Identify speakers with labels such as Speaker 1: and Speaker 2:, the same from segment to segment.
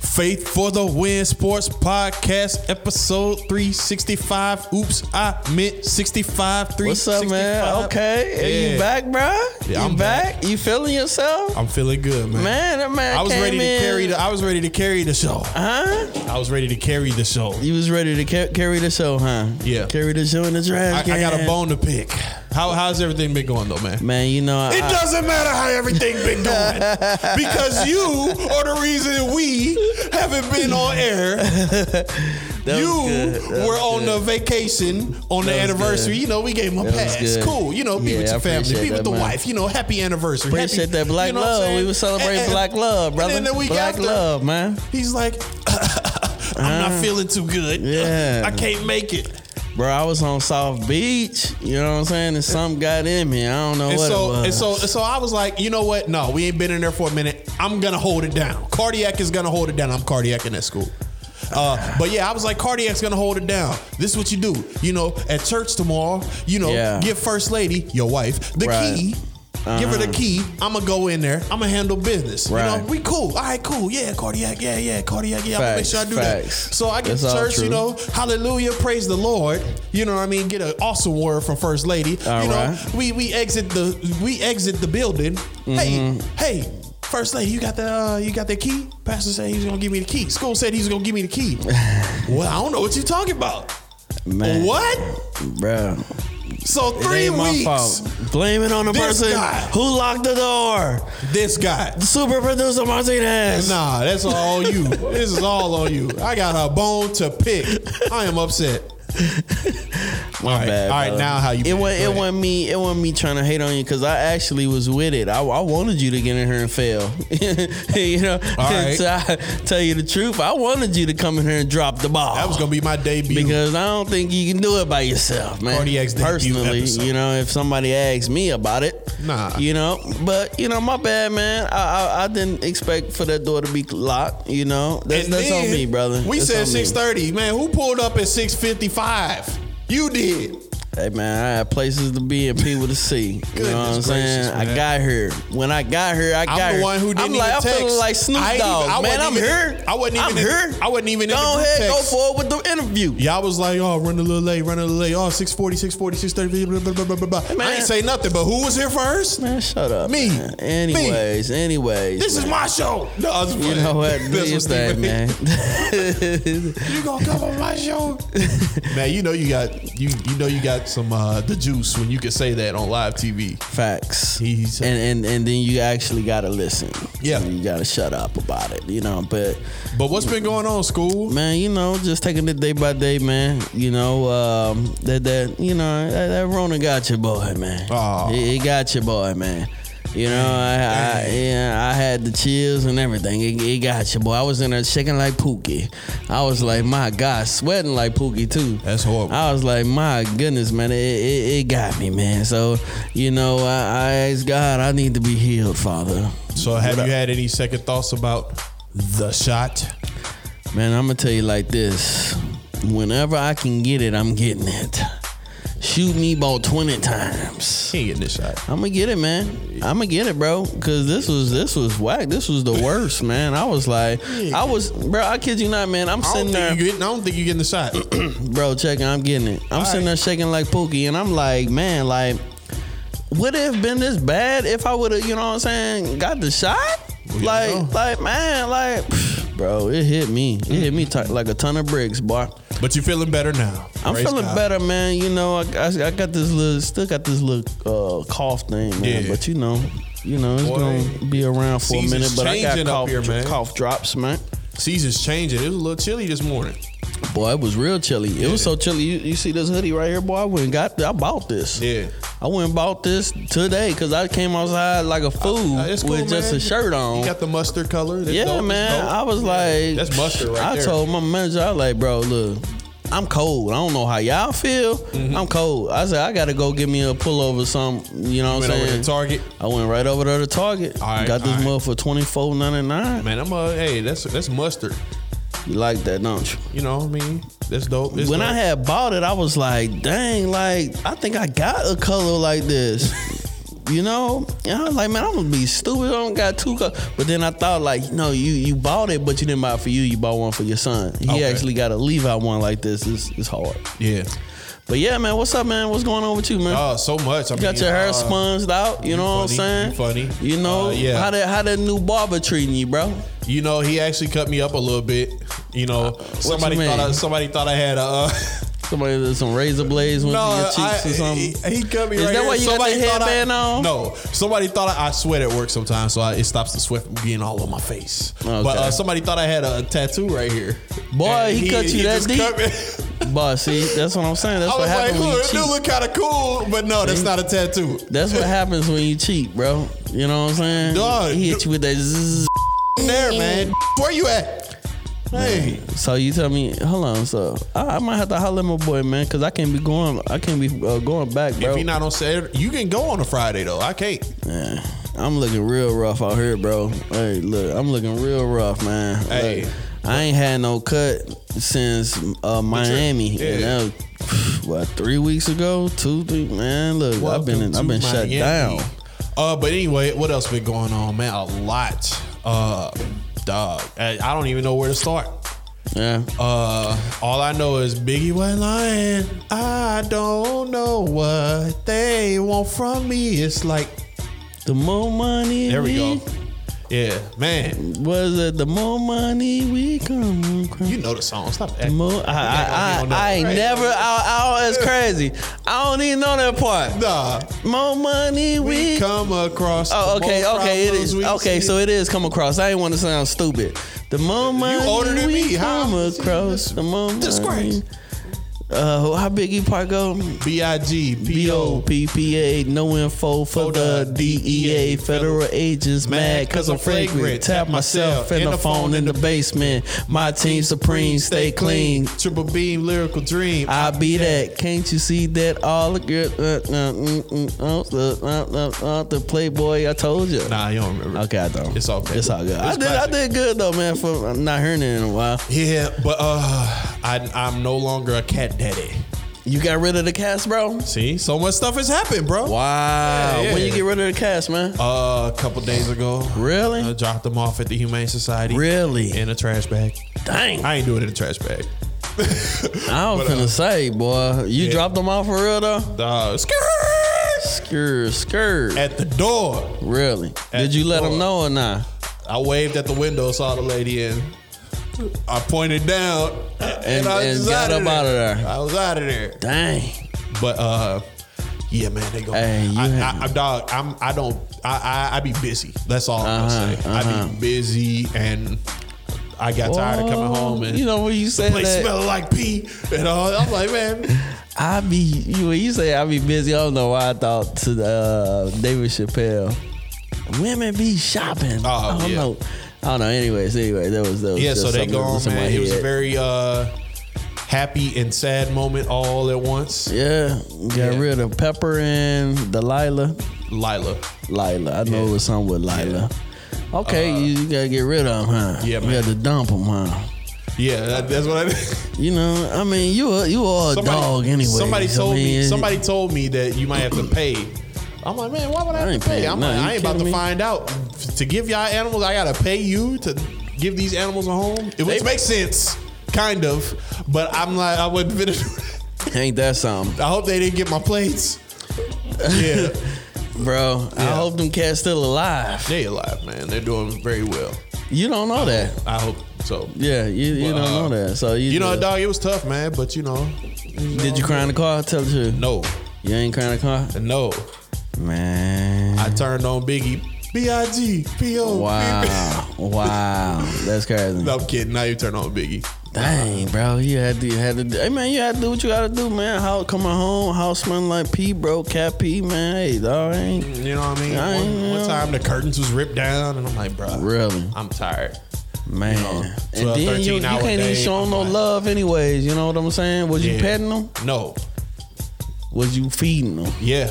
Speaker 1: Faith for the Win Sports Podcast, episode 365. Oops, I meant 65.
Speaker 2: What's up,
Speaker 1: 365.
Speaker 2: man? Okay,
Speaker 1: Yeah.
Speaker 2: you back, bruh?
Speaker 1: Yeah,
Speaker 2: you
Speaker 1: I'm
Speaker 2: back? You feeling yourself?
Speaker 1: I'm feeling good, man.
Speaker 2: man, that man
Speaker 1: I was
Speaker 2: came
Speaker 1: ready
Speaker 2: in.
Speaker 1: to carry the I was ready to carry the show.
Speaker 2: huh?
Speaker 1: I was ready to carry the show.
Speaker 2: You was ready to ca- carry the show, huh?
Speaker 1: Yeah.
Speaker 2: carry the show in the
Speaker 1: I,
Speaker 2: trash
Speaker 1: I got a
Speaker 2: can.
Speaker 1: bone to pick. How how's everything been going though, man?
Speaker 2: man. You know,
Speaker 1: It
Speaker 2: I,
Speaker 1: doesn't matter how everything been going because you are the reason we haven't been on air.
Speaker 2: that was
Speaker 1: you
Speaker 2: good. That
Speaker 1: were
Speaker 2: was
Speaker 1: on
Speaker 2: good.
Speaker 1: the vacation on the
Speaker 2: was
Speaker 1: anniversary.
Speaker 2: good.
Speaker 1: You know, we gave him a
Speaker 2: That was
Speaker 1: pass.
Speaker 2: good.
Speaker 1: Cool. You know, be
Speaker 2: Yeah,
Speaker 1: with
Speaker 2: I
Speaker 1: your family,
Speaker 2: appreciate
Speaker 1: be with
Speaker 2: that,
Speaker 1: the
Speaker 2: man.
Speaker 1: wife. You know, happy anniversary. Happy-
Speaker 2: Appreciate that black
Speaker 1: you know what I'm
Speaker 2: love.
Speaker 1: saying?
Speaker 2: We were celebrating
Speaker 1: And- and-
Speaker 2: black love, brother.
Speaker 1: And then the week
Speaker 2: black
Speaker 1: after,
Speaker 2: love, man.
Speaker 1: He's like, I'm not feeling too good.
Speaker 2: Yeah.
Speaker 1: I can't make it.
Speaker 2: Bro, I was on South Beach. You know what I'm saying? And something got in me. I don't know
Speaker 1: And
Speaker 2: what
Speaker 1: so,
Speaker 2: it was.
Speaker 1: and so, and so, I was like, you know what? No, we ain't been in there for a minute. I'm gonna hold it down. Cardiac is gonna hold it down. I'm cardiac in that school. Uh, but yeah, I was like, cardiac's gonna hold it down. This is what you do, you know, at church tomorrow. You know,
Speaker 2: Yeah.
Speaker 1: give first lady your wife the
Speaker 2: Right. Uh-huh.
Speaker 1: key. Give her the key. I'm gonna go in there. I'm gonna handle business. You
Speaker 2: Right.
Speaker 1: know, we cool. All right, cool. Yeah, cardiac. Yeah, yeah, cardiac. Yeah, I'm gonna make
Speaker 2: Facts,
Speaker 1: sure I do
Speaker 2: facts.
Speaker 1: that. So I get
Speaker 2: That's
Speaker 1: to
Speaker 2: all
Speaker 1: church. You
Speaker 2: true.
Speaker 1: know, hallelujah, praise the Lord. You know what I mean? Get an awesome word from first lady.
Speaker 2: All
Speaker 1: you know,
Speaker 2: right.
Speaker 1: we we exit the we exit the building.
Speaker 2: Mm-hmm.
Speaker 1: Hey, hey, first lady, you got the uh, you got the key. Pastor said he's gonna give me the key. School said he's gonna give me the key. well, I don't know what you're talking about.
Speaker 2: man,
Speaker 1: What?
Speaker 2: bro?
Speaker 1: So three
Speaker 2: ain't
Speaker 1: weeks.
Speaker 2: my fault. Blame it on the
Speaker 1: This
Speaker 2: person
Speaker 1: guy.
Speaker 2: who locked the door.
Speaker 1: This guy.
Speaker 2: Super producer Martinez.
Speaker 1: Nah, that's all you. this is all on you. I got a bone to pick. I am upset. all right,
Speaker 2: Bad,
Speaker 1: all right.
Speaker 2: bro.
Speaker 1: Now how you?
Speaker 2: It
Speaker 1: feel?
Speaker 2: wasn't.
Speaker 1: Go
Speaker 2: It
Speaker 1: ahead.
Speaker 2: wasn't me. It wasn't me trying to hate on you because I actually was with it. I, I wanted you to get in here and fail. you know.
Speaker 1: All right.
Speaker 2: So I tell you the truth, I wanted you to come in here and drop the ball.
Speaker 1: That was gonna be my debut.
Speaker 2: because I don't think you can do it by yourself, man.
Speaker 1: Cardiac's debut
Speaker 2: Personally,
Speaker 1: episode.
Speaker 2: you know, if somebody asks me about it,
Speaker 1: Nah.
Speaker 2: you know. But you know, my bad, man. I I, I didn't expect for that door to be locked. You know, that's,
Speaker 1: And
Speaker 2: that's on
Speaker 1: then
Speaker 2: me, brother.
Speaker 1: We
Speaker 2: That's
Speaker 1: said
Speaker 2: on me.
Speaker 1: six thirty. Man, who pulled up at six fifty five? You did.
Speaker 2: Hey man, I had places to be and people to see. You know what I'm
Speaker 1: Goodness
Speaker 2: saying?
Speaker 1: gracious,
Speaker 2: I
Speaker 1: man.
Speaker 2: got here. When I got here, I got
Speaker 1: I'm the
Speaker 2: here.
Speaker 1: one who didn't
Speaker 2: I'm like,
Speaker 1: even
Speaker 2: I'm
Speaker 1: text.
Speaker 2: feeling like Snoop
Speaker 1: I
Speaker 2: Dogg.
Speaker 1: ain't even- I
Speaker 2: man,
Speaker 1: wasn't
Speaker 2: I'm
Speaker 1: even-
Speaker 2: here.
Speaker 1: I wasn't even
Speaker 2: I'm
Speaker 1: in-
Speaker 2: here.
Speaker 1: I wasn't even in the
Speaker 2: Go
Speaker 1: group
Speaker 2: ahead,
Speaker 1: text.
Speaker 2: go forward with the interview.
Speaker 1: Y'all was like, oh, run a little late, run a little late. Oh, 640, 640, 630, blah, blah, blah, blah, blah, blah. I
Speaker 2: Man.
Speaker 1: ain't say nothing, but who was here first?
Speaker 2: Man, shut up.
Speaker 1: Me.
Speaker 2: man. Anyways, anyways.
Speaker 1: This is
Speaker 2: man.
Speaker 1: my show. No, I was
Speaker 2: You
Speaker 1: playing.
Speaker 2: know what?
Speaker 1: That's
Speaker 2: Do your
Speaker 1: Steve
Speaker 2: thing, man.
Speaker 1: You gonna come on my show? man, you know you got you you know you got some uh the juice when you can say that on live TV.
Speaker 2: Facts.
Speaker 1: He's-
Speaker 2: and, and and then you actually gotta listen.
Speaker 1: Yeah.
Speaker 2: You gotta shut up about it, you know. But
Speaker 1: But what's been going on, school?
Speaker 2: man, you know, just taking it day by day, man. You know, um, that that you know that, that Rona got your boy, man.
Speaker 1: Aw.
Speaker 2: It, it got your boy, man. You know, I, I yeah, I had the chills and everything. It, it got your boy. I was in there shaking like Pookie. I was like, my God, sweating like Pookie too.
Speaker 1: That's horrible.
Speaker 2: I was like, my goodness, man, it, it, it got me, man. So, you know, I, I asked God, I need to be healed, Father.
Speaker 1: So have you had any second thoughts about the shot?
Speaker 2: Man, I'm gonna tell you like this. Whenever I can get it, I'm getting it. Shoot me about 20 times.
Speaker 1: He ain't getting this shot.
Speaker 2: I'm gonna get it, man. I'm gonna get it, bro. Cause this was this was whack. This was the worst, man. I was like, I was, bro. I kid you not, man. I'm
Speaker 1: I don't,
Speaker 2: sitting there,
Speaker 1: think you getting, I don't think you're getting the shot.
Speaker 2: bro. Checking, I'm getting it. I'm sitting
Speaker 1: right.
Speaker 2: there shaking like Pookie, and I'm like, man, like, would it have been this bad if I would have, you know what I'm saying, got the shot?
Speaker 1: We don't
Speaker 2: like,
Speaker 1: know.
Speaker 2: like, man, like, bro, it hit me. It hit me ti- like a ton of bricks, boy.
Speaker 1: but you're feeling better now.
Speaker 2: I'm
Speaker 1: Praise
Speaker 2: feeling
Speaker 1: God.
Speaker 2: better, man. You know, I, I, I got this little, still got this little uh, cough thing, man.
Speaker 1: Yeah.
Speaker 2: But you know, you know, it's
Speaker 1: Boy,
Speaker 2: gonna be around for a
Speaker 1: season's
Speaker 2: minute. But I got
Speaker 1: changing up
Speaker 2: cough,
Speaker 1: here, man.
Speaker 2: cough drops, man.
Speaker 1: Season's changing. It was a little chilly this morning.
Speaker 2: Boy, it was real chilly. It was so chilly. You, you see this hoodie right here, boy? I went and got. I bought this.
Speaker 1: Yeah.
Speaker 2: I went and bought this today because I came outside like a fool
Speaker 1: Uh, it's cool,
Speaker 2: with just
Speaker 1: man.
Speaker 2: a shirt on.
Speaker 1: You got the mustard color. That's
Speaker 2: Yeah,
Speaker 1: dope. That's
Speaker 2: man.
Speaker 1: dope.
Speaker 2: I was
Speaker 1: Yeah.
Speaker 2: like,
Speaker 1: that's mustard right
Speaker 2: I
Speaker 1: there.
Speaker 2: told my manager, I was like, bro, look, I'm cold. I don't know how y'all feel.
Speaker 1: Mm-hmm.
Speaker 2: I'm cold. I said, I gotta go get me a pullover, some. You know what
Speaker 1: went
Speaker 2: I'm
Speaker 1: over
Speaker 2: saying?
Speaker 1: to Target.
Speaker 2: I went right over there to Target.
Speaker 1: All right,
Speaker 2: got this
Speaker 1: all right.
Speaker 2: mug for twenty four ninety nine.
Speaker 1: Man, I'm a hey. That's that's mustard.
Speaker 2: You like that, don't you?
Speaker 1: You know what I mean? That's dope. It's
Speaker 2: when
Speaker 1: dope.
Speaker 2: I had bought it, I was like, dang, like I think I got a color like this. you know? And I was like, man, I'm gonna be stupid. I don't got two cups. But then I thought, like, no, you you bought it, but you didn't buy it for you. You bought one for your son. He
Speaker 1: Okay.
Speaker 2: actually got to leave out one like this. It's, it's hard.
Speaker 1: Yeah.
Speaker 2: But yeah, man, what's up, man? What's going on with you, man?
Speaker 1: Oh, so much. I
Speaker 2: Got
Speaker 1: mean,
Speaker 2: your hair
Speaker 1: uh,
Speaker 2: sponged out, you, know what I'm saying?
Speaker 1: funny, you funny.
Speaker 2: You know,
Speaker 1: Uh, yeah.
Speaker 2: How that how that new barber treating you, bro?
Speaker 1: You know, he actually cut me up a little bit. You know, somebody
Speaker 2: you
Speaker 1: thought
Speaker 2: mean?
Speaker 1: I, somebody thought I had a. Uh,
Speaker 2: Somebody with some razor blades went
Speaker 1: no,
Speaker 2: to your cheeks
Speaker 1: I-
Speaker 2: or something.
Speaker 1: he, he cut me.
Speaker 2: Is
Speaker 1: right
Speaker 2: that
Speaker 1: here.
Speaker 2: why you got
Speaker 1: somebody
Speaker 2: the
Speaker 1: thought I-
Speaker 2: headband on?
Speaker 1: No, somebody thought I, I sweat at work sometimes, so I, it stops the sweat from being all on my face.
Speaker 2: Okay.
Speaker 1: But uh, somebody thought I had a, tattoo right here.
Speaker 2: Boy,
Speaker 1: And
Speaker 2: he cut you that
Speaker 1: just
Speaker 2: deep?
Speaker 1: cut me.
Speaker 2: But see, that's what I'm saying. That's
Speaker 1: I
Speaker 2: what
Speaker 1: was like,
Speaker 2: happens when Mm.
Speaker 1: "Ooh,
Speaker 2: you
Speaker 1: it do
Speaker 2: cheat.
Speaker 1: look kind of cool," but no, that's not a tattoo.
Speaker 2: That's what happens when you cheat, bro. You know what I'm saying?
Speaker 1: Dog,
Speaker 2: he hit
Speaker 1: d-
Speaker 2: you with that zzz.
Speaker 1: there, man. Where you at? Hey,
Speaker 2: So you tell me, hold on. So I, I might have to holler at my boy, man, because I can't be going. I can't be uh, going back, bro.
Speaker 1: if you're not on Saturday, you can go on a Friday though. I can't.
Speaker 2: Yeah. I'm looking real rough out here, bro. Hey, look, I'm looking real rough, man. Look,
Speaker 1: Hey.
Speaker 2: I ain't had no cut since uh, Miami.
Speaker 1: yeah.
Speaker 2: And that was, what three weeks ago? Two, three. Man, look, I've been in,
Speaker 1: Welcome
Speaker 2: I've
Speaker 1: to
Speaker 2: been shut
Speaker 1: Miami.
Speaker 2: down.
Speaker 1: Uh, but anyway, what else been going on, man? A lot. Uh, dog. I I don't even know where to start.
Speaker 2: Yeah.
Speaker 1: Uh, all I know is Biggie went lying. I don't know what they want from me. It's like
Speaker 2: The more money.
Speaker 1: there we go.
Speaker 2: need-
Speaker 1: Yeah, man.
Speaker 2: Was it the more money we come across?
Speaker 1: You know the song. Stop acting.
Speaker 2: Mo- I, I, I, I ain't never. I, I, that's crazy. I don't even know that part.
Speaker 1: Nah,
Speaker 2: More money we,
Speaker 1: we come across.
Speaker 2: Mm-hmm. Oh,
Speaker 1: the
Speaker 2: okay,
Speaker 1: more
Speaker 2: okay, it
Speaker 1: problems
Speaker 2: is.
Speaker 1: we
Speaker 2: Okay,
Speaker 1: see.
Speaker 2: so it is come across. I ain't want to sound stupid. The moment
Speaker 1: older than
Speaker 2: we
Speaker 1: me, how
Speaker 2: come
Speaker 1: am I-
Speaker 2: across, the moment.
Speaker 1: Disgrace.
Speaker 2: Mm-hmm. Uh, how big E part go?
Speaker 1: B I G
Speaker 2: B
Speaker 1: P
Speaker 2: O
Speaker 1: O.
Speaker 2: P P A, no info for
Speaker 1: For the
Speaker 2: the E
Speaker 1: DEA.
Speaker 2: DEA. Federal agents mad cause I'm fragrant. Tap myself in the phone in the basement. My team supreme, stay clean.
Speaker 1: Triple beam, lyrical dream.
Speaker 2: I be that. Can't you see that? All the girl, uh, uh, mm, mm, uh, uh, uh, uh, the Playboy. I told you.
Speaker 1: Nah, you don't remember.
Speaker 2: Okay, I don't.
Speaker 1: It's all good.
Speaker 2: It's all good. I
Speaker 1: It's
Speaker 2: did. I
Speaker 1: classic.
Speaker 2: did good though, man. For not hearing it in a while.
Speaker 1: Yeah, but uh, I, I'm no longer a cat daddy.
Speaker 2: You got rid of the cast, bro.
Speaker 1: See, so much stuff has happened, bro.
Speaker 2: Wow.
Speaker 1: Yeah.
Speaker 2: When you get rid of the cast, man?
Speaker 1: Uh, a couple days ago,
Speaker 2: Really?
Speaker 1: I dropped them off at the Humane Society.
Speaker 2: really?
Speaker 1: In a trash bag.
Speaker 2: Dang. I,
Speaker 1: I ain't doing it in a trash bag.
Speaker 2: was finna say, boy. You dropped them off for real though.
Speaker 1: Uh, skirt!
Speaker 2: Skirt, skirt.
Speaker 1: At the door,
Speaker 2: really? Did you
Speaker 1: the
Speaker 2: let them
Speaker 1: door.
Speaker 2: know or not?
Speaker 1: I waved at the window, saw the lady in. I pointed down, and, I was
Speaker 2: and
Speaker 1: just
Speaker 2: got
Speaker 1: out, of
Speaker 2: up outta
Speaker 1: there.
Speaker 2: there.
Speaker 1: I was out of there.
Speaker 2: Dang.
Speaker 1: But uh, yeah, man, they go.
Speaker 2: Hey, you
Speaker 1: I,
Speaker 2: had-
Speaker 1: I, I, dog, I'm. I don't. I, I I be busy. That's all I'm gonna say.
Speaker 2: Uh-huh,
Speaker 1: I be busy, and I got tired of coming home and
Speaker 2: you know when you say
Speaker 1: the place
Speaker 2: that.
Speaker 1: smelling like pee and all. I'm like, man,
Speaker 2: I be you when you say I be busy. I don't know why I thought to uh, David Chappelle. Women be shopping.
Speaker 1: Oh,
Speaker 2: I don't
Speaker 1: yeah.
Speaker 2: know. I don't know. Anyways, anyway, that was that was
Speaker 1: yeah.
Speaker 2: just
Speaker 1: So they
Speaker 2: something
Speaker 1: go,
Speaker 2: that's in my
Speaker 1: man. It was a
Speaker 2: head.
Speaker 1: very uh happy and sad moment all at once.
Speaker 2: yeah. Got
Speaker 1: Yeah.
Speaker 2: rid of Pepper and Delilah.
Speaker 1: Lila.
Speaker 2: Lila, I know it was something with Lila. Okay, you, you gotta get rid of them, huh?
Speaker 1: Uh, yeah,
Speaker 2: You
Speaker 1: man.
Speaker 2: had to dump them, huh?
Speaker 1: Yeah, that, that's what I.
Speaker 2: You know, I mean, you a, you are a dog anyway.
Speaker 1: Somebody told me.
Speaker 2: mean,
Speaker 1: Somebody told me that you might have to pay. I'm like, man, why would I,
Speaker 2: I
Speaker 1: have
Speaker 2: ain't
Speaker 1: to pay?
Speaker 2: paying
Speaker 1: I'm
Speaker 2: nothing.
Speaker 1: like,
Speaker 2: You
Speaker 1: I ain't about to
Speaker 2: kidding me?
Speaker 1: find out to give y'all animals. I gotta pay you to give these animals a home, It- which
Speaker 2: They-
Speaker 1: makes sense, kind of. But I'm like, I wouldn't fit it.
Speaker 2: ain't that something?
Speaker 1: I hope they didn't get my plates. Yeah,
Speaker 2: Bro, I
Speaker 1: Yeah.
Speaker 2: hope them cats still alive.
Speaker 1: they alive, man. They're doing very well.
Speaker 2: You don't know that.
Speaker 1: I hope so.
Speaker 2: Yeah, you, you
Speaker 1: Well,
Speaker 2: don't know that. So you,
Speaker 1: You know,
Speaker 2: just-
Speaker 1: dog, it was tough, man. But you know,
Speaker 2: did you cry in the car? Tell the truth.
Speaker 1: no,
Speaker 2: You ain't crying in the car,
Speaker 1: no.
Speaker 2: man.
Speaker 1: I turned on Biggie. B I G P O.
Speaker 2: wow, wow, that's crazy.
Speaker 1: No, I'm kidding. Now you turn on Biggie.
Speaker 2: Dang, bro, you had to you had to. do- Hey man, you had to do what you gotta do, man. How coming home, house smelling like pee, bro, cat pee, man. Hey, dog, ain't
Speaker 1: You know what I mean?
Speaker 2: I
Speaker 1: One,
Speaker 2: ain't
Speaker 1: one
Speaker 2: know.
Speaker 1: time the curtains was ripped down, and I'm like, bro,
Speaker 2: really,
Speaker 1: I'm tired.
Speaker 2: man.
Speaker 1: know,
Speaker 2: and
Speaker 1: 12,
Speaker 2: then you, you
Speaker 1: 13 hour
Speaker 2: can't even
Speaker 1: day,
Speaker 2: show them
Speaker 1: I'm
Speaker 2: no
Speaker 1: like-
Speaker 2: love, anyways. You know what I'm saying? Was you
Speaker 1: Yeah.
Speaker 2: petting them?
Speaker 1: No,
Speaker 2: Was you feeding them
Speaker 1: yeah,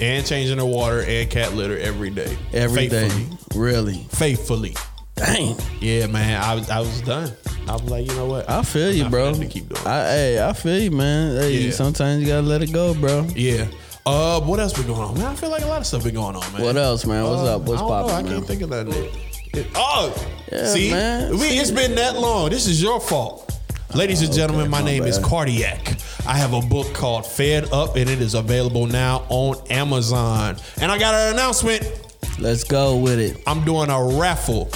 Speaker 1: and changing the water and cat litter every day.
Speaker 2: every day?
Speaker 1: faithfully.
Speaker 2: Really?
Speaker 1: Faithfully.
Speaker 2: Dang.
Speaker 1: Yeah, man. I was I was done. I was like, you know what?
Speaker 2: I feel you,
Speaker 1: not
Speaker 2: bro.
Speaker 1: finna keep doing
Speaker 2: I, hey, I feel you, man. Hey,
Speaker 1: Yeah.
Speaker 2: sometimes you gotta let it go, bro.
Speaker 1: yeah. Uh, what else been going on? Man, I feel like a lot of stuff been going on, man.
Speaker 2: What else, man? What's
Speaker 1: Uh,
Speaker 2: up?
Speaker 1: I
Speaker 2: What's
Speaker 1: don't know. I
Speaker 2: popping, man?
Speaker 1: can't think of nothing. It- oh,
Speaker 2: Yeah,
Speaker 1: see,
Speaker 2: man.
Speaker 1: We, it's been that long. This is your fault. Ladies and gentlemen, my name is Cardiac. I have a book called Fed Up, and it is available now on Amazon. And I got an announcement.
Speaker 2: Let's go with it.
Speaker 1: I'm doing a raffle.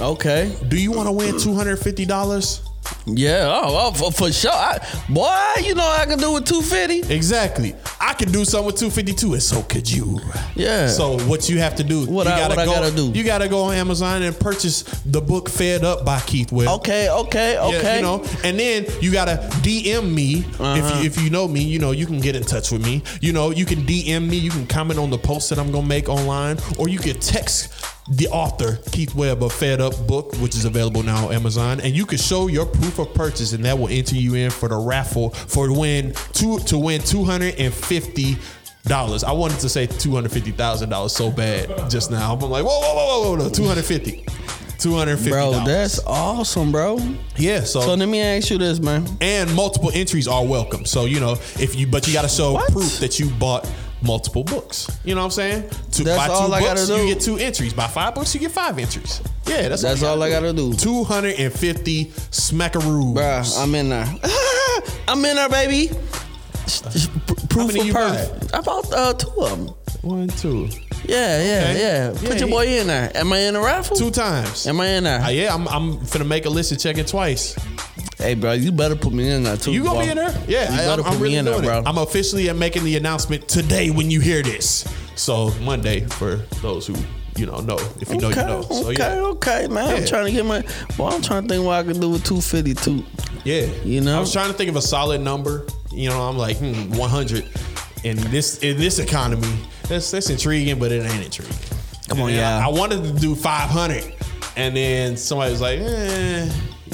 Speaker 2: Okay.
Speaker 1: Do you want to win two hundred fifty dollars?
Speaker 2: Yeah. Oh, oh for, for sure. I, boy, you know what I can do with two fifty.
Speaker 1: Exactly. I could do something with 252, and so could you.
Speaker 2: Yeah.
Speaker 1: So what you have to do?
Speaker 2: What
Speaker 1: you
Speaker 2: I- what I
Speaker 1: go,
Speaker 2: gotta do?
Speaker 1: You gotta go on Amazon and purchase the book "Fed Up" by Keith Webb.
Speaker 2: Okay. Okay.
Speaker 1: Yeah,
Speaker 2: Okay. Uh-huh.
Speaker 1: you know, and then you gotta DM me if you, if you know me. You know, you can get in touch with me. You know, you can DM me. You can comment on the post that I'm gonna make online, or you can text the author Keith Webb of Fed Up book, which is available now on Amazon, and you can show your proof of purchase, and that will enter you in for the raffle for win two to win two hundred and fifty. Dollars. I wanted to say two hundred fifty thousand dollars so bad just now. I'm like, whoa, whoa, whoa, whoa, whoa, no, two hundred fifty, two hundred fifty.
Speaker 2: bro, that's awesome, bro.
Speaker 1: yeah.
Speaker 2: So let me ask you this, man.
Speaker 1: and multiple entries are welcome. So you know, if you but you got to show
Speaker 2: What?
Speaker 1: proof that you bought multiple books. You know what I'm saying? To
Speaker 2: That's
Speaker 1: buy two
Speaker 2: all I gotta
Speaker 1: books,
Speaker 2: do.
Speaker 1: you get two entries. By five books, you get five entries. Yeah, that's
Speaker 2: That's all I gotta do.
Speaker 1: Two hundred and fifty smackaroos.
Speaker 2: Bruh, I'm in there. I'm in there, baby. S- s- pr- Proof
Speaker 1: many
Speaker 2: of
Speaker 1: you
Speaker 2: perf. I bought uh, two of them.
Speaker 1: One, two,
Speaker 2: Yeah, yeah,
Speaker 1: Okay.
Speaker 2: yeah.
Speaker 1: Yeah,
Speaker 2: Put your
Speaker 1: he-
Speaker 2: boy in there. Am I in the raffle?
Speaker 1: two times.
Speaker 2: Am I in there?
Speaker 1: Uh, yeah, I'm, I'm finna make a list and check it twice.
Speaker 2: hey, bro, you better put me in there too.
Speaker 1: You gonna be
Speaker 2: bro.
Speaker 1: in there? Yeah,
Speaker 2: you
Speaker 1: I,
Speaker 2: better
Speaker 1: am
Speaker 2: put me
Speaker 1: really
Speaker 2: in there,
Speaker 1: doing
Speaker 2: bro.
Speaker 1: it. I'm officially making the announcement today when you hear this. So Monday for those who you know know. If you know,
Speaker 2: okay,
Speaker 1: you know. So
Speaker 2: okay,
Speaker 1: yeah.
Speaker 2: okay, man. I'm
Speaker 1: Yeah.
Speaker 2: trying to get my. Well, I'm trying to think what I can do with 252.
Speaker 1: Yeah.
Speaker 2: You know?
Speaker 1: I was trying to think of a solid number. You know, I'm like, hmm, 100. In this in this economy, that's that's intriguing, but it ain't intriguing.
Speaker 2: Come on,
Speaker 1: And
Speaker 2: yeah.
Speaker 1: I, I wanted to do 500, and then somebody was like, eh,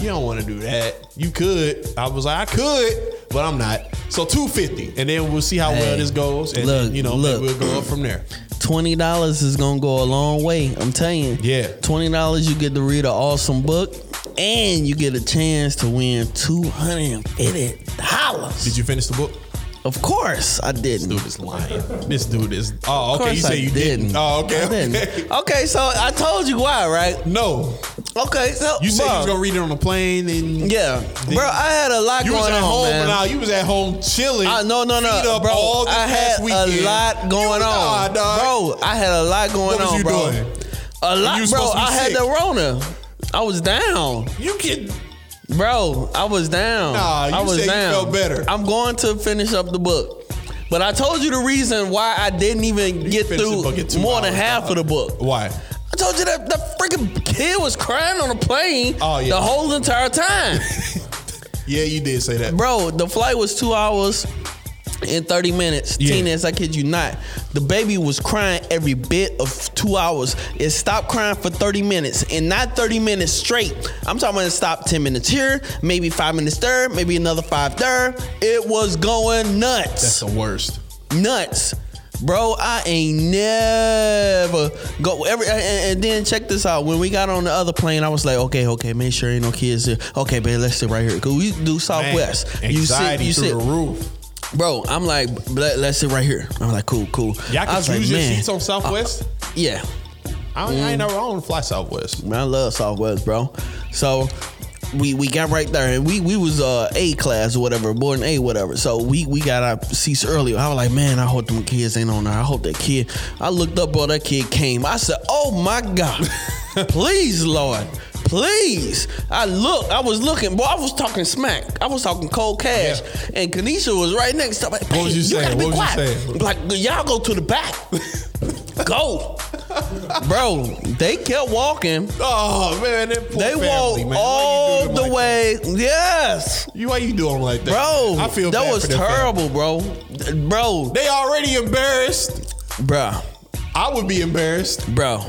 Speaker 1: you don't want to do that. You could. I was like, I could, but I'm not. So 250, and then we'll see how well
Speaker 2: Hey,
Speaker 1: this goes, and
Speaker 2: look,
Speaker 1: then, you know,
Speaker 2: look.
Speaker 1: maybe we'll go up from there.
Speaker 2: Twenty dollars is gonna go a long way. I'm telling you.
Speaker 1: Yeah.
Speaker 2: Twenty dollars, you get to read an awesome book, and you get a chance to win two hundred and fifty dollars.
Speaker 1: Did you finish the book?
Speaker 2: Of course, I didn't.
Speaker 1: Dude is lying. This dude is. Oh,
Speaker 2: Of
Speaker 1: okay.
Speaker 2: course
Speaker 1: You say
Speaker 2: I
Speaker 1: you didn't. Oh, okay.
Speaker 2: I didn't.
Speaker 1: okay.
Speaker 2: Okay, so I told you why, right?
Speaker 1: No,
Speaker 2: Okay, so
Speaker 1: you said
Speaker 2: bro,
Speaker 1: you was gonna read it on the plane, and
Speaker 2: yeah, bro. I had a lot
Speaker 1: You
Speaker 2: going
Speaker 1: was at
Speaker 2: on,
Speaker 1: home,
Speaker 2: man.
Speaker 1: nah. You was at home chilling.
Speaker 2: I, no, no,
Speaker 1: Feet
Speaker 2: no,
Speaker 1: up
Speaker 2: bro.
Speaker 1: all this
Speaker 2: I
Speaker 1: past
Speaker 2: had
Speaker 1: weekend.
Speaker 2: a lot going
Speaker 1: You- nah,
Speaker 2: on,
Speaker 1: dog.
Speaker 2: bro. I had a lot going
Speaker 1: What was
Speaker 2: on,
Speaker 1: you
Speaker 2: bro.
Speaker 1: doing?
Speaker 2: A lot,
Speaker 1: was
Speaker 2: bro.
Speaker 1: supposed to be
Speaker 2: I had
Speaker 1: sick.
Speaker 2: the Rona. I was down,
Speaker 1: You can.
Speaker 2: bro. I was down.
Speaker 1: Nah, you
Speaker 2: I was
Speaker 1: said you
Speaker 2: down.
Speaker 1: felt better.
Speaker 2: I'm going to finish up the book, but I told you the reason why I didn't even get
Speaker 1: finished the
Speaker 2: through
Speaker 1: book in two
Speaker 2: more than
Speaker 1: hours,
Speaker 2: half
Speaker 1: dog.
Speaker 2: of the book.
Speaker 1: Why?
Speaker 2: I told you that the freaking kid was crying on the plane
Speaker 1: Oh, yeah.
Speaker 2: the whole entire time.
Speaker 1: Yeah, you did say that.
Speaker 2: Bro, the flight was two hours and 30 minutes.
Speaker 1: Yeah.
Speaker 2: Teenage, I kid you not. The baby was crying every bit of two hours. It stopped crying for 30 minutes and not 30 minutes straight. I'm talking about it stopped 10 minutes here, maybe five minutes there, maybe another five there. It was going nuts
Speaker 1: That's the worst.
Speaker 2: nuts. Bro, I ain't never go every and, and then check this out. When we got on the other plane, I was like, okay, okay, make sure ain't no kids here. Okay, babe, let's sit right here. Cause we do
Speaker 1: Man,
Speaker 2: Southwest.
Speaker 1: anxiety
Speaker 2: you sit,
Speaker 1: through
Speaker 2: you
Speaker 1: the
Speaker 2: sit,
Speaker 1: roof.
Speaker 2: bro. I'm like, let, let's sit right here. I'm like, cool, cool.
Speaker 1: Y'all
Speaker 2: I
Speaker 1: can
Speaker 2: was
Speaker 1: choose your
Speaker 2: like, man, Uh, mm.
Speaker 1: seats on Southwest.
Speaker 2: yeah,
Speaker 1: I, don't- I ain't never own fly Southwest.
Speaker 2: man, I love Southwest, bro. So. We, we got right there and we we was uh, A class or whatever, boarding A whatever. So we we got our seats earlier. I was like, man, I hope them kids ain't on there. I hope that kid. I looked up, bro. That kid came. I said, oh my god, please, Lord, please. I look. I was looking, boy. I was talking smack. I was talking cold cash, and Kanisha was right next to. me. Like,
Speaker 1: What was
Speaker 2: "Hey,
Speaker 1: you saying?
Speaker 2: Gotta be
Speaker 1: What was you
Speaker 2: quiet.
Speaker 1: saying?
Speaker 2: Like y'all go to the back. go, bro. They kept walking.
Speaker 1: Oh man, that poor
Speaker 2: They
Speaker 1: family,
Speaker 2: walk
Speaker 1: man. Why you do
Speaker 2: all
Speaker 1: them
Speaker 2: the
Speaker 1: like
Speaker 2: way. Yes,
Speaker 1: that? You why you do them like that,
Speaker 2: bro.
Speaker 1: I feel
Speaker 2: that
Speaker 1: bad
Speaker 2: was
Speaker 1: for their family.
Speaker 2: terrible, bro. Bro,
Speaker 1: They already embarrassed.
Speaker 2: bro,
Speaker 1: I would be embarrassed.
Speaker 2: bro.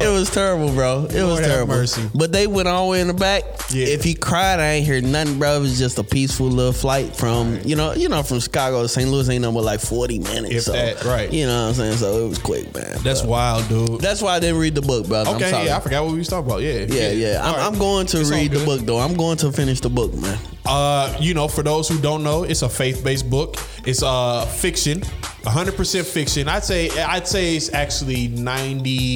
Speaker 2: It was terrible, bro. It was
Speaker 1: Lord have
Speaker 2: terrible.
Speaker 1: mercy.
Speaker 2: But they went all the way in the back.
Speaker 1: Yeah.
Speaker 2: If he cried, I ain't hear nothing, bro. It was just a peaceful little flight from you know, you know, from Chicago to St. Louis. Ain't nothing but like forty minutes.
Speaker 1: If
Speaker 2: so,
Speaker 1: that, right.
Speaker 2: You know what I'm saying? So it was quick, man.
Speaker 1: That's wild, dude.
Speaker 2: That's why I didn't read the book, bro. I'm
Speaker 1: okay,
Speaker 2: sorry.
Speaker 1: yeah, I forgot what we was talking about. Yeah,
Speaker 2: yeah, yeah. I'm,
Speaker 1: All right.
Speaker 2: I'm going to
Speaker 1: It's all
Speaker 2: read the
Speaker 1: good.
Speaker 2: book though. I'm going to finish the book, man.
Speaker 1: Uh, you know, for those who don't know, it's a faith-based book. It's uh fiction. 100% fiction. I'd say I'd say it's actually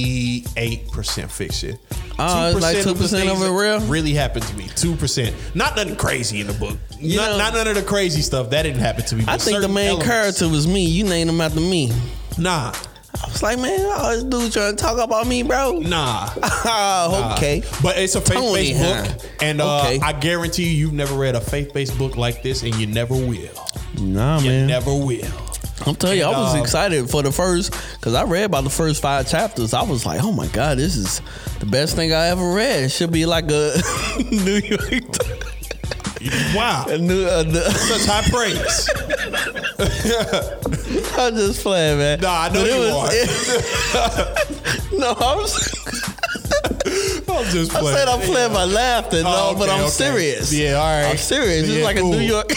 Speaker 1: 98% fiction.
Speaker 2: Oh, it's like
Speaker 1: 2% of the
Speaker 2: 2% of
Speaker 1: things
Speaker 2: it
Speaker 1: that
Speaker 2: real?
Speaker 1: Really happened to me. 2%. Not nothing crazy in the book. Not,
Speaker 2: know-
Speaker 1: not none of the crazy stuff. That didn't happen to me.
Speaker 2: I
Speaker 1: but
Speaker 2: think the
Speaker 1: certain
Speaker 2: main
Speaker 1: elements.
Speaker 2: character was me. You named him after me.
Speaker 1: Nah.
Speaker 2: I was like, man, all this dude trying to talk about me, bro.
Speaker 1: Nah.
Speaker 2: Ah, okay.
Speaker 1: Uh, But it's a faith
Speaker 2: Tony,
Speaker 1: based
Speaker 2: huh?
Speaker 1: book. And uh,
Speaker 2: Okay.
Speaker 1: I guarantee you, you've never read a faith based book like this, and you never will.
Speaker 2: Nah,
Speaker 1: You
Speaker 2: man.
Speaker 1: never will.
Speaker 2: I'm telling you, I was
Speaker 1: Um,
Speaker 2: excited for the first because I read about the first five chapters. I was like, oh my god, this is the best thing I ever read. It should be like a New York,
Speaker 1: Wow.
Speaker 2: a new. A new
Speaker 1: Such high praise.
Speaker 2: I'm just playing, man.
Speaker 1: Nah, I know
Speaker 2: But it
Speaker 1: you
Speaker 2: it- no, I'm. s-
Speaker 1: I'm just
Speaker 2: I
Speaker 1: playing.
Speaker 2: said I'm playing my laughter, no,
Speaker 1: Oh,
Speaker 2: but
Speaker 1: okay,
Speaker 2: I'm
Speaker 1: okay.
Speaker 2: serious.
Speaker 1: Yeah, all right.
Speaker 2: I'm serious.
Speaker 1: Yeah,
Speaker 2: it's like
Speaker 1: cool.
Speaker 2: a New York,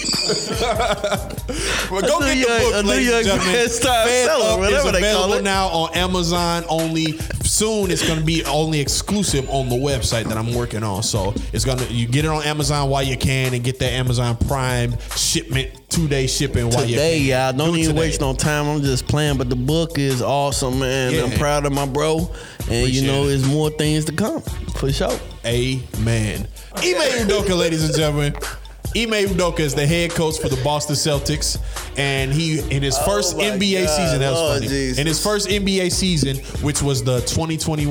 Speaker 1: Well, go get
Speaker 2: a New
Speaker 1: the
Speaker 2: York,
Speaker 1: book,
Speaker 2: a New
Speaker 1: ladies
Speaker 2: York
Speaker 1: and gentlemen.
Speaker 2: best-time
Speaker 1: Fed
Speaker 2: seller,
Speaker 1: Up is
Speaker 2: whatever they call
Speaker 1: available
Speaker 2: it.
Speaker 1: now on Amazon only. Soon it's going to be only exclusive on the website that I'm working on. So it's going to you get it on Amazon while you can and get that Amazon Prime shipment two day shipping while you
Speaker 2: Today,
Speaker 1: can.
Speaker 2: y'all don't
Speaker 1: Do it
Speaker 2: even
Speaker 1: today.
Speaker 2: waste no time. I'm just playing, but the book is awesome, man.
Speaker 1: Yeah.
Speaker 2: I'm proud of my bro, and
Speaker 1: Appreciate
Speaker 2: you know,
Speaker 1: it.
Speaker 2: there's more things to come for sure.
Speaker 1: Amen. Ime Udoka, ladies and gentlemen. Ime Udoka is the head coach for the Boston Celtics, and he in his first
Speaker 2: Oh my
Speaker 1: NBA
Speaker 2: God.
Speaker 1: season. That was
Speaker 2: Oh,
Speaker 1: funny.
Speaker 2: Jesus.
Speaker 1: In his first NBA season, which was the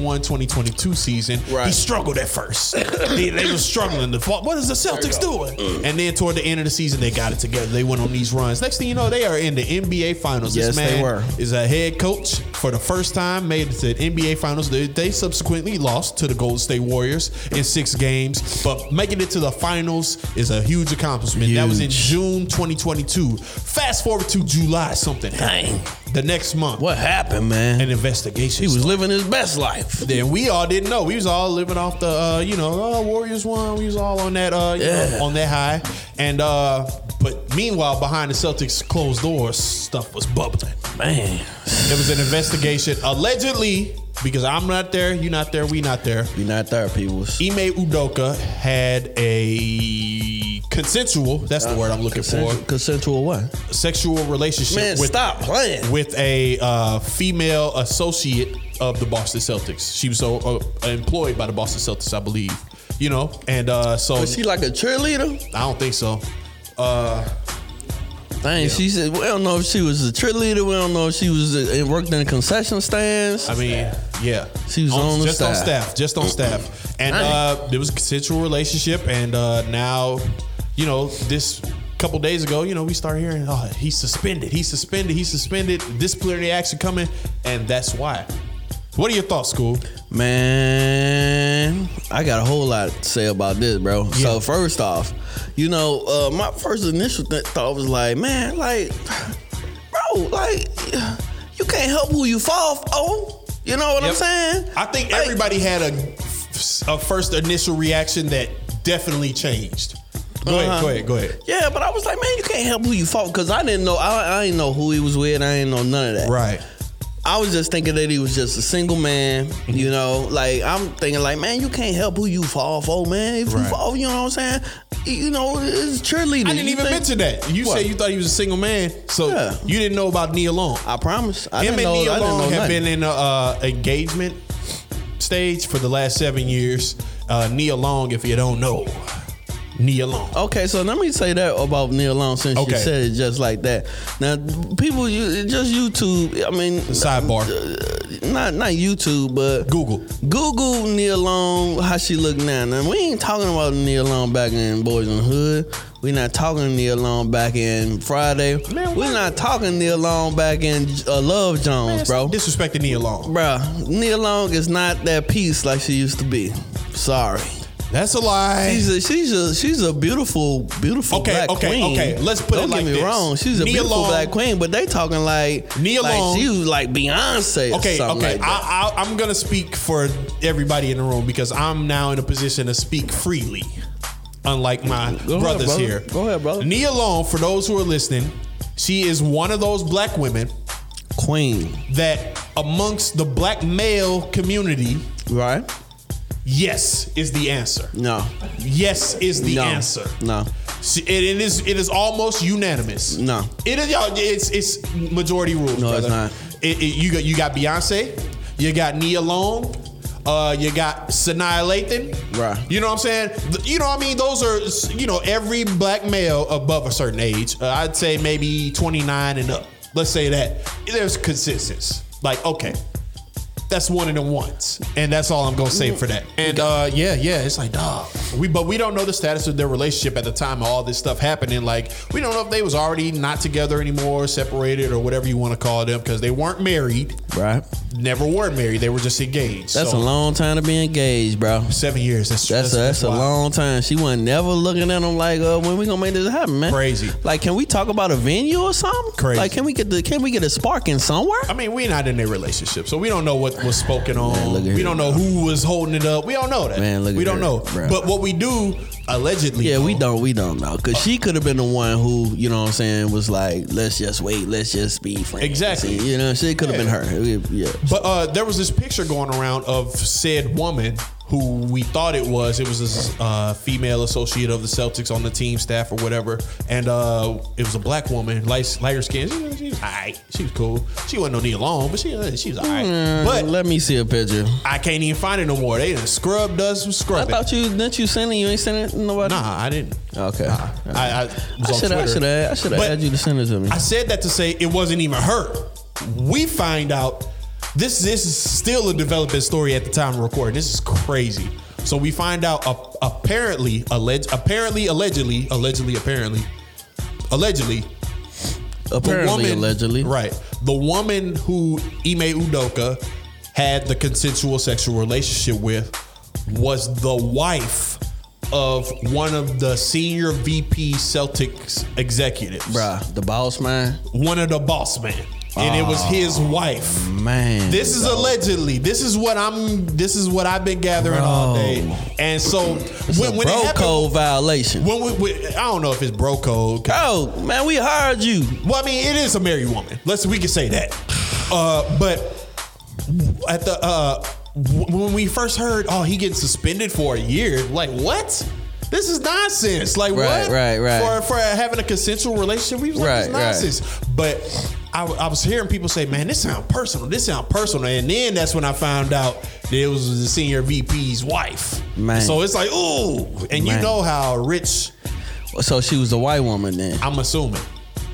Speaker 1: 2021-2022 season, he
Speaker 2: Right.
Speaker 1: struggled at first. they, they were struggling. The fuck, what is the Celtics doing? And then toward the end of the season, they got it together. They went on these runs. Next thing you know, they are in the NBA Finals.
Speaker 2: Yes,
Speaker 1: this man
Speaker 2: they were.
Speaker 1: is a head coach for the first time, made it to the NBA Finals. They, they subsequently lost to the Golden State Warriors in six games, but making it to the finals is a huge accomplishment. That was in
Speaker 2: Huge.
Speaker 1: June 2022. Fast forward to July something. happened. The next month,
Speaker 2: What happened, man?
Speaker 1: an investigation.
Speaker 2: he was living his best life.
Speaker 1: then we all didn't know. We was all living off the, uh, you know, uh, Warriors won. We was all on that, uh, you know,
Speaker 2: Yeah.
Speaker 1: on that high. And uh, but meanwhile, behind the Celtics' closed doors, stuff was bubbling.
Speaker 2: Man,
Speaker 1: It was an investigation, allegedly, because I'm not there, you not there, we not there.
Speaker 2: we not there, people.
Speaker 1: Ime Udoka had a consensual, that's the word I'm looking
Speaker 2: Uh, Consensual, consensual what?
Speaker 1: for, sexual relationship
Speaker 2: Man,
Speaker 1: with,
Speaker 2: stop playing.
Speaker 1: with a uh, female associate of the Boston Celtics. She was so uh, employed by the Boston Celtics, I believe. You know, and uh, so
Speaker 2: Was she like a cheerleader?
Speaker 1: I don't think so. Uh,
Speaker 2: Dang, she said we don't know if she was a cheerleader. We don't know if she was a, and worked in the concession stands.
Speaker 1: I mean, yeah,
Speaker 2: She was on the
Speaker 1: just on
Speaker 2: staff.
Speaker 1: staff, just on staff, and
Speaker 2: Dang.
Speaker 1: uh, there was a consensual relationship, and uh, now, you know, this couple days ago, you know, we start hearing, oh, he's suspended, he's suspended, he's suspended, disciplinary action coming, and that's why. What are your thoughts, school?
Speaker 2: Man, I got a whole lot to say about this, bro.
Speaker 1: Yeah.
Speaker 2: So first off, you know, uh, my first initial th- thought was like, man, like, bro, like, you can't help who you fall f- on. You know what I'm
Speaker 1: Yep.
Speaker 2: saying?
Speaker 1: I think
Speaker 2: Like,
Speaker 1: everybody had a, a first initial reaction that definitely changed. Go ahead,
Speaker 2: Uh-huh.
Speaker 1: go ahead, go ahead.
Speaker 2: Yeah, but I was like, man, you can't help who you fall because I didn't know. I, I didn't know who he was with. I didn't know none of that.
Speaker 1: Right.
Speaker 2: I was just thinking that he was just a single man,
Speaker 1: Mm-hmm.
Speaker 2: you know. Like I'm thinking, like man, you can't help who you fall for, man. If
Speaker 1: Right.
Speaker 2: you fall, you know what I'm saying. You know, it's cheerleading.
Speaker 1: I didn't
Speaker 2: You
Speaker 1: even
Speaker 2: think-
Speaker 1: mention that. You
Speaker 2: What?
Speaker 1: said you thought he was a single man, so
Speaker 2: Yeah.
Speaker 1: you didn't know about Nia Long.
Speaker 2: I promise. I
Speaker 1: Him and
Speaker 2: didn't know. I
Speaker 1: Nia
Speaker 2: didn't know
Speaker 1: Long have
Speaker 2: nothing.
Speaker 1: been in a uh, engagement stage for the last seven years. Uh, Nia Long, if you don't know, Nia Long.
Speaker 2: Okay, so let me say that about Neil Long since
Speaker 1: Okay.
Speaker 2: you said it just like that. Now, people, you just YouTube. I mean,
Speaker 1: Sidebar.
Speaker 2: uh, not not YouTube, but
Speaker 1: Google.
Speaker 2: Google Neil Long, how she look now. Now we ain't talking about Neil Long back in Boys in the Hood. We not talking Neil Long back in Friday.
Speaker 1: Man,
Speaker 2: we
Speaker 1: what?
Speaker 2: not talking Neil Long back in uh, Love Jones, bro.
Speaker 1: Disrespecting Nia Long.
Speaker 2: Bruh, Neil Long is not that piece like she used to be. Sorry.
Speaker 1: That's a lie.
Speaker 2: She's a, she's a she's a beautiful beautiful
Speaker 1: Okay,
Speaker 2: black
Speaker 1: okay,
Speaker 2: queen.
Speaker 1: okay. Let's put it
Speaker 2: Don't
Speaker 1: like
Speaker 2: get me
Speaker 1: this.
Speaker 2: wrong. She's a
Speaker 1: Nia
Speaker 2: beautiful
Speaker 1: Long-
Speaker 2: black queen, but they talking like
Speaker 1: Nia
Speaker 2: like
Speaker 1: Long-
Speaker 2: she was like Beyonce. Or
Speaker 1: Okay,
Speaker 2: something
Speaker 1: okay.
Speaker 2: Like that.
Speaker 1: I, I, I'm gonna speak for everybody in the room because I'm now in a position to speak freely, unlike my
Speaker 2: Go ahead,
Speaker 1: brothers
Speaker 2: brother.
Speaker 1: here.
Speaker 2: Go ahead, brother.
Speaker 1: Nia Long, for those who are listening, she is one of those black women
Speaker 2: queen,
Speaker 1: that, amongst the black male community,
Speaker 2: right?
Speaker 1: yes is the answer.
Speaker 2: No,
Speaker 1: Yes is the
Speaker 2: no,
Speaker 1: answer.
Speaker 2: No.
Speaker 1: See, It, it is it is almost unanimous.
Speaker 2: No.
Speaker 1: it is y'all. It's it's majority rule.
Speaker 2: No, it's
Speaker 1: brother.
Speaker 2: not.
Speaker 1: It, it- you got you got Beyonce, you got Nia Long, uh, you got Sanaa Lathan.
Speaker 2: Right.
Speaker 1: You know what I'm saying? Th- You know what I mean? Those are you know every black male above a certain age. Uh, I'd say maybe 29 and up. Let's say that there's consistency. Like okay, that's one of them ones, and that's all I'm gonna say for that. And uh, yeah, yeah, it's like dog. We but we don't know the status of their relationship at the time of all this stuff happening. Like we don't know if they was already not together anymore, separated, or whatever you want to call them, because they weren't married,
Speaker 2: Right.
Speaker 1: never were married. They were just engaged.
Speaker 2: That's
Speaker 1: So,
Speaker 2: a long time to be engaged, bro.
Speaker 1: seven years. That's
Speaker 2: That's a, that's a
Speaker 1: wild.
Speaker 2: long time. She wasn't never looking at him like, uh, when we gonna make this happen, man?
Speaker 1: Crazy.
Speaker 2: Like, can we talk about a venue or something?
Speaker 1: Crazy.
Speaker 2: Like, can we get the can we get a spark in somewhere?
Speaker 1: I mean, we're not in a relationship, so we don't know what was spoken on.
Speaker 2: look at
Speaker 1: we
Speaker 2: here,
Speaker 1: don't know who was holding it up. We don't know that.
Speaker 2: Man, look at
Speaker 1: we don't
Speaker 2: here,
Speaker 1: know.
Speaker 2: bro.
Speaker 1: But what we do allegedly.
Speaker 2: Yeah, we
Speaker 1: though,
Speaker 2: don't we don't know because she could have been the one who you know what I'm saying was like, let's just wait, let's just be friends.
Speaker 1: Exactly.
Speaker 2: You know, she could have
Speaker 1: Yeah.
Speaker 2: been her. Yeah.
Speaker 1: But uh, there was this picture going around of said woman who we thought it was. It was this uh, female associate of the Celtics on the team staff or whatever, and uh, it was a black woman, light, lighter skin. She, she was alright. She was cool. She wasn't no knee alone, but she uh, she was alright.
Speaker 2: But
Speaker 1: But
Speaker 2: let me see a picture.
Speaker 1: I can't even find it no more. They done scrubbed us some
Speaker 2: I
Speaker 1: scrubbing.
Speaker 2: thought you didn't you send it. You ain't sent it to nobody.
Speaker 1: nah, I didn't.
Speaker 2: Okay.
Speaker 1: I, I
Speaker 2: I
Speaker 1: was
Speaker 2: should
Speaker 1: on
Speaker 2: I should
Speaker 1: Twitter.
Speaker 2: I should
Speaker 1: But-
Speaker 2: add you to send it to me.
Speaker 1: I said that to say it wasn't even her. We find out this this is still a developing story at the time of recording. This is crazy. So we find out ap- apparently alleged apparently allegedly allegedly apparently allegedly
Speaker 2: Apparently, allegedly.
Speaker 1: right the woman who Ime Udoka had the consensual sexual relationship with was the wife of one of the senior VP Celtics executives
Speaker 2: Bruh, the boss man.
Speaker 1: one of the boss men, and it
Speaker 2: Ah.
Speaker 1: was his wife.
Speaker 2: Man.
Speaker 1: This is allegedly. This is what I'm. This is what I've been gathering all
Speaker 2: Bro.
Speaker 1: day. And so when, when it
Speaker 2: bro
Speaker 1: happened,
Speaker 2: code violation.
Speaker 1: when we, we- I don't know if it's bro code.
Speaker 2: Oh man, we hired you.
Speaker 1: Well, I mean, it is a married woman. Let's we can say that. Uh, but at the uh, w- when we first heard, oh, he getting suspended for a year. Like what? This is nonsense. Like
Speaker 2: Right,
Speaker 1: what?
Speaker 2: right, right.
Speaker 1: For for having a consensual relationship, we was like,
Speaker 2: Right,
Speaker 1: this
Speaker 2: right.
Speaker 1: nonsense. But I, I was hearing people say, man, this sound personal. This sound personal. And then that's when I found out that it was the senior VP's wife.
Speaker 2: Man.
Speaker 1: So it's like, ooh, and
Speaker 2: Man.
Speaker 1: you know how rich
Speaker 2: So she was a white woman then.
Speaker 1: I'm assuming.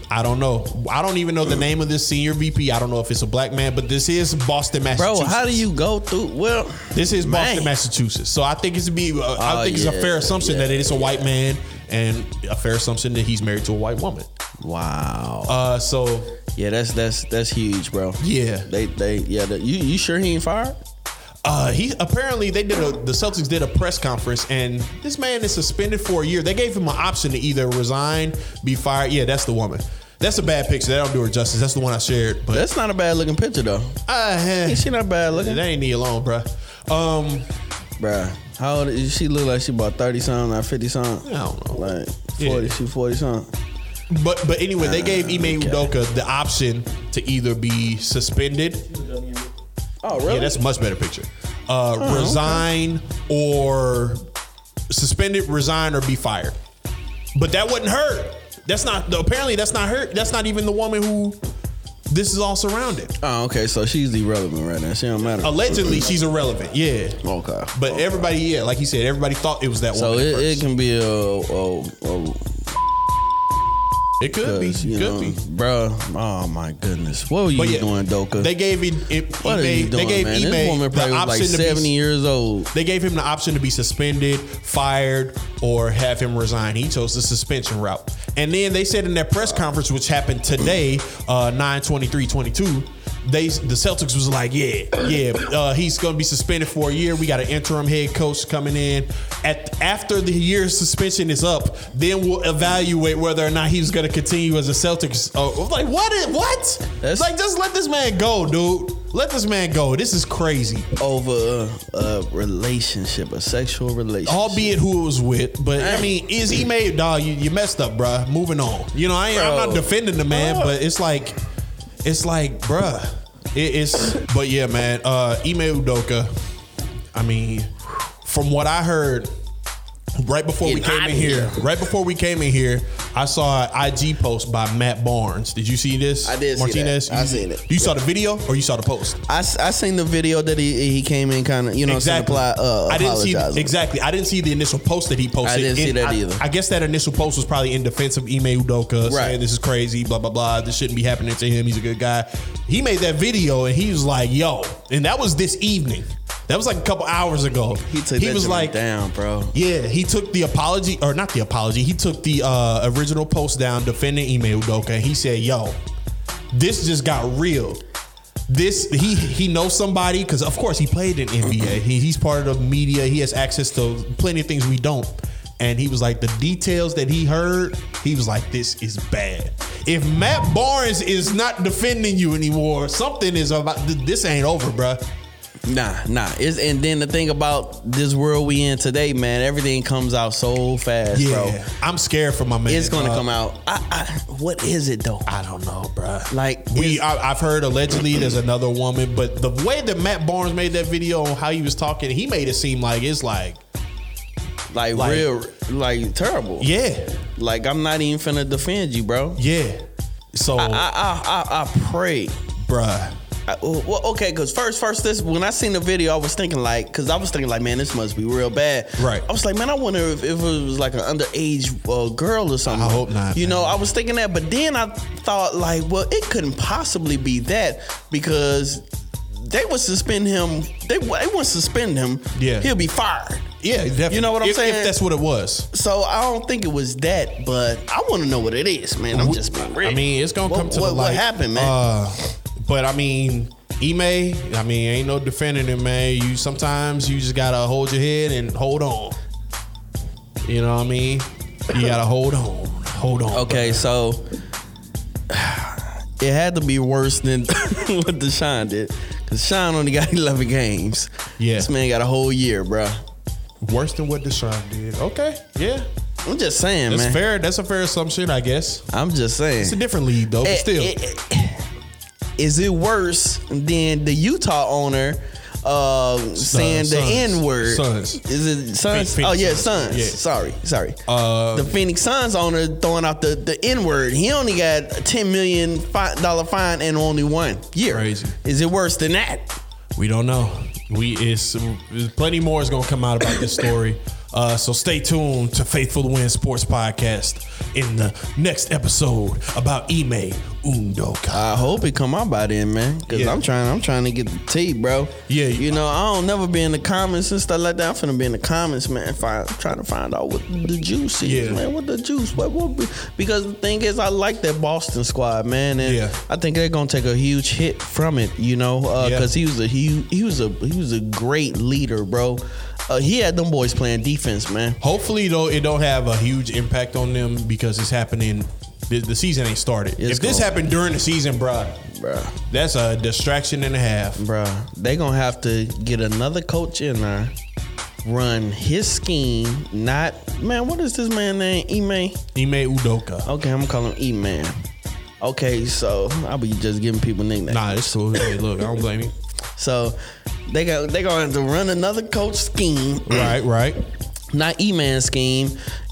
Speaker 1: I don't know. I don't even know the name of this senior VP. I don't know if it's a black man, but this is Boston, Massachusetts.
Speaker 2: Bro, how do you go through? Well,
Speaker 1: This is Boston,
Speaker 2: Man.
Speaker 1: Massachusetts. So I think it's be. Uh, I
Speaker 2: Oh,
Speaker 1: think it's
Speaker 2: yeah,
Speaker 1: a fair assumption
Speaker 2: yeah,
Speaker 1: that it is a white man, and a fair assumption that he's married to a white woman.
Speaker 2: wow.
Speaker 1: Uh, so
Speaker 2: yeah, that's that's that's huge, bro.
Speaker 1: Yeah.
Speaker 2: they they yeah. The, you you sure he ain't fired?
Speaker 1: uh, he apparently they did a, the Celtics did a press conference, and this man is suspended for a year. They gave him an option to either resign, be fired. Yeah, that's the woman. That's a bad picture. That don't do her justice. That's the one I shared, but uh, eh.
Speaker 2: That's not a bad looking picture though.
Speaker 1: I had.
Speaker 2: She not bad
Speaker 1: That
Speaker 2: looking,
Speaker 1: ain't knee alone, bruh. Um,
Speaker 2: Bruh, How old is she? Look like she about thirty something or fifty something.
Speaker 1: I don't know.
Speaker 2: Like
Speaker 1: Yeah.
Speaker 2: forty, she forty something.
Speaker 1: but but anyway, they gave Ime
Speaker 2: okay.
Speaker 1: Udoka the option to either be suspended.
Speaker 2: Oh really? Oh,
Speaker 1: Yeah, that's a much better picture. Uh, resign or suspended, resign or be fired. But that wasn't her. That's not apparently that's not her. That's not even the woman who this is all surrounded.
Speaker 2: oh okay. So she's irrelevant right now. She don't matter.
Speaker 1: Allegedly,
Speaker 2: Mm-hmm.
Speaker 1: she's irrelevant. Yeah.
Speaker 2: Okay.
Speaker 1: But everybody, yeah, like he said, everybody thought it was that
Speaker 2: Oh. so
Speaker 1: woman.
Speaker 2: it,
Speaker 1: first.
Speaker 2: it can be a, a, a
Speaker 1: It could be.
Speaker 2: you
Speaker 1: Could
Speaker 2: know,
Speaker 1: be.
Speaker 2: bro. Oh my goodness, what were you
Speaker 1: But yeah,
Speaker 2: doing, Doka?
Speaker 1: They gave E, it. it
Speaker 2: what
Speaker 1: eBay,
Speaker 2: are you doing,
Speaker 1: they gave
Speaker 2: man?
Speaker 1: eBay
Speaker 2: this woman probably
Speaker 1: the
Speaker 2: was
Speaker 1: option
Speaker 2: like
Speaker 1: to
Speaker 2: seventy
Speaker 1: be.
Speaker 2: years old.
Speaker 1: They gave him the option to be suspended, fired, or have him resign. He chose the suspension route. And then they said in that press conference, which happened today, uh, 9 22 they, the Celtics was like, yeah, yeah, uh, he's going to be suspended for a year. We got an interim head coach coming in. At after the year suspension is up, then we'll evaluate whether or not he's going to continue as a Celtics. Uh, like what? is- What?
Speaker 2: That's-
Speaker 1: like just let this man go, dude. Let this man go. This is crazy.
Speaker 2: Over a, a relationship, a sexual relationship.
Speaker 1: Albeit who it was with, but I mean, is he made? Dog, you, you messed up, bruh. Moving on. You know, I ain't, I'm
Speaker 2: Bro.
Speaker 1: not defending the man, but it's like, it's like, bruh. It, it's, but yeah, man. Uh, Ime Udoka. I mean, from what I heard, Right before we
Speaker 2: Get
Speaker 1: came
Speaker 2: outta
Speaker 1: in here,
Speaker 2: here.
Speaker 1: right before we came in here, I saw an IG post by Matt Barnes. Did you see this?
Speaker 2: I did see
Speaker 1: Martinez.
Speaker 2: that. I
Speaker 1: You-
Speaker 2: seen it.
Speaker 1: You saw the video or you saw the post?
Speaker 2: I, s- I seen the video that he he came in kind of you know exactly. apply, uh,
Speaker 1: I didn't see
Speaker 2: apologizing.
Speaker 1: exactly. I didn't see the initial post that he posted.
Speaker 2: I didn't see
Speaker 1: And
Speaker 2: that
Speaker 1: I-
Speaker 2: either.
Speaker 1: I guess that initial post was probably in defense of Ime Udoka, saying
Speaker 2: Right.
Speaker 1: this is crazy, blah blah blah. This shouldn't be happening to him. He's a good guy. He made that video and he was like, "Yo," and that was this evening. That was like a couple hours ago.
Speaker 2: He took that
Speaker 1: was
Speaker 2: joint
Speaker 1: like,
Speaker 2: down, bro.
Speaker 1: Yeah, he took the apology, or not the apology. He took the uh, original post down defending Ime Udoka, and he said, "Yo, this just got real. This he he knows somebody because of course he played in NBA. He, he's part of the media. He has access to plenty of things we don't." And he was like, the details that he heard, he was like, this is bad. If Matt Barnes is not defending you anymore, something is about. th- This ain't over, bruh.
Speaker 2: Nah, nah. It's, and then the thing about this world we in today, man, everything comes out so fast,
Speaker 1: Yeah,
Speaker 2: bro.
Speaker 1: I'm scared for my man. Uh,
Speaker 2: It's gonna
Speaker 1: dog.
Speaker 2: come out. I, I, what is it though?
Speaker 1: I don't know, bruh.
Speaker 2: Like
Speaker 1: We, I, I've heard allegedly there's another woman, but the way that Matt Barnes made that video on how he was talking, he made it seem like it's like,
Speaker 2: like,
Speaker 1: Like-
Speaker 2: real, like terrible.
Speaker 1: yeah,
Speaker 2: Like I'm not even finna defend you, bro.
Speaker 1: yeah. So,
Speaker 2: I I I, I pray.
Speaker 1: bruh,
Speaker 2: I, oh, well, okay, because first, first, this when I seen the video, I was thinking like, because I was thinking like, man, this must be real bad.
Speaker 1: Right.
Speaker 2: I was like, man, I wonder if, if it was like an underage uh, girl or something.
Speaker 1: I hope not,
Speaker 2: You know,
Speaker 1: man.
Speaker 2: I was thinking that, but then I thought like, well, it couldn't possibly be that because they would suspend him. They they wouldn't suspend him.
Speaker 1: Yeah.
Speaker 2: He'll be fired.
Speaker 1: yeah, definitely.
Speaker 2: You know what I'm
Speaker 1: If- If
Speaker 2: saying?
Speaker 1: that's what it was,
Speaker 2: So I don't think it was that, but I want to know what it is, man. I'm just being real.
Speaker 1: I mean, it's gonna
Speaker 2: What-
Speaker 1: come to
Speaker 2: what,
Speaker 1: the light.
Speaker 2: what happened, man.
Speaker 1: Uh, but I mean, Ime, I mean, ain't no defending him, man. You sometimes you just gotta hold your head and hold on. You know what I mean? You gotta hold on, hold on.
Speaker 2: Okay, so it had to be worse than what Deshaun did. Cause Sean only got 11 games.
Speaker 1: Yeah.
Speaker 2: This man got a whole year, bro.
Speaker 1: Worse than what Deshaun did. Okay, yeah.
Speaker 2: I'm just saying,
Speaker 1: That's
Speaker 2: man.
Speaker 1: fair. That's a fair assumption, I guess.
Speaker 2: I'm just saying.
Speaker 1: It's a different league, though. But
Speaker 2: Eh,
Speaker 1: still,
Speaker 2: eh, eh, Is it worse than the Utah owner uh, saying the
Speaker 1: Suns.
Speaker 2: N word?
Speaker 1: Suns.
Speaker 2: Is it Suns?
Speaker 1: Phoenix
Speaker 2: oh yeah,
Speaker 1: Suns.
Speaker 2: Suns.
Speaker 1: Yeah.
Speaker 2: Sorry, sorry.
Speaker 1: Uh,
Speaker 2: the Phoenix Suns owner throwing out the, the N word. He only got a ten million fi- dollar fine and only one year.
Speaker 1: Crazy.
Speaker 2: Is it worse than that?
Speaker 1: we don't know. We it's, it's plenty more is gonna come out about this story. Uh, so stay tuned to Faithful to Win Sports Podcast in the next episode about Ime Undoka.
Speaker 2: I hope it come out by then, man. Cause
Speaker 1: Yeah.
Speaker 2: I'm trying, I'm trying to get the tea, bro.
Speaker 1: Yeah.
Speaker 2: You know, I don't never be in the comments and stuff like that. I'm finna be in the comments, man. Find, trying to find out what the juice is,
Speaker 1: Yeah.
Speaker 2: man. What the juice? What? What? be- Because the thing is, I like that Boston squad, man. And
Speaker 1: Yeah.
Speaker 2: I think they're gonna take a huge hit from it. You know,
Speaker 1: Yeah.
Speaker 2: because he was a he, he was a he was a great leader, bro. Uh, he had them boys playing defense, man.
Speaker 1: Hopefully, though, it don't have a huge impact on them because it's happening. The, the season ain't started.
Speaker 2: It's
Speaker 1: if this
Speaker 2: gonna-
Speaker 1: happened during the season, bruh,
Speaker 2: Bruh.
Speaker 1: that's a distraction and a half.
Speaker 2: Bruh, they gonna have to get another coach in there, run his scheme. Not man, what is this man name? E man.
Speaker 1: Ime Udoka.
Speaker 2: Okay, I'm gonna call him E man. Okay, so I'll be just giving people nicknames.
Speaker 1: Nah, it's cool. Hey, look, I don't blame you.
Speaker 2: So they got they gonna have to run another coach scheme,
Speaker 1: Right, right.
Speaker 2: not E man scheme.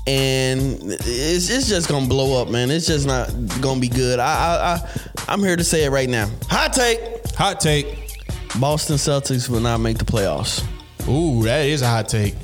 Speaker 2: And it's, it's just gonna blow up, man. It's just not gonna be good. I, I I I'm here to say it right now. Hot take:
Speaker 1: Hot take.
Speaker 2: Boston Celtics will not make the playoffs.
Speaker 1: Ooh, that is a hot take.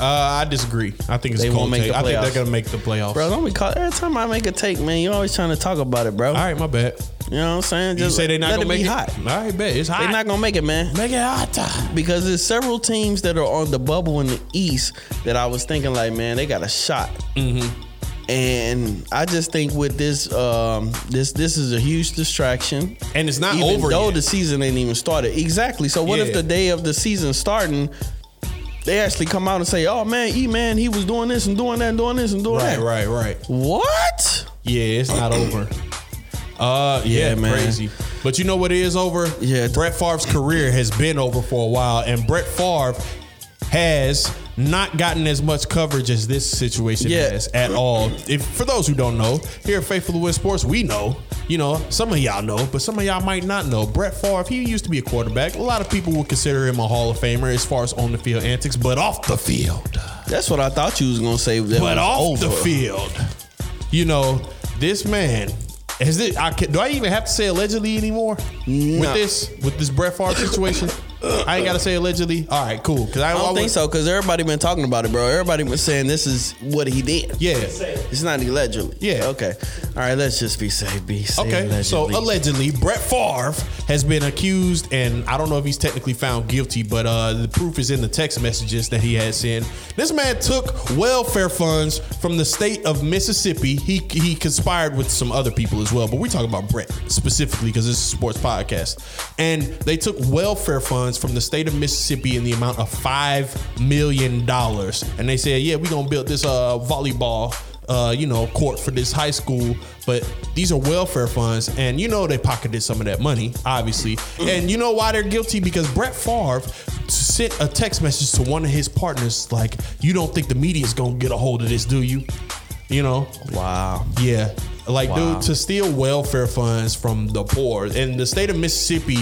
Speaker 1: Uh, I disagree. I think it's
Speaker 2: They
Speaker 1: a cold
Speaker 2: won't make
Speaker 1: take.
Speaker 2: the
Speaker 1: I think they're
Speaker 2: playoffs.
Speaker 1: gonna make the playoffs.
Speaker 2: Bro, don't be call every time I make a take, man. You always trying to talk about it, bro.
Speaker 1: All right, my bad.
Speaker 2: You know what I'm saying?
Speaker 1: You
Speaker 2: Just
Speaker 1: say they're not
Speaker 2: let
Speaker 1: gonna
Speaker 2: it
Speaker 1: make
Speaker 2: be
Speaker 1: it
Speaker 2: hot.
Speaker 1: All right, bet it's hot.
Speaker 2: They're not gonna make it, man.
Speaker 1: make it hot.
Speaker 2: Because there's several teams that are on the bubble in the East that I was thinking like, man, they got a shot.
Speaker 1: Mm-hmm.
Speaker 2: And I just think with this, um, this this is a huge distraction.
Speaker 1: And it's not
Speaker 2: even
Speaker 1: over
Speaker 2: though
Speaker 1: yet.
Speaker 2: the season ain't even started. Exactly. So what
Speaker 1: Yeah.
Speaker 2: if the day of the season starting, they actually come out and say, "Oh man, E man, he was doing this and doing that and doing this and doing
Speaker 1: Right,
Speaker 2: that."
Speaker 1: right, right.
Speaker 2: What?
Speaker 1: Yeah, it's not over. Uh, yeah,
Speaker 2: Yeah, man.
Speaker 1: crazy. But you know what is over?
Speaker 2: Yeah.
Speaker 1: Brett Favre's career has been over for a while, and Brett Favre has not gotten as much coverage as this situation
Speaker 2: Yeah.
Speaker 1: has at all. If for those who don't know, here at Faithful to Win Sports, we know. You know, some of y'all know, but some of y'all might not know. Brett Favre, he used to be a quarterback. A lot of people would consider him a Hall of Famer as far as on the field antics, but off the field
Speaker 2: That's what I thought you was gonna say. That
Speaker 1: but
Speaker 2: was
Speaker 1: off
Speaker 2: over.
Speaker 1: the field, you know, this man. Is this, I can, do I even have to say allegedly anymore with
Speaker 2: No.
Speaker 1: this with this Brett Favre situation? I ain't gotta say allegedly. All right, cool. Because I,
Speaker 2: I don't
Speaker 1: I
Speaker 2: think
Speaker 1: was-
Speaker 2: so because everybody been talking about it, bro. Everybody been saying this is what he did.
Speaker 1: Yeah.
Speaker 2: It's not allegedly.
Speaker 1: Yeah.
Speaker 2: Okay. All right. Let's just be safe. Be safe.
Speaker 1: Okay. So allegedly, Brett Favre has been accused, and I don't know if he's technically found guilty, but uh, the proof is in the text messages that he had sent. This man took welfare funds from the state of Mississippi. He he conspired with some other people as well, but we're talking about Brett specifically because this is a sports podcast. And they took welfare funds from the state of Mississippi in the amount of five million dollars, and they said, "Yeah, we're gonna build this uh volleyball." uh, you know, court for this high school, but these are welfare funds, and you know they pocketed some of that money, obviously.
Speaker 2: Mm.
Speaker 1: And you know why they're guilty? Because Brett Favre sent a text message to one of his partners, like, "You don't think the media's gonna get a hold of this, do you?" You know,
Speaker 2: wow.
Speaker 1: yeah. Like,
Speaker 2: Wow.
Speaker 1: dude, to steal welfare funds from the poor in the state of Mississippi,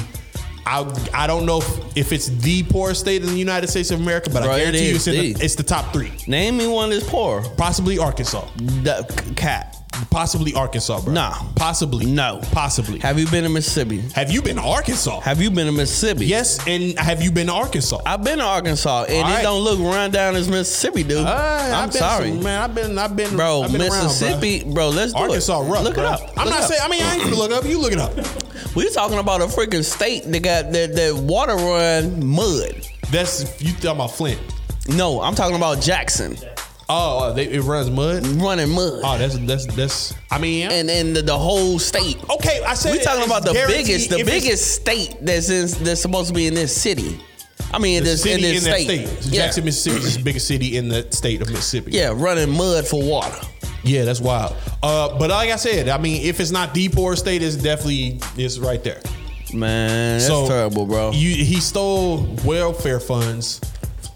Speaker 1: I I don't know if, if it's the poorest state in the United States of America, but
Speaker 2: Bro,
Speaker 1: I
Speaker 2: it
Speaker 1: guarantee you
Speaker 2: is
Speaker 1: it's, in
Speaker 2: the-
Speaker 1: the, it's the top three.
Speaker 2: Name me one that's poor.
Speaker 1: Possibly Arkansas.
Speaker 2: The c- cat.
Speaker 1: Possibly Arkansas, bro.
Speaker 2: Nah.
Speaker 1: Possibly.
Speaker 2: No.
Speaker 1: Possibly. Have,
Speaker 2: Have you been to Mississippi?
Speaker 1: you been to Arkansas?
Speaker 2: Have you been to Mississippi?
Speaker 1: yes, and have you been to Arkansas?
Speaker 2: I've been to Arkansas, and
Speaker 1: All
Speaker 2: it
Speaker 1: right.
Speaker 2: don't look run down as Mississippi, dude. I'm
Speaker 1: Uh, I've been
Speaker 2: sorry,
Speaker 1: some- man. I've been, I've been,
Speaker 2: bro.
Speaker 1: I've been around, bro.
Speaker 2: Mississippi, bro. Let's do
Speaker 1: Arkansas,
Speaker 2: it.
Speaker 1: rough.
Speaker 2: Look
Speaker 1: bro.
Speaker 2: it up.
Speaker 1: I'm
Speaker 2: Look
Speaker 1: not
Speaker 2: it up.
Speaker 1: saying. I mean, I ain't gonna look it up. You look it up.
Speaker 2: We're talking about a freaking state that got that, that water run mud.
Speaker 1: That's you talking about Flint?
Speaker 2: No, I'm talking about Jackson
Speaker 1: Oh, uh, they, it runs mud.
Speaker 2: running mud,
Speaker 1: Oh, that's that's that's. I mean, yeah.
Speaker 2: and and the, the whole state.
Speaker 1: okay. I said
Speaker 2: We're
Speaker 1: Oh,
Speaker 2: talking
Speaker 1: it's
Speaker 2: about the
Speaker 1: guaranteed
Speaker 2: biggest, the
Speaker 1: if it's-
Speaker 2: biggest state that's in, that's supposed to be in this city. I mean, in
Speaker 1: the
Speaker 2: this in
Speaker 1: city in,
Speaker 2: this
Speaker 1: that
Speaker 2: state.
Speaker 1: state.
Speaker 2: Yeah.
Speaker 1: Jackson, Mississippi is the biggest city in the state of Mississippi.
Speaker 2: yeah, running mud for water.
Speaker 1: Yeah, that's wild. Uh, but like I said, I mean, if it's not the poor state, it's definitely it's right there.
Speaker 2: Man, that's
Speaker 1: So,
Speaker 2: terrible, bro.
Speaker 1: You, he stole welfare funds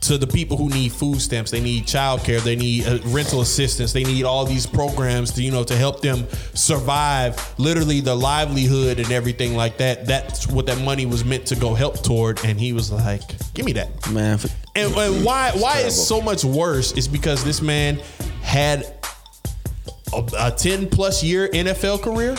Speaker 1: to the people who need food stamps. They need child care. They need uh, rental assistance. They need all these programs to you know to help them survive, literally their livelihood and everything like that. That's what that money was meant to go help toward. And he was like, "Give me that."
Speaker 2: Man, for-
Speaker 1: And, and why why
Speaker 2: terrible.
Speaker 1: it's so much worse is because this man had a, a ten plus year NFL career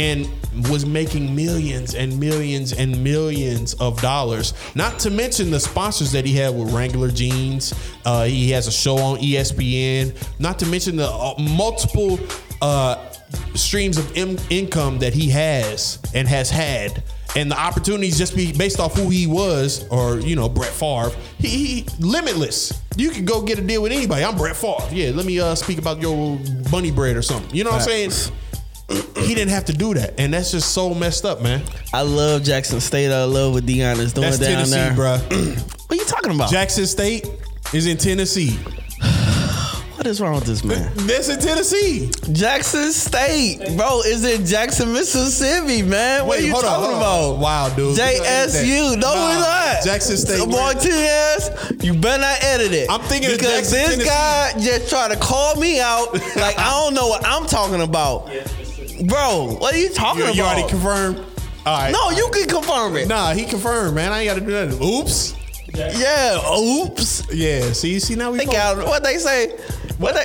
Speaker 1: and was making millions and millions and millions of dollars. Not to mention the sponsors that he had with Wrangler jeans. Uh, he has a show on E ESPN. Not to mention the uh, multiple uh, streams of in- income that he has and has had. And the opportunities just be based off who he was, or you know Brett Favre. He, he limitless. You could go get a deal with anybody. I'm Brett Favre. Yeah, let me uh, speak about your bunny bread or something. You know what I'm saying? he didn't have to do that, and that's just so messed up, man.
Speaker 2: I love Jackson State. I love what Deion is doing
Speaker 1: That's
Speaker 2: down
Speaker 1: Tennessee,
Speaker 2: there.
Speaker 1: bruh.
Speaker 2: What you talking about?
Speaker 1: Jackson State is in Tennessee.
Speaker 2: what is wrong with this man?
Speaker 1: That's in Tennessee.
Speaker 2: Jackson State, bro, is in Jackson, Mississippi, man. What
Speaker 1: Wait,
Speaker 2: are you
Speaker 1: hold on,
Speaker 2: talking
Speaker 1: hold on.
Speaker 2: about?
Speaker 1: Wow, dude.
Speaker 2: JSU,
Speaker 1: Nah,
Speaker 2: no, we're not.
Speaker 1: Jackson State.
Speaker 2: Martinez, you better not edit it.
Speaker 1: I'm thinking of
Speaker 2: because
Speaker 1: Jackson,
Speaker 2: this
Speaker 1: Tennessee.
Speaker 2: guy just tried to call me out like I don't know what I'm talking about, bro. What are you talking
Speaker 1: You, you
Speaker 2: about?
Speaker 1: already confirmed. All right.
Speaker 2: no, you can confirm it.
Speaker 1: Nah, he confirmed, man. I ain't got to do nothing. Oops.
Speaker 2: Yeah, oops.
Speaker 1: Yeah. See, see now we.
Speaker 2: They
Speaker 1: fucking-
Speaker 2: got what they say. What they?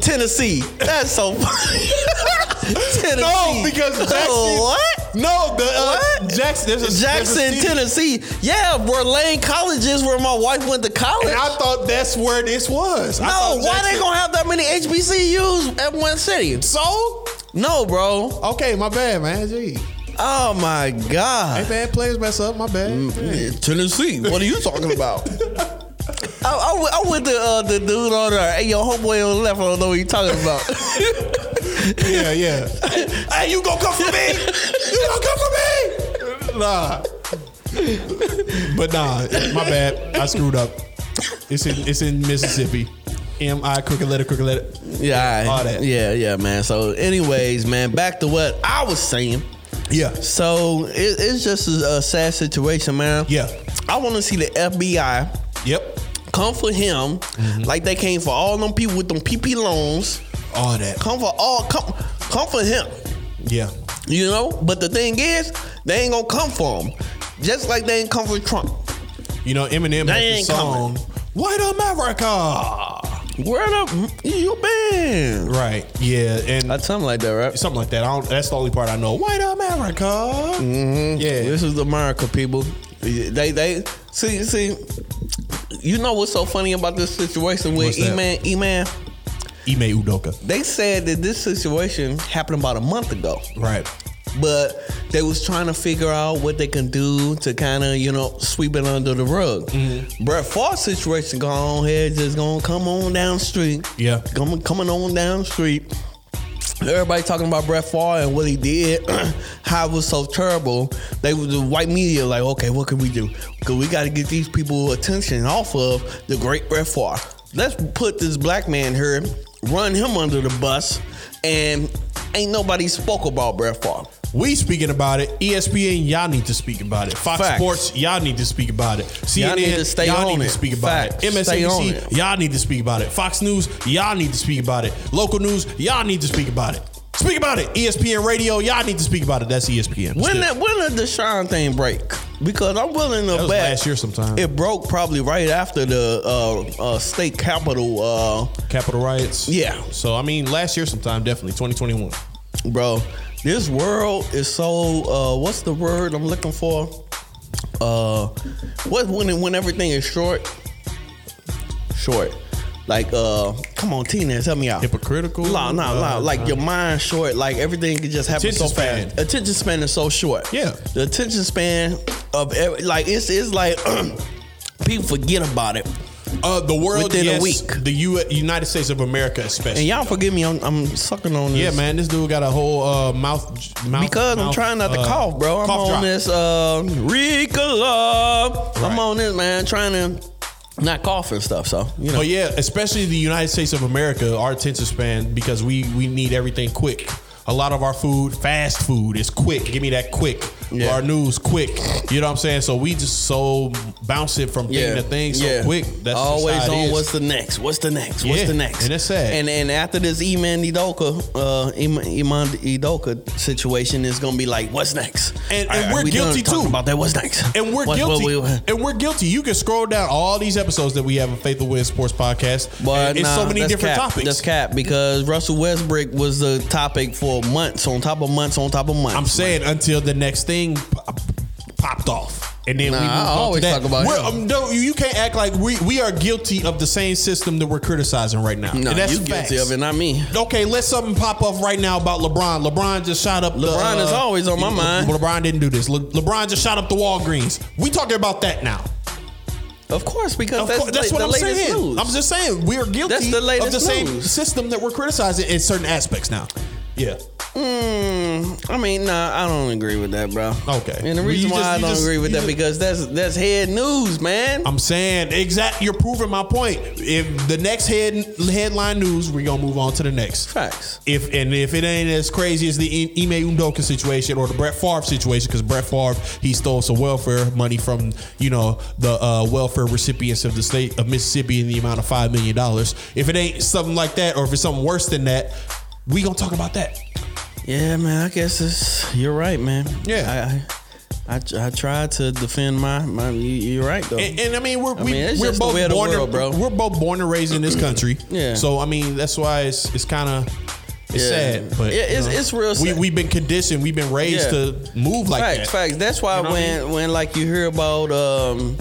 Speaker 2: Tennessee. That's so funny. Tennessee.
Speaker 1: No, because Jackson.
Speaker 2: what?
Speaker 1: No, the uh,
Speaker 2: What?
Speaker 1: Jackson. There's a there's a
Speaker 2: Jackson,
Speaker 1: city-
Speaker 2: Tennessee. Yeah, where Lane College is, where my wife went to college.
Speaker 1: And I thought that's where this was.
Speaker 2: no, why they gonna have that many HBCUs at one city?
Speaker 1: So
Speaker 2: No, bro.
Speaker 1: okay, my bad, man. Gee.
Speaker 2: Oh my
Speaker 1: Hey
Speaker 2: god.
Speaker 1: man, players mess up. My bad.
Speaker 2: Mm,
Speaker 1: Yeah.
Speaker 2: Tennessee. What are you talking about? I, I, went- I went to uh, the dude on there. Hey, your homeboy on the left. I don't know what you talking about.
Speaker 1: Yeah, yeah. hey, you gonna come for me? You gonna come for me? Nah. But nah, my bad. I screwed up. It's in it's in Mississippi. M I crooked letter, crooked letter.
Speaker 2: Yeah,
Speaker 1: all
Speaker 2: all
Speaker 1: that.
Speaker 2: that. Yeah, yeah, man. So, anyways, man, back to what I was saying.
Speaker 1: Yeah.
Speaker 2: So it, it's just a, a sad situation, man.
Speaker 1: Yeah.
Speaker 2: I want to see the FBI
Speaker 1: Yep.
Speaker 2: come for him,
Speaker 1: Mm-hmm.
Speaker 2: like they came for all them people with them PP loans.
Speaker 1: All that.
Speaker 2: Come for all, come, come for him.
Speaker 1: Yeah.
Speaker 2: You know. But the thing is, they ain't gonna come for him. Just like they ain't come for Trump.
Speaker 1: You know, Eminem
Speaker 2: They
Speaker 1: had the
Speaker 2: ain't
Speaker 1: song White America.
Speaker 2: Where the you been?
Speaker 1: Right. Yeah. And
Speaker 2: That's something like that, right?
Speaker 1: something like that. I don't, that's the only part I know. White America. Mm-hmm. Yeah.
Speaker 2: This is America, people. They they see see. You know what's so funny about this situation
Speaker 1: What's
Speaker 2: with
Speaker 1: that?
Speaker 2: E-Man? E-Man,
Speaker 1: Ime Udoka.
Speaker 2: they said that this situation happened about a month ago.
Speaker 1: Right.
Speaker 2: but they was trying to figure out what they can do to kind of you know sweep it under the rug.
Speaker 1: Mm-hmm.
Speaker 2: Brett Favre's situation gone here, just gonna come on down the street.
Speaker 1: Yeah.
Speaker 2: coming coming on down the street. Everybody talking about Brett Favre and what he did, how it was so terrible. They was the white media like, okay, what can we do? Cause we got to get these people attention off of the great Brett Favre. Let's put this black man here, run him under the bus, and ain't nobody spoke about Brett Favre.
Speaker 1: We speaking about it. E ESPN, y'all need to speak about it. Fox
Speaker 2: Facts.
Speaker 1: Sports, y'all need to speak about it. CNN, y'all
Speaker 2: Y'all
Speaker 1: need
Speaker 2: need to stay on
Speaker 1: to
Speaker 2: it.
Speaker 1: speak about
Speaker 2: Facts.
Speaker 1: it.
Speaker 2: Stay on it.
Speaker 1: MSNBC, y'all need to speak about it. Fox News, y'all need to speak about it. Local news, y'all need to speak about it. Speak about it. E ESPN Radio, y'all need to speak about it. That's E ESPN.
Speaker 2: When
Speaker 1: Still.
Speaker 2: that when did the Deshaun thing break? Because I'm willing to
Speaker 1: That was
Speaker 2: bet
Speaker 1: last year sometime.
Speaker 2: it broke probably right after the uh, uh, state capitol. Uh,
Speaker 1: Capital riots.
Speaker 2: yeah,
Speaker 1: So I mean, last year sometime, definitely 2021.
Speaker 2: bro, this world is so. Uh, what's the word I'm looking for? Uh, what when it- when everything is short, short. Like, uh, come on, Tina, help me out.
Speaker 1: Hypocritical?
Speaker 2: Nah, nah, nah.
Speaker 1: Uh,
Speaker 2: Like your mind short. Like everything can just happen
Speaker 1: Attention
Speaker 2: so fast.
Speaker 1: span.
Speaker 2: Attention span is so short.
Speaker 1: Yeah.
Speaker 2: The attention span of every, like it's it's like people forget about it.
Speaker 1: Uh, the world
Speaker 2: Within a
Speaker 1: yes,
Speaker 2: week.
Speaker 1: The U- United States of America, especially.
Speaker 2: And y'all forgive me. I'm, I'm sucking on this.
Speaker 1: Yeah, man, this dude got a whole uh, mouth, mouth.
Speaker 2: Because I'm
Speaker 1: mouth,
Speaker 2: trying not to
Speaker 1: uh,
Speaker 2: cough, bro. I'm
Speaker 1: cough
Speaker 2: on
Speaker 1: drop.
Speaker 2: this uh, Ricola.
Speaker 1: Right.
Speaker 2: I'm on this, man. Trying to not cough and stuff. So you know.
Speaker 1: But yeah, especially the United States of America, our attention span because we we need everything quick. A lot of our food, fast food, is quick. Give me that quick.
Speaker 2: Yeah.
Speaker 1: Our news, quick. You know what I'm saying? So we just so bounce it from thing
Speaker 2: yeah.
Speaker 1: to thing so
Speaker 2: yeah.
Speaker 1: quick. That's
Speaker 2: always
Speaker 1: just how it
Speaker 2: on
Speaker 1: is.
Speaker 2: what's the next, what's the next, what's
Speaker 1: Yeah,
Speaker 2: the next,
Speaker 1: and it's sad.
Speaker 2: And and after this Iman Idoka, uh, Iman, Iman Idoka situation is gonna be like, what's next?
Speaker 1: And- and
Speaker 2: All all
Speaker 1: we're
Speaker 2: we done
Speaker 1: guilty
Speaker 2: talking
Speaker 1: too.
Speaker 2: about that. What's next?
Speaker 1: And we're
Speaker 2: What's- what
Speaker 1: guilty.
Speaker 2: we-
Speaker 1: and we're guilty. You can scroll down all these episodes that we have on Faithful Win Sports Podcast.
Speaker 2: But
Speaker 1: and it's so
Speaker 2: nah,
Speaker 1: many
Speaker 2: that's
Speaker 1: different
Speaker 2: cap.
Speaker 1: topics.
Speaker 2: That's cap because Russell Westbrook was the topic for months on top of months on top of months.
Speaker 1: I'm saying until the next thing pop- popped off. And then
Speaker 2: Nah,
Speaker 1: we moved
Speaker 2: I
Speaker 1: on to
Speaker 2: always
Speaker 1: that.
Speaker 2: talk about
Speaker 1: We're-
Speaker 2: him.
Speaker 1: um, no, you- you can't act like we, we are guilty of the same system that we're criticizing right now.
Speaker 2: no,
Speaker 1: and that's
Speaker 2: you guilty
Speaker 1: facts.
Speaker 2: of it, not me.
Speaker 1: Okay, let something pop off right now about LeBron. LeBron just shot up.
Speaker 2: LeBron
Speaker 1: the,
Speaker 2: is always on my
Speaker 1: Le-
Speaker 2: mind.
Speaker 1: LeBron didn't do this. Le- LeBron just shot up the Walgreens. We talking about that now.
Speaker 2: Of course, because
Speaker 1: Of
Speaker 2: that's,
Speaker 1: course, that's
Speaker 2: the,
Speaker 1: what
Speaker 2: the
Speaker 1: I'm
Speaker 2: latest
Speaker 1: saying.
Speaker 2: news.
Speaker 1: I'm just saying we are guilty
Speaker 2: That's the
Speaker 1: of the
Speaker 2: latest
Speaker 1: same
Speaker 2: news.
Speaker 1: system that we're criticizing in certain aspects now. Yeah.
Speaker 2: Mm, I mean, nah, I don't agree with that, bro.
Speaker 1: Okay.
Speaker 2: And the
Speaker 1: Well, you
Speaker 2: reason why
Speaker 1: just-
Speaker 2: I
Speaker 1: you
Speaker 2: don't
Speaker 1: just-
Speaker 2: agree with
Speaker 1: you
Speaker 2: that
Speaker 1: just-
Speaker 2: because that's that's head news, man.
Speaker 1: I'm saying exact. You're proving my point. If the next head headline news, we're gonna move on to the next.
Speaker 2: Facts.
Speaker 1: If and if it ain't as crazy as the I- Ime Udoka situation or the Brett Favre situation, because Brett Favre he stole some welfare money from you know the uh, welfare recipients of the state of Mississippi in the amount of five million dollars. If it ain't something like that, or if it's something worse than that, we gonna talk about that.
Speaker 2: Yeah, man. I guess it's you're right, man.
Speaker 1: Yeah.
Speaker 2: I I, I, I tried to defend my my. You, you're right though.
Speaker 1: And, and I mean, we're, we,
Speaker 2: mean, it's
Speaker 1: we're
Speaker 2: just the
Speaker 1: both
Speaker 2: way of the
Speaker 1: born,
Speaker 2: world, bro.
Speaker 1: We're both born and raised in this country.
Speaker 2: Yeah.
Speaker 1: So I mean, that's why it's it's kind of it's
Speaker 2: Yeah.
Speaker 1: sad, but
Speaker 2: Yeah, it's-
Speaker 1: you know,
Speaker 2: it's real
Speaker 1: We
Speaker 2: sad.
Speaker 1: we've been conditioned, we've been raised
Speaker 2: Yeah.
Speaker 1: to move like
Speaker 2: facts,
Speaker 1: that.
Speaker 2: facts. That's why
Speaker 1: You know what I
Speaker 2: when when like you hear about um,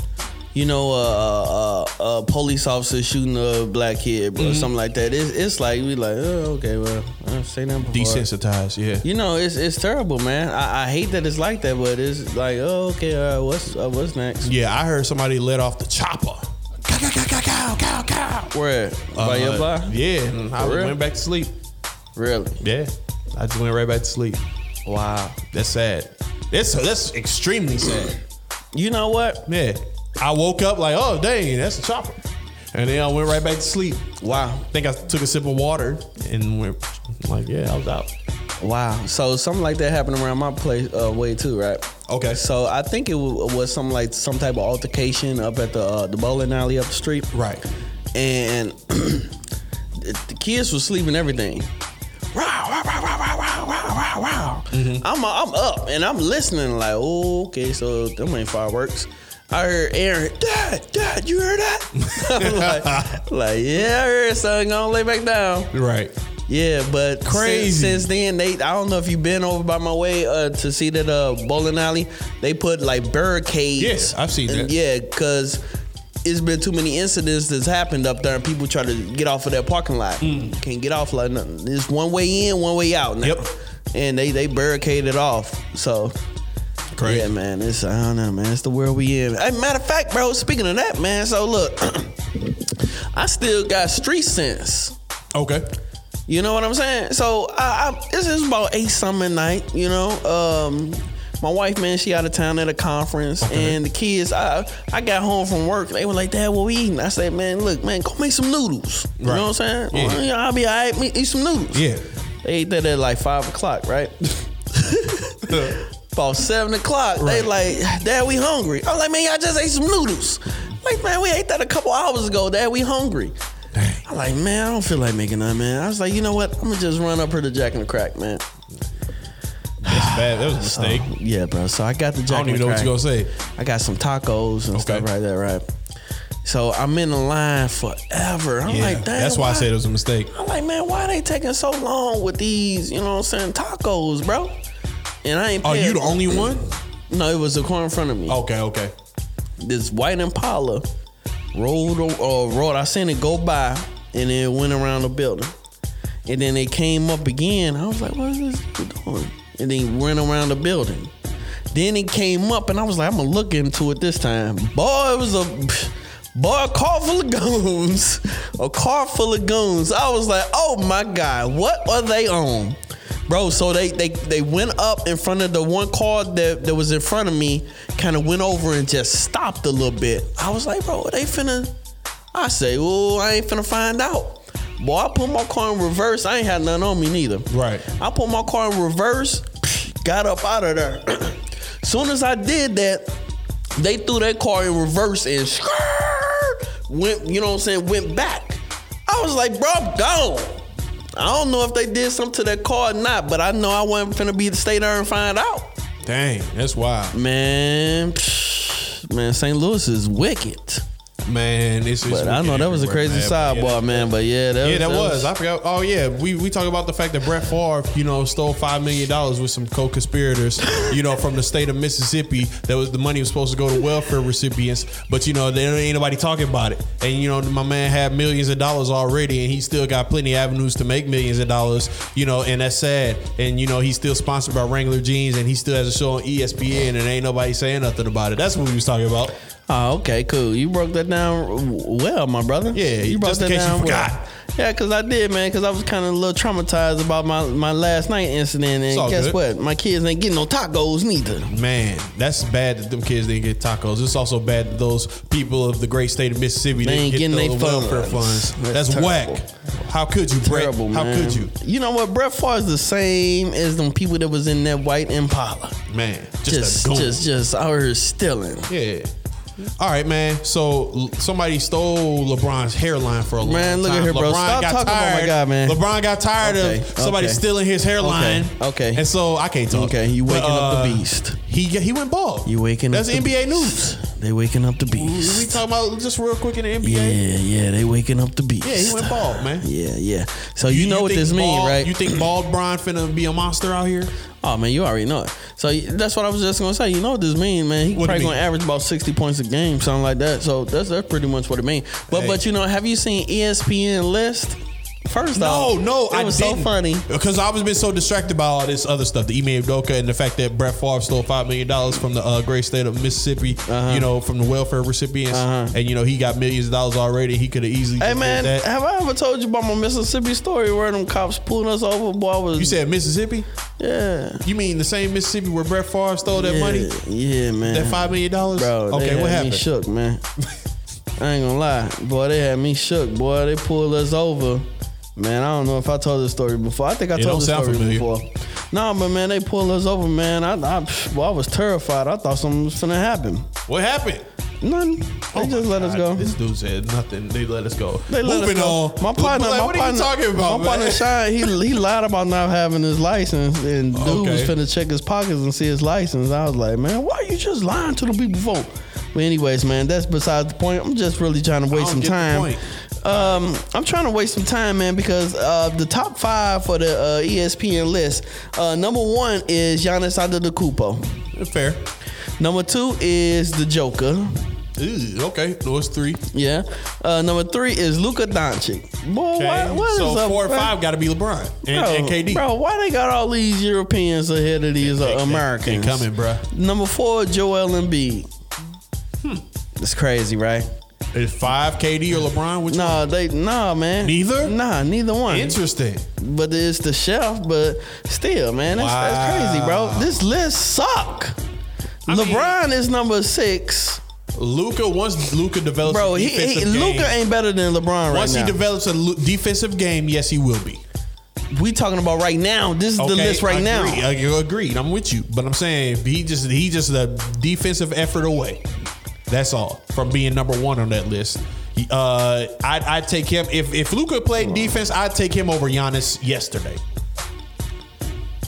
Speaker 2: you know, uh, uh, uh, police officer shooting a black kid or
Speaker 1: Mm-hmm.
Speaker 2: something like that. It's, it's like we like, oh, okay, well, I've seen that before.
Speaker 1: Desensitized, yeah.
Speaker 2: You know, it's it's terrible, man. I, I hate that it's like that, but it's like, oh, okay, all right, what's uh, what's next?
Speaker 1: Yeah, I heard somebody let off the chopper. Cow, cow, cow, cow, cow, cow.
Speaker 2: Where by your
Speaker 1: Uh,
Speaker 2: block?
Speaker 1: Yeah, and I
Speaker 2: For real?
Speaker 1: went back to sleep.
Speaker 2: Really?
Speaker 1: Yeah, I just went right back to sleep.
Speaker 2: Wow.
Speaker 1: That's sad. That's that's extremely sad.
Speaker 2: You know what?
Speaker 1: Yeah, I woke up like, oh dang, that's a chopper, and then I went right back to sleep.
Speaker 2: Wow.
Speaker 1: I think I took a sip of water and went like, yeah, I was out.
Speaker 2: Wow. So something like that happened around my place uh, way too, right?
Speaker 1: Okay.
Speaker 2: So I think it w- was some like some type of altercation up at the uh, the bowling alley up the street.
Speaker 1: Right.
Speaker 2: And the the kids were sleeping everything. Wow, wow, wow, wow, wow, wow, wow, wow, wow. I'm uh, I'm up and I'm listening like, oh, okay, so them ain't fireworks. I heard Aaron, Dad, Dad, you heard that? I'm like, like, yeah, I heard something. Gonna lay back down.
Speaker 1: Right.
Speaker 2: Yeah, but
Speaker 1: Crazy.
Speaker 2: Since, since then, they I don't know if you've been over by my way uh, to see that uh, bowling alley. They put like barricades.
Speaker 1: Yes, I've seen
Speaker 2: And
Speaker 1: that.
Speaker 2: Yeah, because it's been too many incidents that's happened up there, and people try to get off of their parking lot. Can't get off like nothing. It's one way in, one way out. Now.
Speaker 1: Hmm. Yep.
Speaker 2: And they they barricaded off. So
Speaker 1: Crazy.
Speaker 2: yeah, man. It's I don't know, man. It's the world we in. Hey, matter of fact, bro. Speaking of that, man. So look, I still got street sense.
Speaker 1: Okay.
Speaker 2: You know what I'm saying? So I, I, this is about eight summer night. You know, um, my wife man, she out of town at a conference, and the kids. I I got home from work. They were like, "Dad, what we eating?" I said, "Man, look, man, go make some noodles." You
Speaker 1: Right.
Speaker 2: know what I'm saying?
Speaker 1: Yeah.
Speaker 2: Well, you know, I'll be all right. Me, eat some noodles.
Speaker 1: Yeah.
Speaker 2: They ate that at like five o'clock, right? About seven o'clock, they like, Dad, we hungry. I'm like, man, y'all just ate some noodles. Like, man, we ate that a couple hours ago. Dad, we hungry.
Speaker 1: Dang.
Speaker 2: I'm like, man, I don't feel like making that, man. I was like, you know what? I'm gonna just run up here to Jack and the Crack, man.
Speaker 1: That's bad. That was a
Speaker 2: So,
Speaker 1: mistake.
Speaker 2: yeah, bro. So I got the
Speaker 1: I
Speaker 2: Jack
Speaker 1: don't
Speaker 2: and
Speaker 1: even
Speaker 2: the
Speaker 1: know what
Speaker 2: Crack.
Speaker 1: you're gonna say.
Speaker 2: I got some tacos and stuff
Speaker 1: Okay.
Speaker 2: like that, right? So I'm in the line forever. I'm
Speaker 1: Yeah.
Speaker 2: like, damn.
Speaker 1: that's why I said it was a mistake.
Speaker 2: I'm like, man, why they taking so long with these, you know what I'm saying, tacos, bro? And I ain't
Speaker 1: Are
Speaker 2: paying.
Speaker 1: Oh, you the only one? Oh.
Speaker 2: No, it was the car in front of me.
Speaker 1: Okay. Okay.
Speaker 2: This white Impala rolled, o- uh, rolled. I seen it go by and then it went around the building. And then it came up again. I was like, what is this dude doing? And then it went around the building. Then it came up and I was like, I'm going to look into it this time. Boy, it was a. Boy, a car full of goons. A car full of goons. I was like, oh my God, what are they on? Bro, so they they they went up in front of the one car that, that was in front of me, kind of went over and just stopped a little bit. I was like, bro, they finna. I say, well, I ain't finna find out. Boy, I put my car in reverse. I ain't had nothing on me neither.
Speaker 1: Right.
Speaker 2: I put my car in reverse, got up out of there. Soon as I did that, they threw that car in reverse and skirt, went, you know what I'm saying, went back. I was like, bro, I'm gone. I don't know if they did something to that car or not, but I know I wasn't finna be to stay there and find out.
Speaker 1: Dang. That's wild,
Speaker 2: Man, man, St. Louis is wicked.
Speaker 1: man. It's, it's
Speaker 2: But I know that was a crazy
Speaker 1: man. But yeah,
Speaker 2: sidebar, man. But yeah, that
Speaker 1: Yeah,
Speaker 2: was,
Speaker 1: that was. I forgot. Oh yeah, we we talk about the fact that Brett Favre, you know, stole five million dollars with some co-conspirators, you know, from the state of Mississippi. That was the money was supposed to go to welfare recipients, but you know, there ain't nobody talking about it. And you know, my man had millions of dollars already, and he still got plenty of avenues to make millions of dollars. You know, and that's sad. And you know, he's still sponsored by Wrangler Jeans, and he still has a show on E ESPN, and ain't nobody saying nothing about it. That's what we was talking about.
Speaker 2: Oh, okay, cool. You broke that down well, my brother.
Speaker 1: Yeah,
Speaker 2: you broke
Speaker 1: just in case you forgot.
Speaker 2: Well. Yeah, cause I did, man. Cause I was kind of a little traumatized about my, my last night incident,
Speaker 1: all
Speaker 2: and guess
Speaker 1: good.
Speaker 2: what? My kids ain't getting no tacos neither.
Speaker 1: Man, that's bad that them kids didn't get tacos. It's also bad that those people of the great state of Mississippi
Speaker 2: They
Speaker 1: didn't
Speaker 2: ain't
Speaker 1: get
Speaker 2: getting they
Speaker 1: those welfare
Speaker 2: funds.
Speaker 1: funds.
Speaker 2: That's
Speaker 1: That's, whack. How could you, Brett?
Speaker 2: Terrible,
Speaker 1: How
Speaker 2: man.
Speaker 1: could you,
Speaker 2: You know what? Brett Favre is the same as them people that was in that white Impala.
Speaker 1: man? Just,
Speaker 2: Just,
Speaker 1: a goon.
Speaker 2: just, just out here stealing.
Speaker 1: yeah. All right, man. So l- somebody stole LeBron's hairline for a long
Speaker 2: Man,
Speaker 1: time.
Speaker 2: look at here, bro.
Speaker 1: LeBron
Speaker 2: Stop
Speaker 1: got
Speaker 2: talking about my
Speaker 1: tired.
Speaker 2: guy, man.
Speaker 1: LeBron got tired
Speaker 2: Okay,
Speaker 1: of somebody
Speaker 2: okay.
Speaker 1: stealing his hairline.
Speaker 2: okay.
Speaker 1: And so I can't talk.
Speaker 2: Okay, you
Speaker 1: But,
Speaker 2: waking up the
Speaker 1: uh,
Speaker 2: beast.
Speaker 1: He he went bald.
Speaker 2: You waking
Speaker 1: That's
Speaker 2: up. the
Speaker 1: NBA news.
Speaker 2: beast. They waking up the
Speaker 1: We
Speaker 2: beast.
Speaker 1: talking about just real quick in the NBA.
Speaker 2: Yeah, yeah. They waking up the beast.
Speaker 1: Yeah, he went bald, man.
Speaker 2: Yeah, yeah. So you, know what
Speaker 1: think
Speaker 2: this mean,
Speaker 1: bald-
Speaker 2: right?
Speaker 1: You think bald Brian finna be a monster out here?
Speaker 2: oh man, you already know it. So y- that's what I was just gonna say. You know what this mean, man? He
Speaker 1: What it
Speaker 2: probably
Speaker 1: mean?
Speaker 2: gonna average about sixty points a game, something like that. So that's that's pretty much what it mean. But
Speaker 1: Hey.
Speaker 2: but you know, have you seen E ESPN list? First
Speaker 1: No,
Speaker 2: off,
Speaker 1: no,
Speaker 2: it
Speaker 1: I
Speaker 2: was
Speaker 1: didn't.
Speaker 2: so funny.
Speaker 1: because I was been so distracted by all this other stuff, the Ime Udoka and the fact that Brett Favre stole five million dollars from the uh, great state of Mississippi,
Speaker 2: Uh-huh.
Speaker 1: you know, from the welfare recipients, and you know he got millions of dollars already. He could have easily.
Speaker 2: Hey
Speaker 1: just did
Speaker 2: man,
Speaker 1: that.
Speaker 2: have I ever told you about my Mississippi story where them cops pulled us over? Boy, I was
Speaker 1: you said Mississippi?
Speaker 2: yeah,
Speaker 1: You mean the same Mississippi where Brett Favre stole that
Speaker 2: yeah,
Speaker 1: money,
Speaker 2: yeah, man.
Speaker 1: that five million dollars?
Speaker 2: Bro, they
Speaker 1: Okay, what
Speaker 2: had me
Speaker 1: happened?
Speaker 2: shook, man. I ain't gonna lie. Boy, they had me shook. Boy, they pulled us over. Man, I don't know if I told this story before. I think I
Speaker 1: It don't
Speaker 2: told this
Speaker 1: sound
Speaker 2: story
Speaker 1: familiar.
Speaker 2: before. No, but man, they pulled us over, man. I, I, well, I was terrified. I thought something was gonna happen.
Speaker 1: What happened?
Speaker 2: Nothing. They just let us
Speaker 1: Oh God,
Speaker 2: go.
Speaker 1: This dude said nothing. They let us go.
Speaker 2: They let
Speaker 1: Moving
Speaker 2: us go.
Speaker 1: on.
Speaker 2: My partner,
Speaker 1: Like,
Speaker 2: my
Speaker 1: what are
Speaker 2: partner,
Speaker 1: you talking about,
Speaker 2: my
Speaker 1: man?
Speaker 2: partner Shine, he he lied about not having his license, and dude was
Speaker 1: Okay.
Speaker 2: finna check his pockets and see his license. I was like, man, why you just lying to the people folk? But anyways, man, that's besides the point. I'm just really trying to waste
Speaker 1: don't
Speaker 2: some
Speaker 1: get the
Speaker 2: time.
Speaker 1: point.
Speaker 2: Um, I'm trying to waste some time, man, because uh, the top five for the uh, ESPN list. Uh, number one is Giannis Antetokounmpo.
Speaker 1: Fair.
Speaker 2: Number two is the Joker.
Speaker 1: Ew, okay. No, it's three.
Speaker 2: Yeah. Uh, number three is Luka Doncic. Boy,
Speaker 1: Okay.
Speaker 2: what, what is
Speaker 1: so
Speaker 2: up?
Speaker 1: four or
Speaker 2: man?
Speaker 1: five got to be LeBron and,
Speaker 2: bro,
Speaker 1: and KD.
Speaker 2: Bro, why they got all these Europeans ahead of these uh,
Speaker 1: They- they-
Speaker 2: Americans?
Speaker 1: they coming, bro.
Speaker 2: Number four, Joel Embiid.
Speaker 1: Hmm.
Speaker 2: It's crazy, right?
Speaker 1: Is five KD or LeBron? Which
Speaker 2: Nah, they nah, man.
Speaker 1: Neither?
Speaker 2: Nah, neither one.
Speaker 1: one? Interesting.
Speaker 2: but it's the chef. But still, man, that's, that's crazy, bro.
Speaker 1: Wow.
Speaker 2: This list suck. LeBron is number six,
Speaker 1: Luca once Luca develops
Speaker 2: bro.
Speaker 1: a
Speaker 2: He,
Speaker 1: defensive
Speaker 2: he
Speaker 1: game.
Speaker 2: Luca ain't better than LeBron
Speaker 1: once
Speaker 2: right
Speaker 1: he
Speaker 2: now.
Speaker 1: develops a lu- defensive game, yes, he will be.
Speaker 2: we talking about right now. This is the
Speaker 1: Okay,
Speaker 2: list right now.
Speaker 1: agree, Uh, I- agreed. I'm with you, but I'm saying if he just he just a defensive effort away. That's all from being number one on that list. He- Uh, I'd, I'd take him if if Luca played defense. I'd take him over Giannis yesterday.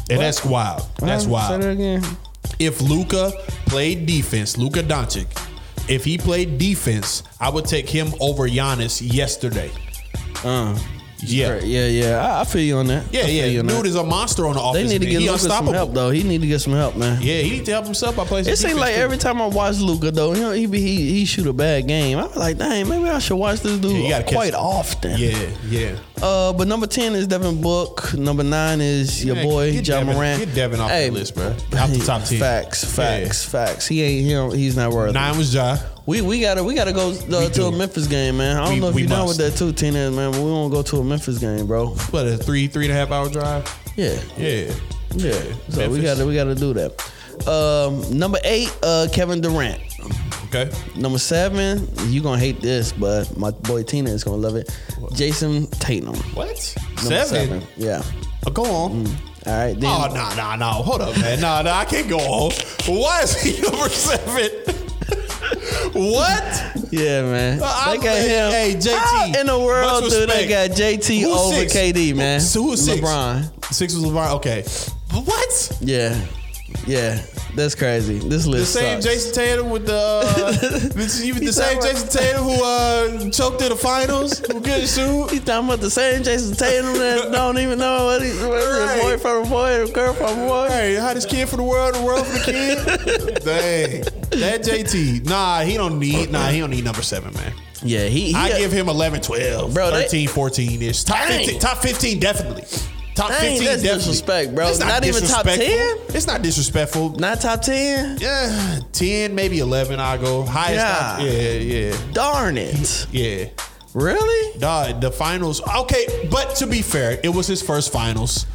Speaker 1: And that's wild. That's
Speaker 2: Huh? Say
Speaker 1: wild.
Speaker 2: that again.
Speaker 1: If Luca played defense, Luca Doncic, if he played defense, I would take him over Giannis yesterday.
Speaker 2: Uh,
Speaker 1: Yeah.
Speaker 2: yeah, yeah. I, I feel you on that. I
Speaker 1: Yeah,
Speaker 2: feel
Speaker 1: yeah.
Speaker 2: you on
Speaker 1: Dude
Speaker 2: that.
Speaker 1: is a monster on the offense.
Speaker 2: They need to
Speaker 1: man.
Speaker 2: get
Speaker 1: he
Speaker 2: Luca some
Speaker 1: unstoppable.
Speaker 2: help though. He need to get some help, man.
Speaker 1: Yeah, he need to help himself by playing. some
Speaker 2: It seems
Speaker 1: defense,
Speaker 2: like
Speaker 1: too.
Speaker 2: every time I watch Luca though, you know, he be- he he shoot a bad game. I'm like, dang, maybe I should watch this dude
Speaker 1: Yeah, you gotta catch
Speaker 2: quite
Speaker 1: him.
Speaker 2: often.
Speaker 1: Yeah, yeah.
Speaker 2: Uh, but number ten is Devin Book. Number nine is your
Speaker 1: Man,
Speaker 2: boy
Speaker 1: get
Speaker 2: John
Speaker 1: Devin-
Speaker 2: Moran.
Speaker 1: get Devin off the list, bro. Off the top 10.
Speaker 2: Facts, facts, facts. He ain't him. He's not worth. it.
Speaker 1: Nine was Ja.
Speaker 2: We we gotta we gotta go uh, to
Speaker 1: do.
Speaker 2: a Memphis game, man. I don't
Speaker 1: We-
Speaker 2: know if
Speaker 1: we
Speaker 2: you down with
Speaker 1: must.
Speaker 2: that too, Tina, man. But we won't go to a Memphis game, bro.
Speaker 1: What a three, three and a half hour drive.
Speaker 2: Yeah,
Speaker 1: Yeah,
Speaker 2: Yeah. So we
Speaker 1: Memphis.
Speaker 2: gotta we gotta do that. Um, number eight, uh, Kevin Durant.
Speaker 1: Okay.
Speaker 2: Number seven, you gonna hate this, but my boy Tina is gonna love it. Jason Tatum. Number Mm.
Speaker 1: What? Seven.
Speaker 2: Yeah.
Speaker 1: Oh, go on.
Speaker 2: All right. Then
Speaker 1: Oh no no no! Hold up, man! No no, I can't go on. Why is he number seven? what?
Speaker 2: yeah, man.
Speaker 1: Uh,
Speaker 2: they got
Speaker 1: I'm-
Speaker 2: him.
Speaker 1: hey, JT,
Speaker 2: How in the world,
Speaker 1: much
Speaker 2: dude, they got
Speaker 1: respect.
Speaker 2: JT
Speaker 1: Who's
Speaker 2: over
Speaker 1: six?
Speaker 2: KD, man.
Speaker 1: So who's six?
Speaker 2: LeBron.
Speaker 1: Six was LeBron. Okay. What?
Speaker 2: Yeah. Yeah. That's crazy. This
Speaker 1: The
Speaker 2: list.
Speaker 1: same
Speaker 2: sucks.
Speaker 1: Jason Tatum with the uh, this, even the
Speaker 2: He's
Speaker 1: same
Speaker 2: not right.
Speaker 1: Jason Tatum who uh, choked in the finals, who couldn't shoot.
Speaker 2: He's talking about the same Jason Tatum that don't even know what he's
Speaker 1: Right.
Speaker 2: boy from a boy, girl from a boy.
Speaker 1: Hey, how this kid for the world, the world for the kid. Dang, that JT. Nah, he don't need. Nah, he don't need number seven, man.
Speaker 2: Yeah, he. he
Speaker 1: I give him 11, 12,
Speaker 2: Bro, they-
Speaker 1: 13, 14 ish. Top
Speaker 2: Dang.
Speaker 1: 15, top 15 definitely. Top
Speaker 2: Dang,
Speaker 1: 15
Speaker 2: that's
Speaker 1: definitely.
Speaker 2: disrespect, bro. Not even top
Speaker 1: disrespectful. It's not disrespectful.
Speaker 2: not top ten.
Speaker 1: Yeah, 10, maybe 11 I go. Highest.
Speaker 2: Yeah.
Speaker 1: I- yeah, yeah,
Speaker 2: Darn it!
Speaker 1: yeah.
Speaker 2: Really?
Speaker 1: Nah, the finals. Okay, but to be fair, it was his first finals.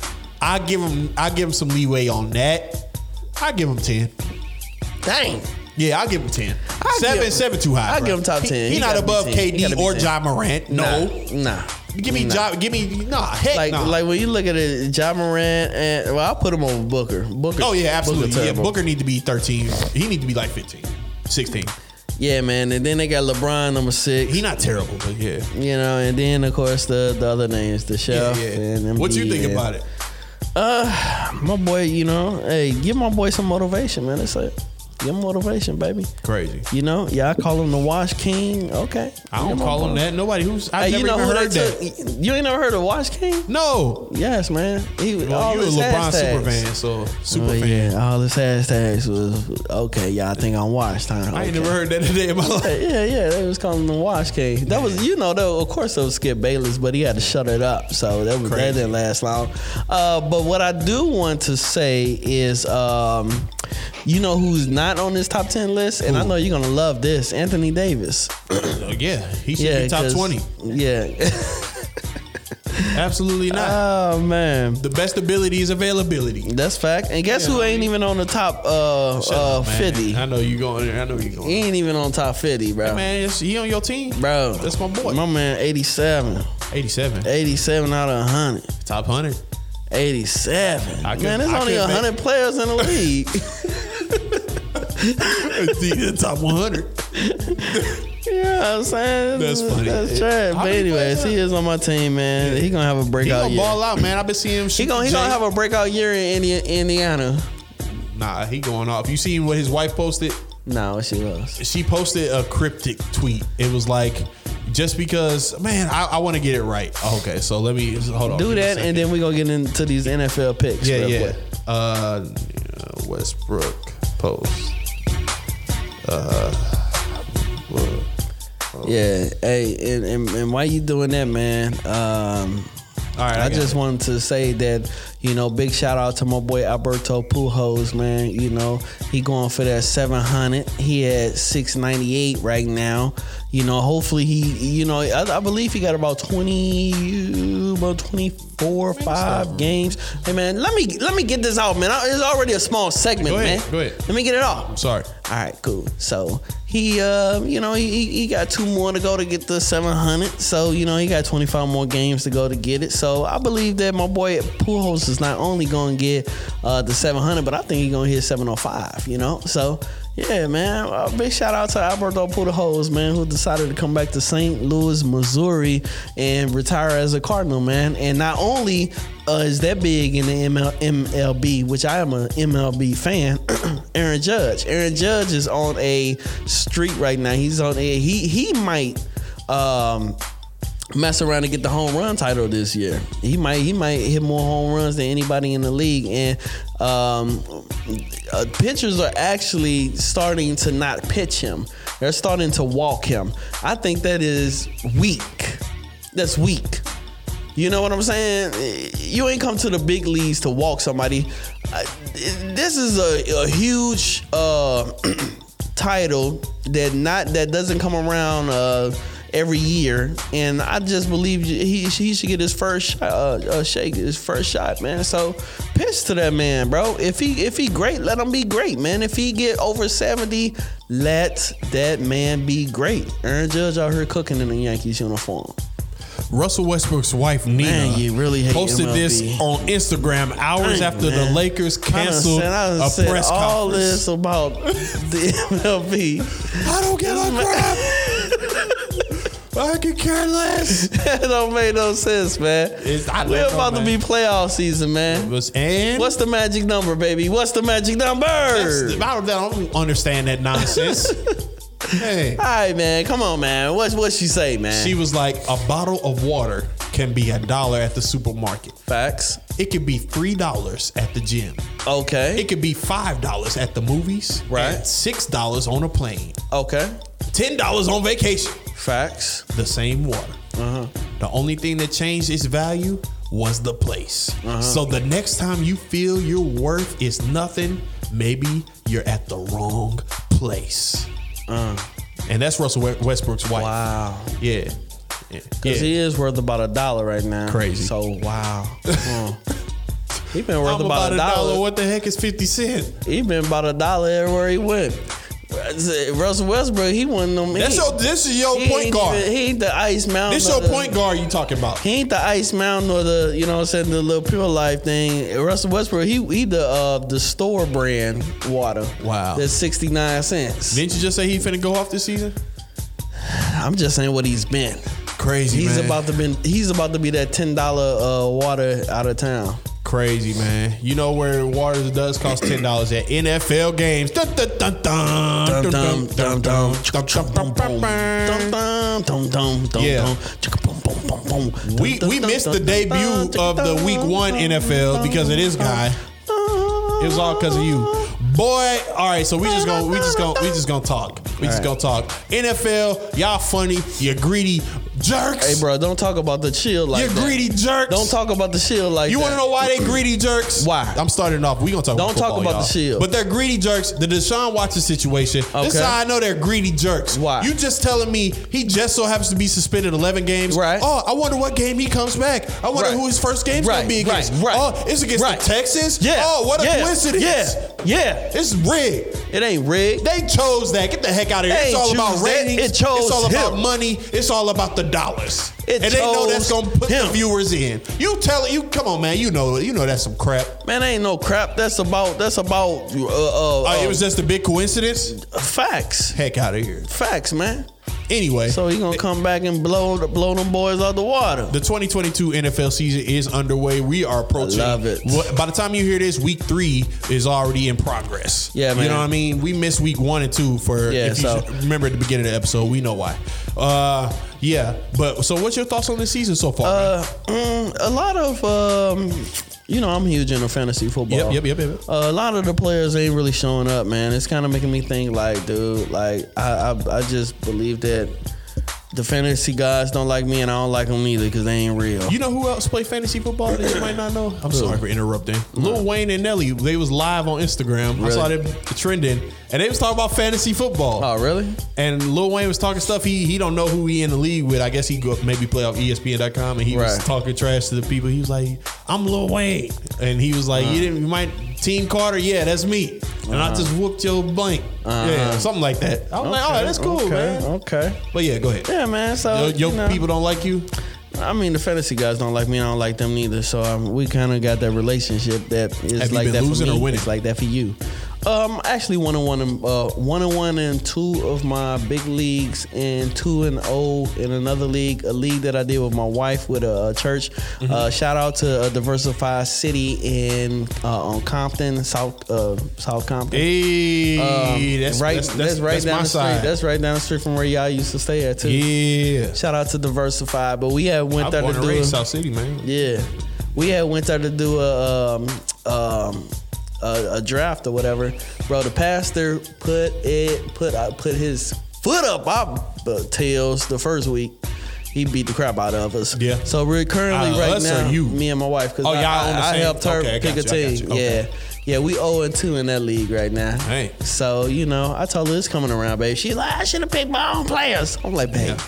Speaker 1: I give him I give him some leeway on that. I give him 10.
Speaker 2: Dang.
Speaker 1: Yeah, I'll give him 10.
Speaker 2: I
Speaker 1: seven,
Speaker 2: give-
Speaker 1: seven too high.
Speaker 2: I
Speaker 1: bro.
Speaker 2: give him top
Speaker 1: He-
Speaker 2: 10.
Speaker 1: He,
Speaker 2: He
Speaker 1: not
Speaker 2: gotta be
Speaker 1: above
Speaker 2: 10. He
Speaker 1: KD
Speaker 2: gotta be
Speaker 1: or
Speaker 2: 10.
Speaker 1: John Morant. No.
Speaker 2: Nah. nah.
Speaker 1: Give me
Speaker 2: Nah.
Speaker 1: job. Give me nah. Heck
Speaker 2: Like,
Speaker 1: nah.
Speaker 2: like when you look at it, John Morant and well, I put him over Booker. Booker.
Speaker 1: oh yeah, absolutely. yeah,
Speaker 2: terrible.
Speaker 1: Booker need to be thirteen. He need to be like 15, 16.
Speaker 2: Yeah, man. And then they got LeBron number six.
Speaker 1: He not terrible, but yeah.
Speaker 2: you know, and then of course the, the other names, the
Speaker 1: Yeah,
Speaker 2: chef.
Speaker 1: yeah.
Speaker 2: And
Speaker 1: What you
Speaker 2: Embiid
Speaker 1: think
Speaker 2: and-
Speaker 1: about it?
Speaker 2: Uh, my boy, you know, hey, give my boy some motivation, man. That's it. Give him motivation, baby.
Speaker 1: Crazy.
Speaker 2: You know, yeah, I call him the Wash King. Okay.
Speaker 1: I don't
Speaker 2: Give my
Speaker 1: call
Speaker 2: boy-
Speaker 1: him that. Nobody who's I
Speaker 2: Hey,
Speaker 1: never
Speaker 2: you know
Speaker 1: even
Speaker 2: who
Speaker 1: heard
Speaker 2: they
Speaker 1: that.
Speaker 2: took? You ain't never heard of Wash King?
Speaker 1: No.
Speaker 2: Yes, man. He was
Speaker 1: Well,
Speaker 2: all
Speaker 1: you a
Speaker 2: his
Speaker 1: LeBron
Speaker 2: hashtags.
Speaker 1: super fan, so super
Speaker 2: Oh,
Speaker 1: fan.
Speaker 2: yeah, all his hashtags was okay. Yeah, I think I'm Wash time.
Speaker 1: I ain't
Speaker 2: okay.
Speaker 1: never heard that today in my life.
Speaker 2: Yeah, yeah, they was calling him the Wash King. That was, you know, though. Of course, that was Skip Bayless, but he had to shut it up, so that was
Speaker 1: Crazy.
Speaker 2: that didn't last long. Uh, but what I do want to say is, um, you know, who's not on this top ten list, and I know you're gonna love this, Anthony Davis.
Speaker 1: yeah, he should
Speaker 2: Yeah,
Speaker 1: be top
Speaker 2: 'cause-
Speaker 1: twenty.
Speaker 2: Yeah.
Speaker 1: Absolutely not.
Speaker 2: oh man.
Speaker 1: the best ability is availability.
Speaker 2: That's fact. And guess who ain't even on the top uh,
Speaker 1: Shut
Speaker 2: uh
Speaker 1: up, man.
Speaker 2: fifty?
Speaker 1: I know you going there. I know you going.
Speaker 2: He ain't even on top fifty, bro.
Speaker 1: Man, it's, he on your team,
Speaker 2: bro,
Speaker 1: That's my boy.
Speaker 2: My man, 87. Eh.
Speaker 1: Eighty-seven,
Speaker 2: 87 out of 100.
Speaker 1: top hundred.
Speaker 2: 87.
Speaker 1: I could-
Speaker 2: Man, there's
Speaker 1: I
Speaker 2: only
Speaker 1: could make-
Speaker 2: 100 players in the league.
Speaker 1: the top 100.
Speaker 2: you know what I'm saying?
Speaker 1: That's funny.
Speaker 2: That's trash.
Speaker 1: How
Speaker 2: But
Speaker 1: many
Speaker 2: anyways,
Speaker 1: players
Speaker 2: he is on my team, man. He gonna have a
Speaker 1: He
Speaker 2: breakout
Speaker 1: gonna
Speaker 2: year.
Speaker 1: ball out, man. I've been seeing him.
Speaker 2: He gonna he gonna have a breakout year in Indi- Indiana.
Speaker 1: Nah, he going off. You seen what his wife posted?
Speaker 2: No, she was.
Speaker 1: She posted a cryptic tweet. It was like, just because, man, I, I want to get it right. Okay, so let me hold on.
Speaker 2: Do
Speaker 1: Give me a
Speaker 2: that,
Speaker 1: second.
Speaker 2: and then we gonna get into these NFL picks.
Speaker 1: Yeah,
Speaker 2: real
Speaker 1: yeah.
Speaker 2: quick.
Speaker 1: Uh, Westbrook post.
Speaker 2: Yeah. Hey, and, and, and why you doing that, man? Um,
Speaker 1: All right,
Speaker 2: I,
Speaker 1: I,
Speaker 2: just
Speaker 1: want.
Speaker 2: wanted to say that, you know, big shout out to my boy Alberto Pujols, man. You know, he going for that 700. He at 698 right now. You know, hopefully he, you know, I, I believe he got about 20, about 24, five games. Hey man, let me let me get this out, man. I, it's already a small segment,
Speaker 1: Go ahead,
Speaker 2: man.
Speaker 1: go ahead.
Speaker 2: Let me get it off.
Speaker 1: Sorry.
Speaker 2: All right, cool. So he, uh, you know, he- he, he got two more to go to get the 700. So, you know, he got 25 more games to go to get it. So I believe that my boy Pujols is not only going to get uh, the 700, but I think he's going to hit 705, you know? So, yeah, man. Uh, big shout out to Alberto Pujols, man, who decided to come back to St. Louis, Missouri, and retire as a Cardinal, man. And not only uh, is that big in the ML, MLB, which I am a MLB fan, Aaron Judge. Aaron Judge is on a streak right now. He's on a he he might um mess around and get the home run title this year. He might he might hit more home runs than anybody in the league and um uh, pitchers are actually starting to not pitch him. They're starting to walk him. I think that is weak. That's weak. You know what I'm saying? You ain't come to the big leagues to walk somebody. I- This is a, a huge uh, title that not that doesn't come around uh, every year, and I just believe he, he should get his first shot, uh, uh, shake, his first shot, man. So pitch to that man, bro. If he if he great, let him be great, man. If he get over 70, let that man be great. Aaron Judge out here cooking in the Yankees uniform.
Speaker 1: Russell Westbrook's wife Nina
Speaker 2: Man, you really hate
Speaker 1: posted this
Speaker 2: MLB.
Speaker 1: on Instagram hours
Speaker 2: Dang,
Speaker 1: after the
Speaker 2: man.
Speaker 1: Lakers
Speaker 2: I done
Speaker 1: canceled
Speaker 2: said- I done
Speaker 1: a
Speaker 2: said
Speaker 1: press
Speaker 2: all
Speaker 1: conference.
Speaker 2: this about the MLB.
Speaker 1: I don't give a crap. I could care less.
Speaker 2: That don't make no sense, man.
Speaker 1: It's- I
Speaker 2: We're
Speaker 1: don't know,
Speaker 2: about to
Speaker 1: man.
Speaker 2: be playoff season, man.
Speaker 1: Was and
Speaker 2: What's the magic number, baby? What's the magic number?
Speaker 1: That's- I don't, I don't understand that nonsense. hey,
Speaker 2: All right, man. Come on, man. What's what she say, man?
Speaker 1: she was like, a bottle of water can be a dollar at the supermarket.
Speaker 2: facts.
Speaker 1: It could be three dollars at the gym.
Speaker 2: Okay.
Speaker 1: It could be five dollars at the movies.
Speaker 2: Right.
Speaker 1: and Six dollars on a plane.
Speaker 2: Okay.
Speaker 1: Ten dollars on vacation.
Speaker 2: Facts.
Speaker 1: The same water.
Speaker 2: Uh-huh.
Speaker 1: The only thing that changed its value was the place.
Speaker 2: Uh-huh.
Speaker 1: So the next time you feel your worth is nothing, maybe you're at the wrong place. And that's Russell We- Westbrook's wife.
Speaker 2: Uh. Wow.
Speaker 1: Yeah. Yeah.
Speaker 2: Cause
Speaker 1: Yeah.
Speaker 2: he is worth about a dollar right now.
Speaker 1: Crazy.
Speaker 2: So wow. Mm. he been worth
Speaker 1: I'm about, a dollar.
Speaker 2: dollar.
Speaker 1: What the heck is 50 cents?
Speaker 2: He been about a dollar everywhere he went. Russell Westbrook, he wasn't no
Speaker 1: That's
Speaker 2: he,
Speaker 1: your, this is your
Speaker 2: he
Speaker 1: point
Speaker 2: ain't
Speaker 1: guard.
Speaker 2: even- he ain't the ice mountain.
Speaker 1: this
Speaker 2: or
Speaker 1: your
Speaker 2: the-
Speaker 1: point guard you talking about.
Speaker 2: He ain't the ice mountain or the you know what I'm saying the little pure life thing. Russell Westbrook, he he the uh, the store brand water.
Speaker 1: Wow.
Speaker 2: that's sixty nine cents.
Speaker 1: Didn't you just say he finna go off this season?
Speaker 2: I'm just saying what he's been.
Speaker 1: Crazy,
Speaker 2: He's
Speaker 1: man.
Speaker 2: about to been he's about to be that ten dollar uh, water out of town.
Speaker 1: Crazy man, you know where water does cost ten dollars at NFL games. Dun, dun, dun, dun. Dun, dun, dun, dun. Dun, dun, dun, dun,
Speaker 2: Dum,
Speaker 1: dun.
Speaker 2: dum, dum, dum, dum,
Speaker 1: Yeah.
Speaker 2: dum. Chicka, bum, bum, bum, bum.
Speaker 1: We
Speaker 2: Dum,
Speaker 1: we
Speaker 2: dum,
Speaker 1: missed
Speaker 2: dum,
Speaker 1: the
Speaker 2: dum,
Speaker 1: debut
Speaker 2: dum,
Speaker 1: of the
Speaker 2: dum,
Speaker 1: Week One
Speaker 2: dum,
Speaker 1: NFL
Speaker 2: dum,
Speaker 1: because of this
Speaker 2: dum,
Speaker 1: guy. It was all because of you, boy. All right, so we just gonna we just gonna we just gonna talk. We just gonna
Speaker 2: All
Speaker 1: talk NFL. Y'all funny. You greedy
Speaker 2: Hey,
Speaker 1: jerks.
Speaker 2: bro, don't talk about the chill like
Speaker 1: You
Speaker 2: that.
Speaker 1: greedy jerks.
Speaker 2: Don't talk about the shield like
Speaker 1: You
Speaker 2: that.
Speaker 1: want to know why they greedy jerks?
Speaker 2: Why?
Speaker 1: I'm starting off. We gonna talk.
Speaker 2: Don't talk
Speaker 1: football,
Speaker 2: about
Speaker 1: y'all.
Speaker 2: the shield.
Speaker 1: But they're greedy jerks. The Deshaun Watson situation. This
Speaker 2: Okay.
Speaker 1: is how I know they're greedy jerks.
Speaker 2: Why?
Speaker 1: You just telling me he just so happens to be suspended 11 games.
Speaker 2: Right.
Speaker 1: Oh, I wonder what game he comes back. I wonder
Speaker 2: Right.
Speaker 1: who his first game's
Speaker 2: Right,
Speaker 1: gonna be against.
Speaker 2: right, right,
Speaker 1: Oh, it's against
Speaker 2: right.
Speaker 1: the Texans.
Speaker 2: Yeah,
Speaker 1: Oh, what a
Speaker 2: yeah,
Speaker 1: coincidence.
Speaker 2: yeah. Yeah,
Speaker 1: It's rigged.
Speaker 2: it ain't rigged.
Speaker 1: They chose that. Get the heck out of here.
Speaker 2: They
Speaker 1: It's all
Speaker 2: ain't
Speaker 1: about
Speaker 2: choose that.
Speaker 1: ratings.
Speaker 2: It chose
Speaker 1: it's all about
Speaker 2: him.
Speaker 1: money. It's all about the dollars.
Speaker 2: It
Speaker 1: and they know that's
Speaker 2: chose
Speaker 1: gonna put the
Speaker 2: him.
Speaker 1: viewers in. You tell it. You come on, man. You know. You know that's some crap.
Speaker 2: Man, ain't no crap. That's about that's about uh,
Speaker 1: Uh,
Speaker 2: uh, uh,
Speaker 1: it was just a big coincidence.
Speaker 2: facts.
Speaker 1: Heck out of here.
Speaker 2: Facts, man.
Speaker 1: Anyway,
Speaker 2: So he gonna come back and blow the- blow them boys out the water.
Speaker 1: the 2022 NFL season is underway. We are approaching.
Speaker 2: I love it.
Speaker 1: What, by the time you hear this, week three is already in progress.
Speaker 2: Yeah,
Speaker 1: You
Speaker 2: man.
Speaker 1: know what I mean? We missed week one and two for.
Speaker 2: Yeah,
Speaker 1: If you
Speaker 2: so-
Speaker 1: should remember at the beginning of the episode, we know why. Uh, yeah. But so, what's your thoughts on this season so far? man?
Speaker 2: Uh, mm, a lot of um, you know, I'm huge into fantasy football. Uh,
Speaker 1: Yep, yep, yep, yep, yep.
Speaker 2: a lot of the players ain't really showing up, man. It's kind of making me think, like, dude, like I, I, I just believe that the fantasy guys don't like me, and I don't like them either because they ain't real.
Speaker 1: You know who else play fantasy football that you might not know? I'm sorry for interrupting. Lil Wayne and Nelly, they was live on Instagram. I
Speaker 2: Really?
Speaker 1: saw them trending, and they was talking about fantasy football.
Speaker 2: oh, really?
Speaker 1: And Lil Wayne was talking stuff. He he don't know who he in the league with. I guess he go, maybe play off E ESPN.com, and he was
Speaker 2: Right.
Speaker 1: talking trash to the people. He was like, "I'm Lil Wayne," and he was
Speaker 2: Uh-huh.
Speaker 1: like, "You didn't, you might Team Carter? Yeah, that's me." And I just whooped your blank, yeah, something like that. I was like, "All
Speaker 2: oh,
Speaker 1: right, that's cool,
Speaker 2: Uh-huh. okay,
Speaker 1: man."
Speaker 2: Okay.
Speaker 1: But yeah, go ahead.
Speaker 2: Yeah, man. So
Speaker 1: Yo-
Speaker 2: you
Speaker 1: Your,
Speaker 2: know.
Speaker 1: people don't like you.
Speaker 2: I mean, the fantasy guys don't like me. and I don't like them neither. So um, we kind of got that relationship that is
Speaker 1: Have you
Speaker 2: like
Speaker 1: been
Speaker 2: that
Speaker 1: losing
Speaker 2: for me.
Speaker 1: or winning?
Speaker 2: It's like that for you. Um, actually, one and one, in, uh, one and one in two of my big leagues, and two and O in another league, a league that I did with my wife with a, a church.
Speaker 1: Mm-hmm.
Speaker 2: Uh, shout out to uh, Diversified City in uh, on Compton, South uh, South Compton.
Speaker 1: Hey,
Speaker 2: Um,
Speaker 1: that's
Speaker 2: right,
Speaker 1: That's,
Speaker 2: that's,
Speaker 1: that's,
Speaker 2: right
Speaker 1: that's
Speaker 2: down
Speaker 1: my
Speaker 2: the street.
Speaker 1: side.
Speaker 2: That's right down the street from where y'all used to stay at too.
Speaker 1: yeah.
Speaker 2: Shout out to Diversified, but we had went
Speaker 1: I'm
Speaker 2: there to
Speaker 1: born and
Speaker 2: do
Speaker 1: raised
Speaker 2: a-
Speaker 1: South City, man.
Speaker 2: yeah, we had went there to do a um, um, a, a draft or whatever, bro. The pastor put it put I put his foot up our tails the first week. He beat the crap out of us.
Speaker 1: Yeah.
Speaker 2: So we're currently
Speaker 1: Uh,
Speaker 2: right
Speaker 1: us or
Speaker 2: now,
Speaker 1: you?
Speaker 2: me and my wife, because
Speaker 1: Oh,
Speaker 2: I,
Speaker 1: y'all on the
Speaker 2: I- I
Speaker 1: same-
Speaker 2: helped her
Speaker 1: okay, I got
Speaker 2: pick a
Speaker 1: you, I got
Speaker 2: team.
Speaker 1: you, okay.
Speaker 2: Yeah. Yeah, we 0 and 2 in that league right now.
Speaker 1: Hey.
Speaker 2: So, you know, I told her it's coming around, babe. She's like, I should have picked my own players. I'm like, babe,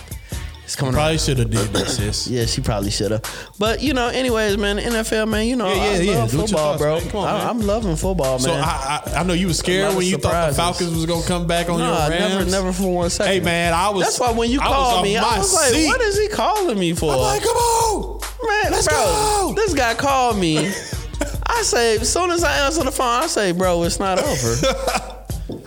Speaker 2: it's coming around.
Speaker 1: Probably should have did that, sis.
Speaker 2: Yeah, she probably should have. But you know, anyways, man, the NFL, man, you know,
Speaker 1: Yeah, yeah,
Speaker 2: I
Speaker 1: yeah.
Speaker 2: love
Speaker 1: Do what you
Speaker 2: football,
Speaker 1: thought,
Speaker 2: bro.
Speaker 1: man. Come on,
Speaker 2: I,
Speaker 1: man.
Speaker 2: I'm loving football,
Speaker 1: So
Speaker 2: man.
Speaker 1: I, I I know you were
Speaker 2: A lot
Speaker 1: scared
Speaker 2: of
Speaker 1: when you thought the
Speaker 2: surprises.
Speaker 1: Falcons was gonna come back on
Speaker 2: Nah,
Speaker 1: your
Speaker 2: never,
Speaker 1: Rams.
Speaker 2: never for one second.
Speaker 1: Hey man, I was.
Speaker 2: that's why when you
Speaker 1: I was
Speaker 2: called
Speaker 1: on
Speaker 2: me,
Speaker 1: my
Speaker 2: I was like,
Speaker 1: seat.
Speaker 2: "What is he calling me for?"
Speaker 1: I'm like, come on,
Speaker 2: man,
Speaker 1: let's
Speaker 2: bro,
Speaker 1: go.
Speaker 2: this guy called me. I say, as soon as I answer the phone, I say, "Bro, it's not over."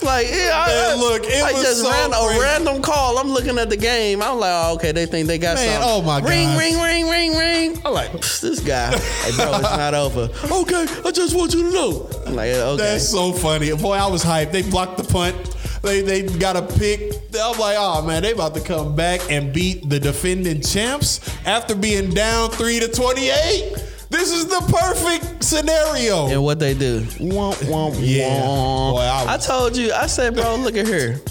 Speaker 2: Like, yeah, I,
Speaker 1: Man, look, it
Speaker 2: I
Speaker 1: was
Speaker 2: just
Speaker 1: so
Speaker 2: ran
Speaker 1: crazy.
Speaker 2: a random call. I'm looking at the game. I'm like, oh, okay, they think they got
Speaker 1: Man,
Speaker 2: something.
Speaker 1: oh my
Speaker 2: Ring,
Speaker 1: gosh.
Speaker 2: ring, ring, ring, ring.
Speaker 1: I'm like,
Speaker 2: Psst, this guy. Hey, bro, it's not over. Okay, I just want you to know. I'm like, yeah, okay.
Speaker 1: that's so funny. Boy, I was hyped. They blocked the punt. They they got a pick. I'm like, oh man, they about to come back and beat the defending champs after being down three to twenty eight. This is the perfect scenario.
Speaker 2: and what they do? Womp, womp,
Speaker 1: Yeah.
Speaker 2: womp.
Speaker 1: Boy, I
Speaker 2: I,
Speaker 1: was-
Speaker 2: told you. I said, bro, look at here.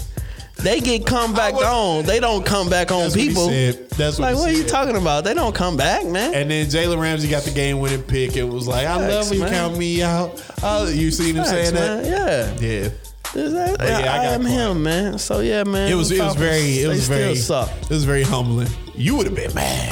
Speaker 2: They get come back
Speaker 1: was-
Speaker 2: on. They don't come back on
Speaker 1: That's what he
Speaker 2: people.
Speaker 1: said. That's what
Speaker 2: like,
Speaker 1: he
Speaker 2: what are you
Speaker 1: said.
Speaker 2: talking about? They don't come back, man.
Speaker 1: And then Jalen Ramsey got the game winning pick and was like, I
Speaker 2: Facts,
Speaker 1: love when you
Speaker 2: man.
Speaker 1: count me out. Uh, you seen him
Speaker 2: Facts,
Speaker 1: saying
Speaker 2: man.
Speaker 1: that?
Speaker 2: Yeah.
Speaker 1: Yeah.
Speaker 2: This- I,
Speaker 1: Oh, yeah, I
Speaker 2: I
Speaker 1: got
Speaker 2: am
Speaker 1: caught.
Speaker 2: him, man. So yeah, man.
Speaker 1: It was it was
Speaker 2: Falcons,
Speaker 1: very it was
Speaker 2: they
Speaker 1: very
Speaker 2: still suck.
Speaker 1: it was very humbling. You would have been mad.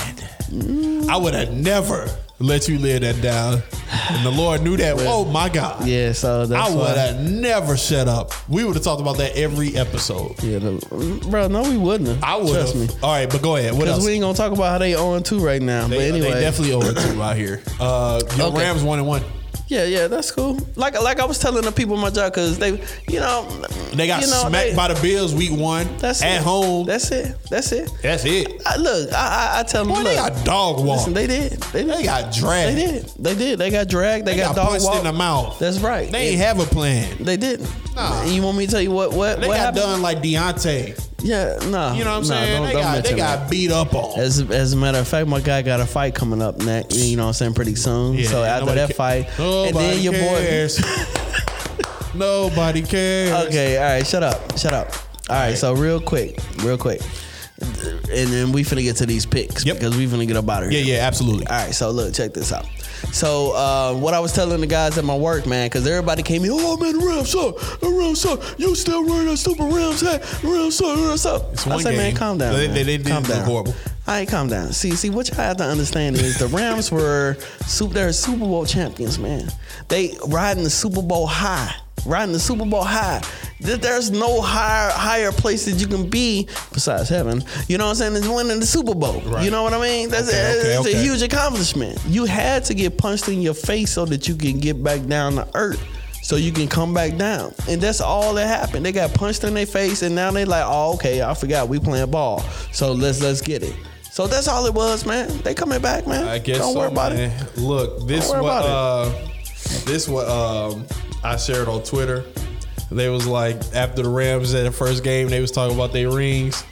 Speaker 2: Mm.
Speaker 1: I would have never let you live that down. And the Lord knew that. Oh my God.
Speaker 2: Yeah, so that's
Speaker 1: I
Speaker 2: why.
Speaker 1: would have never shut up. We would have talked about that every episode.
Speaker 2: Yeah, the, bro, no, we wouldn't. have.
Speaker 1: I would
Speaker 2: Trust me.
Speaker 1: have. All right, but go ahead. What
Speaker 2: Because
Speaker 1: else?
Speaker 2: we ain't gonna talk about how they on two right now. but
Speaker 1: they,
Speaker 2: anyway,
Speaker 1: they definitely over two out here. Uh, your
Speaker 2: Okay.
Speaker 1: Rams one and one.
Speaker 2: yeah, yeah, that's cool. Like, like I was telling the people in my job, because they, you know,
Speaker 1: They got
Speaker 2: you know,
Speaker 1: smacked
Speaker 2: they-
Speaker 1: by the Bills week one.
Speaker 2: That's
Speaker 1: at
Speaker 2: it.
Speaker 1: home.
Speaker 2: That's it. That's it.
Speaker 1: That's it.
Speaker 2: I, look, I, I, I tell them,
Speaker 1: Boy,
Speaker 2: look,
Speaker 1: they got dog walk.
Speaker 2: listen,
Speaker 1: they,
Speaker 2: they did, they did,
Speaker 1: got
Speaker 2: they
Speaker 1: dragged. They,
Speaker 2: did, they did, they got dragged, they,
Speaker 1: got,
Speaker 2: got, dog
Speaker 1: punched
Speaker 2: walked.
Speaker 1: in the mouth.
Speaker 2: That's right.
Speaker 1: they ain't
Speaker 2: And
Speaker 1: have a plan.
Speaker 2: They didn't.
Speaker 1: Nah.
Speaker 2: You want me to tell you what? What?
Speaker 1: They
Speaker 2: what
Speaker 1: got
Speaker 2: happened?
Speaker 1: done like Deontay.
Speaker 2: Yeah. No.
Speaker 1: You know what I'm
Speaker 2: no,
Speaker 1: saying?
Speaker 2: Don't,
Speaker 1: they
Speaker 2: don't
Speaker 1: got, they
Speaker 2: mention that.
Speaker 1: got beat up on.
Speaker 2: As, as a matter of fact, my guy got a fight coming up next. You know what I'm saying? Pretty soon.
Speaker 1: Yeah,
Speaker 2: so after
Speaker 1: nobody
Speaker 2: that
Speaker 1: ca-
Speaker 2: fight,
Speaker 1: nobody
Speaker 2: and then your boy.
Speaker 1: cares. nobody cares.
Speaker 2: Okay, all right, shut up, shut up. All right, so real quick, real quick, and then we finna get to these picks
Speaker 1: Yep.
Speaker 2: because we finna get up out of
Speaker 1: Yeah,
Speaker 2: here.
Speaker 1: yeah, absolutely.
Speaker 2: All right, so look, check this out. So uh, what I was telling the guys at my work, man, because everybody came in, oh man, the Rams suck, the Rams suck. You still wearing that stupid Rams hat? The Rams suck, the Rams suck.
Speaker 1: It's
Speaker 2: I
Speaker 1: one
Speaker 2: said, man,
Speaker 1: game.
Speaker 2: calm down.
Speaker 1: They-
Speaker 2: man.
Speaker 1: they- they did
Speaker 2: calm
Speaker 1: look
Speaker 2: down.
Speaker 1: horrible.
Speaker 2: All right, calm down. See, see, what y'all have to understand is the Rams were super, they're Super Bowl champions, man. They riding the Super Bowl high. riding the Super Bowl high. Th- There's no higher higher place that you can be besides heaven. You know what I'm saying? It's winning the Super Bowl. You
Speaker 1: Right.
Speaker 2: know what I mean? That's
Speaker 1: Okay, okay,
Speaker 2: it's a
Speaker 1: okay.
Speaker 2: huge accomplishment. You had to get punched in your face so that you can get back down to earth. So you can come back down. And that's all that happened. They got punched in their face and now they like, oh, okay, I forgot we playing ball. So let's let's get it. So that's all it was, man. They coming back, man.
Speaker 1: I guess
Speaker 2: Don't
Speaker 1: so,
Speaker 2: worry about it.
Speaker 1: man. Look, this
Speaker 2: Don't
Speaker 1: what
Speaker 2: worry
Speaker 1: uh, this what um, I shared on Twitter. They was like after the Rams at the first game, they was talking about their rings.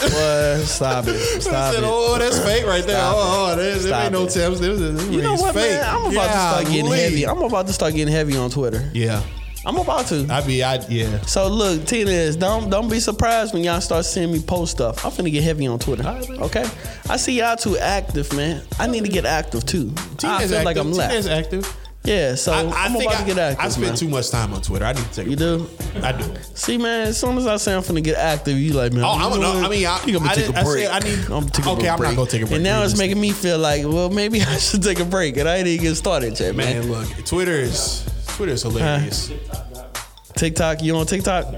Speaker 2: Boy, stop it.
Speaker 1: I
Speaker 2: Stop
Speaker 1: said,
Speaker 2: it.
Speaker 1: "Oh, that's fake right there.
Speaker 2: Stop
Speaker 1: oh, oh, there's, there
Speaker 2: Stop
Speaker 1: ain't no
Speaker 2: it.
Speaker 1: Tim's. There's, there's
Speaker 2: You know what,
Speaker 1: fake.
Speaker 2: man? I'm about to start getting
Speaker 1: Golly.
Speaker 2: heavy. I'm about to start getting heavy on Twitter.
Speaker 1: yeah,
Speaker 2: I'm about to.
Speaker 1: I be, I yeah.
Speaker 2: So look, Tina, don't don't be surprised when y'all start seeing me post stuff. I'm finna get heavy on Twitter.
Speaker 1: right, man.
Speaker 2: Okay, I see y'all too active, man. I need to get active too. I feel like I'm
Speaker 1: Tina's
Speaker 2: left.
Speaker 1: active.
Speaker 2: Yeah, so
Speaker 1: I,
Speaker 2: I,
Speaker 1: I
Speaker 2: am
Speaker 1: think
Speaker 2: Oh,
Speaker 1: I,
Speaker 2: about to get active.
Speaker 1: I spend
Speaker 2: man.
Speaker 1: too much time on Twitter. I need to take.
Speaker 2: You do.
Speaker 1: I do.
Speaker 2: See, man, as soon as I say I'm finna get active, you like, man.
Speaker 1: Oh,
Speaker 2: you
Speaker 1: I'm
Speaker 2: know
Speaker 1: gonna.
Speaker 2: what?
Speaker 1: I mean, I,
Speaker 2: You gonna
Speaker 1: I,
Speaker 2: take
Speaker 1: did,
Speaker 2: a
Speaker 1: I
Speaker 2: break.
Speaker 1: said I need.
Speaker 2: I'm taking
Speaker 1: okay,
Speaker 2: a
Speaker 1: I'm
Speaker 2: break.
Speaker 1: not gonna take a break.
Speaker 2: And now
Speaker 1: We're
Speaker 2: it's
Speaker 1: just-
Speaker 2: making me feel like, well, maybe I should take a break, and I ain't even get started yet, man.
Speaker 1: Man, look, Twitter is Twitter is hilarious.
Speaker 2: TikTok, you on TikTok?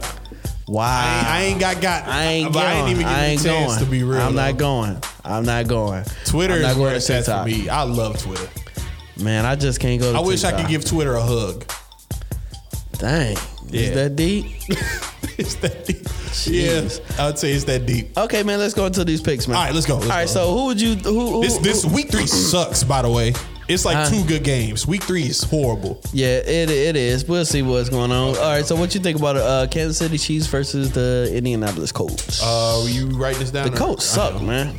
Speaker 2: Wow.
Speaker 1: I, I ain't got got.
Speaker 2: I ain't
Speaker 1: but
Speaker 2: going.
Speaker 1: I ain't even
Speaker 2: I
Speaker 1: getting
Speaker 2: ain't
Speaker 1: a chance
Speaker 2: going.
Speaker 1: to be real.
Speaker 2: I'm
Speaker 1: though.
Speaker 2: not going. I'm not going.
Speaker 1: Twitter
Speaker 2: I'm not
Speaker 1: is
Speaker 2: going
Speaker 1: where
Speaker 2: to
Speaker 1: it's at for
Speaker 2: TikTok.
Speaker 1: me. I love Twitter.
Speaker 2: Man, I just can't go. To
Speaker 1: I wish I
Speaker 2: TikTok.
Speaker 1: could give Twitter a hug.
Speaker 2: Dang. Is
Speaker 1: Yeah.
Speaker 2: that deep?
Speaker 1: it's that deep.
Speaker 2: Jeez.
Speaker 1: Yeah, I would say it's that deep.
Speaker 2: Okay, man. Let's go into these picks, man.
Speaker 1: All right, let's go. Let's
Speaker 2: All right.
Speaker 1: go.
Speaker 2: So who would you? Who? who
Speaker 1: This this
Speaker 2: who-
Speaker 1: week three sucks. By the way, it's like
Speaker 2: Huh?
Speaker 1: two good games. Week three is horrible.
Speaker 2: Yeah, it it is. We'll see what's going on. All right. So what you think about uh, Kansas City Chiefs versus the Indianapolis Colts?
Speaker 1: Uh, uh-huh. will you write this down.
Speaker 2: the
Speaker 1: or-
Speaker 2: Colts suck, man.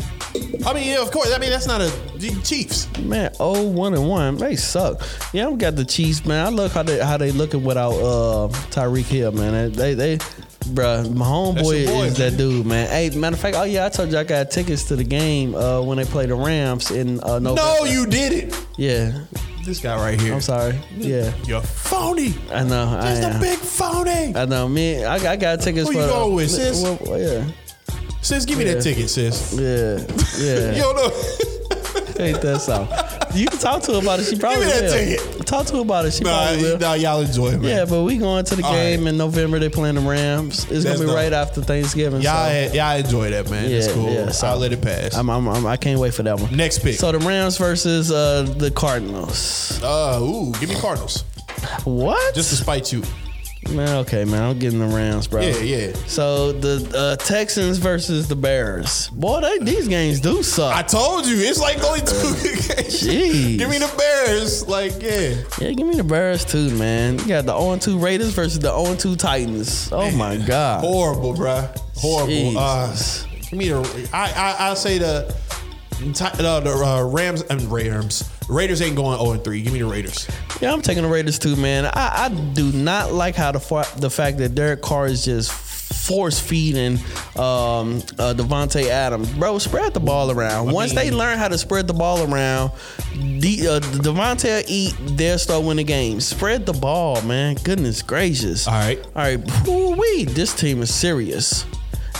Speaker 1: I mean, yeah, of course. I mean, that's not a the Chiefs.
Speaker 2: Man, oh one and one, they suck. Yeah, we got the Chiefs, man. I look how they how they looking without uh, Tyreek Hill, man. They they, they bruh, my homeboy
Speaker 1: your boy,
Speaker 2: is that dude, man. Hey, matter of fact, oh yeah, I told you I got tickets to the game uh, when they play the Rams in uh, November.
Speaker 1: No, you did it.
Speaker 2: yeah,
Speaker 1: This guy right here.
Speaker 2: I'm sorry, yeah,
Speaker 1: You're phony.
Speaker 2: I know, I
Speaker 1: Just a
Speaker 2: am.
Speaker 1: big phony.
Speaker 2: I know, me. I, I got tickets
Speaker 1: Who
Speaker 2: for
Speaker 1: you
Speaker 2: the-
Speaker 1: going with, sis?
Speaker 2: Well, well, yeah,
Speaker 1: Sis, give me
Speaker 2: Yeah.
Speaker 1: that ticket, sis.
Speaker 2: yeah,
Speaker 1: You
Speaker 2: yeah.
Speaker 1: don't know.
Speaker 2: Ain't that so? You can talk to her about it. She probably
Speaker 1: that
Speaker 2: will.
Speaker 1: ticket.
Speaker 2: Talk to her about it. She
Speaker 1: nah,
Speaker 2: probably will.
Speaker 1: nah, y'all enjoy it, man.
Speaker 2: Yeah, but we going to the
Speaker 1: All
Speaker 2: game
Speaker 1: right.
Speaker 2: in November. They playing the Rams. It's gonna
Speaker 1: That's
Speaker 2: be
Speaker 1: dope.
Speaker 2: right after Thanksgiving.
Speaker 1: Y'all,
Speaker 2: so
Speaker 1: y'all enjoy that, man. That's
Speaker 2: Yeah,
Speaker 1: cool.
Speaker 2: yeah, so-
Speaker 1: I'll let it pass.
Speaker 2: I'm, I'm, I'm, I can't wait for that one.
Speaker 1: Next pick.
Speaker 2: So the Rams versus uh, the Cardinals.
Speaker 1: uh, ooh, give me Cardinals.
Speaker 2: What?
Speaker 1: Just to spite you.
Speaker 2: man, okay, man. I'm getting the Rams, bro.
Speaker 1: Yeah, yeah.
Speaker 2: So the uh, Texans versus the Bears. Boy, they, these games do suck.
Speaker 1: I told you, it's like only two games.
Speaker 2: Jeez.
Speaker 1: Give me the Bears. Like, yeah.
Speaker 2: yeah, give me the Bears too, man. You got the 0 2 Raiders versus the 0 2 Titans. Oh my God.
Speaker 1: Horrible, bruh. Horrible. Uh,
Speaker 2: Jesus.
Speaker 1: give me the. I I I say the. Ti- Uh, the uh, Rams and Rams. Raiders ain't going 0 3. Give me the Raiders.
Speaker 2: Yeah, I'm taking the Raiders too, man. I, I do not like how the fa- the fact that Derek Carr is just force feeding um, uh, Devonte Adams, bro. Spread the ball around. Once they
Speaker 1: mean-
Speaker 2: learn how to spread the ball around, the, uh, Devonte will eat. They'll start winning games. Spread the ball, man. Goodness gracious.
Speaker 1: All right.
Speaker 2: all right. Woo-wee, this team is serious.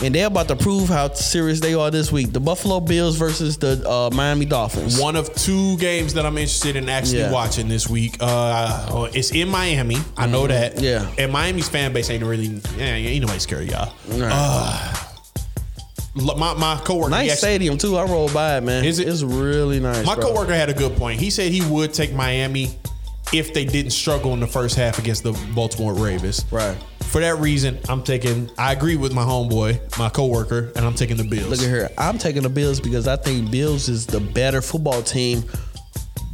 Speaker 2: And they're about to prove how serious they are this week. The Buffalo Bills versus the uh, Miami Dolphins.
Speaker 1: One of two games that I'm interested in actually
Speaker 2: Yeah.
Speaker 1: watching this week. Uh, it's in Miami. I know that.
Speaker 2: Mm-hmm. Yeah.
Speaker 1: And Miami's fan base ain't really. Yeah, ain't nobody scared of y'all. Uh,
Speaker 2: Right.
Speaker 1: L- My my coworker. he
Speaker 2: Nice
Speaker 1: actually-
Speaker 2: stadium too. I rolled by it, man.
Speaker 1: Is it-
Speaker 2: It's really nice.
Speaker 1: My
Speaker 2: bro.
Speaker 1: coworker had a good point. He said he would take Miami if they didn't struggle in the first half against the Baltimore Ravens.
Speaker 2: Right.
Speaker 1: For that reason, I'm taking. I agree with my homeboy, my coworker, and I'm taking the Bills.
Speaker 2: Look at here. I'm taking the Bills because I think Bills is the better football team,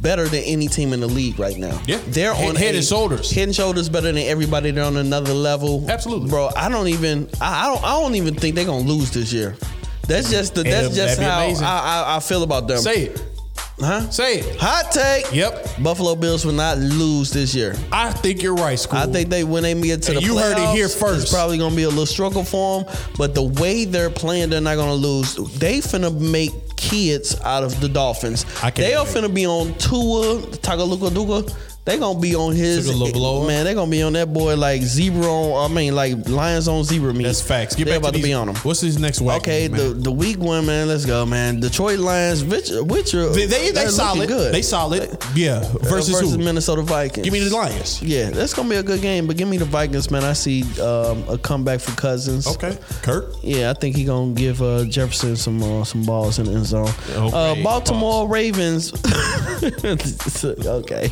Speaker 2: better than any team in the league right now.
Speaker 1: Yeah.
Speaker 2: they're
Speaker 1: Head-
Speaker 2: on
Speaker 1: head
Speaker 2: a-
Speaker 1: and shoulders.
Speaker 2: Head and shoulders better than everybody. They're on another level.
Speaker 1: Absolutely.
Speaker 2: bro. I don't even. I, I don't. I don't even think they're gonna lose this year. That's just the. That's
Speaker 1: It'd-
Speaker 2: just
Speaker 1: that'd be amazing.
Speaker 2: how I, I, I feel about them.
Speaker 1: Say it.
Speaker 2: huh?
Speaker 1: Say it.
Speaker 2: Hot take.
Speaker 1: Yep.
Speaker 2: Buffalo Bills will not lose this year.
Speaker 1: I think you're right, school.
Speaker 2: I think they when they get to
Speaker 1: And
Speaker 2: the
Speaker 1: you heard it
Speaker 2: playoffs,
Speaker 1: here first.
Speaker 2: It's probably gonna be a little struggle for them, but the way they're playing, they're not gonna lose. They finna make kids out of the Dolphins.
Speaker 1: I can't
Speaker 2: They are
Speaker 1: wait.
Speaker 2: finna be on Tua Tagaluka Duga. They gonna be on his
Speaker 1: Took a little blow up.
Speaker 2: man. They gonna be on that boy like zebra. On, I mean, like lions on zebra meat.
Speaker 1: That's facts. Get
Speaker 2: They
Speaker 1: back
Speaker 2: about to,
Speaker 1: these-
Speaker 2: be on them.
Speaker 1: What's his next whack?
Speaker 2: Okay,
Speaker 1: man?
Speaker 2: the the weak one, man. Let's go, man. Detroit Lions, which which are
Speaker 1: they they, they
Speaker 2: they're looking
Speaker 1: solid.
Speaker 2: Good.
Speaker 1: They solid. Yeah. Versus,
Speaker 2: versus
Speaker 1: who?
Speaker 2: Minnesota Vikings.
Speaker 1: Give me the Lions.
Speaker 2: Yeah, that's gonna be a good game. But give me the Vikings, man. I see um, a comeback for Cousins.
Speaker 1: Okay. Kirk.
Speaker 2: Yeah, I think he gonna give uh, Jefferson some uh, some balls in the end zone.
Speaker 1: Okay,
Speaker 2: uh, Baltimore Ravens. okay.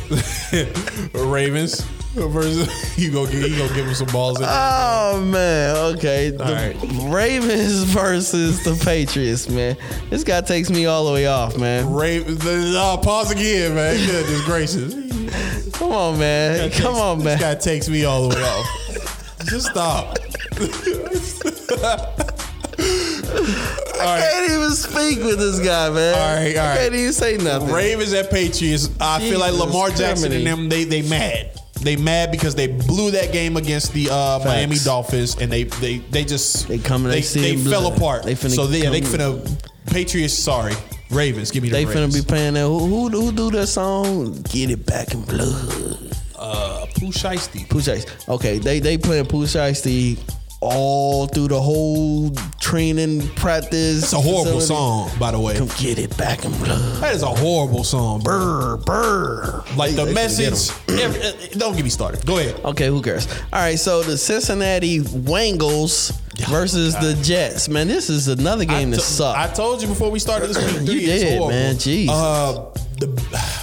Speaker 1: Ravens. Versus you go you go give him some balls. In.
Speaker 2: Oh man. Okay. The
Speaker 1: All right.
Speaker 2: Ravens versus the Patriots, man. This guy takes me all the way off, man.
Speaker 1: Ravens. Oh, pause again, man. Goodness gracious.
Speaker 2: Come on, man. Come on,
Speaker 1: This
Speaker 2: man.
Speaker 1: guy takes me all the way off. Just stop.
Speaker 2: I can't even speak with this guy, man.
Speaker 1: All right, all
Speaker 2: I
Speaker 1: right.
Speaker 2: can't even say nothing.
Speaker 1: Ravens at Patriots. I feel like
Speaker 2: Jesus
Speaker 1: Lamar Jackson
Speaker 2: Christ.
Speaker 1: and them. They they mad. They mad because they blew that game against the uh, Miami Dolphins, and they they they just
Speaker 2: They come and they see
Speaker 1: they
Speaker 2: them
Speaker 1: fell
Speaker 2: blood.
Speaker 1: apart.
Speaker 2: They finna
Speaker 1: so they they
Speaker 2: come-
Speaker 1: finna Patriots. Sorry, Ravens. Give me the
Speaker 2: They
Speaker 1: Ravens.
Speaker 2: finna be playing that. Who, who who do that song? Get it back in blood.
Speaker 1: uh, Pooh Shiesty.
Speaker 2: Pooh Shiesty. Okay, they they playing Pooh Shiesty all through the whole training practice.
Speaker 1: It's a horrible
Speaker 2: facility.
Speaker 1: song, by the way.
Speaker 2: Come get it back in blood.
Speaker 1: That is a horrible song. Brr brr. Like the
Speaker 2: They- they finna
Speaker 1: message. every- uh, don't get me started. Go ahead.
Speaker 2: Okay, who cares? All right, so the Cincinnati Wangles versus the Jets. Man, this is another game
Speaker 1: I
Speaker 2: that
Speaker 1: to- I
Speaker 2: sucks.
Speaker 1: told you before we started this week.
Speaker 2: You
Speaker 1: dude, it's
Speaker 2: did,
Speaker 1: horrible.
Speaker 2: man. Jesus.
Speaker 1: Uh, the,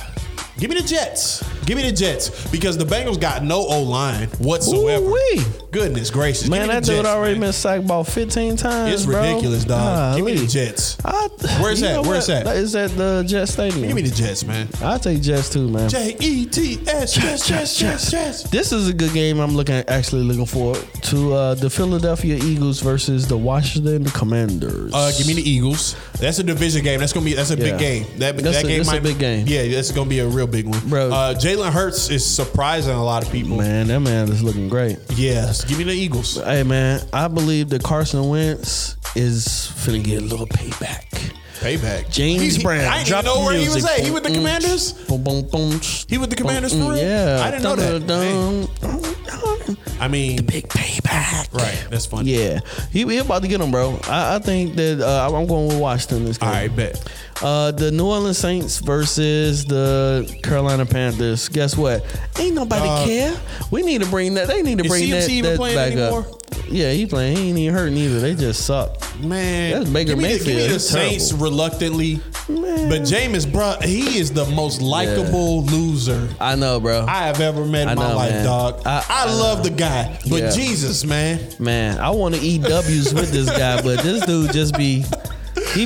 Speaker 1: give me the Jets. Give me the Jets because the Bengals got no O line whatsoever.
Speaker 2: Ooh-wee.
Speaker 1: Goodness gracious,
Speaker 2: Man,
Speaker 1: Give me
Speaker 2: that
Speaker 1: the
Speaker 2: dude
Speaker 1: Jets,
Speaker 2: already
Speaker 1: man.
Speaker 2: been sacked about 15 times.
Speaker 1: It's
Speaker 2: bro.
Speaker 1: ridiculous, dog. Give me the
Speaker 2: Golly.
Speaker 1: Jets.
Speaker 2: I-
Speaker 1: Where's
Speaker 2: you
Speaker 1: that?
Speaker 2: know
Speaker 1: Where's
Speaker 2: what?
Speaker 1: that?
Speaker 2: It's at the Jets Stadium.
Speaker 1: Give me the Jets, man.
Speaker 2: I'll take Jets too, man.
Speaker 1: J E T S Jets, Jets, Jets, Jets.
Speaker 2: This is a good game. I'm looking actually looking forward to uh, the Philadelphia Eagles versus the Washington Commanders.
Speaker 1: Uh, give me the Eagles. That's a division game. That's gonna be that's a
Speaker 2: Yeah.
Speaker 1: big game. That,
Speaker 2: That's
Speaker 1: that
Speaker 2: a-
Speaker 1: game
Speaker 2: that's a
Speaker 1: might
Speaker 2: big game.
Speaker 1: Yeah, that's gonna be a real big one,
Speaker 2: Bro.
Speaker 1: Uh, Jalen Hurts is surprising a lot of people.
Speaker 2: man. That man is looking great.
Speaker 1: Yes, give me the Eagles.
Speaker 2: Hey man, I believe that Carson Wentz is finna get a little payback.
Speaker 1: Payback.
Speaker 2: James
Speaker 1: He- he-
Speaker 2: Brown.
Speaker 1: I didn't
Speaker 2: drop
Speaker 1: even know
Speaker 2: the
Speaker 1: where he was
Speaker 2: music.
Speaker 1: at. He with the
Speaker 2: Mm,
Speaker 1: Commanders.
Speaker 2: Boom, boom, boom. sh-
Speaker 1: He with the Commanders
Speaker 2: Mm,
Speaker 1: for real.
Speaker 2: Yeah,
Speaker 1: I didn't know that. Dang.
Speaker 2: Dun-dun-dun.
Speaker 1: I mean,
Speaker 2: Big payback.
Speaker 1: right? That's funny.
Speaker 2: Yeah, he, he about to get him, bro. I, I think that uh, I'm going with Washington this game.
Speaker 1: All right, bet.
Speaker 2: Uh, the New Orleans Saints versus the Carolina Panthers. Guess what? Ain't nobody
Speaker 1: Uh,
Speaker 2: care. We need to bring that. They need to
Speaker 1: is
Speaker 2: bring
Speaker 1: CMC
Speaker 2: that,
Speaker 1: even
Speaker 2: that
Speaker 1: playing
Speaker 2: back
Speaker 1: anymore?
Speaker 2: up. Yeah, he playing. He ain't even hurting either. They just suck.
Speaker 1: Man,
Speaker 2: That's Baker
Speaker 1: give me The, give me
Speaker 2: Mayfield.
Speaker 1: the
Speaker 2: He's terrible.
Speaker 1: Saints reluctantly,
Speaker 2: Man.
Speaker 1: but Jameis, bro, he is the most likable loser
Speaker 2: I know, bro.
Speaker 1: I have ever met in
Speaker 2: I
Speaker 1: my
Speaker 2: know,
Speaker 1: life,
Speaker 2: man.
Speaker 1: dog. I,
Speaker 2: I- I
Speaker 1: love the guy, but
Speaker 2: Yeah.
Speaker 1: Jesus, man,
Speaker 2: Man, I want to eat W's with this guy, but this dude just be he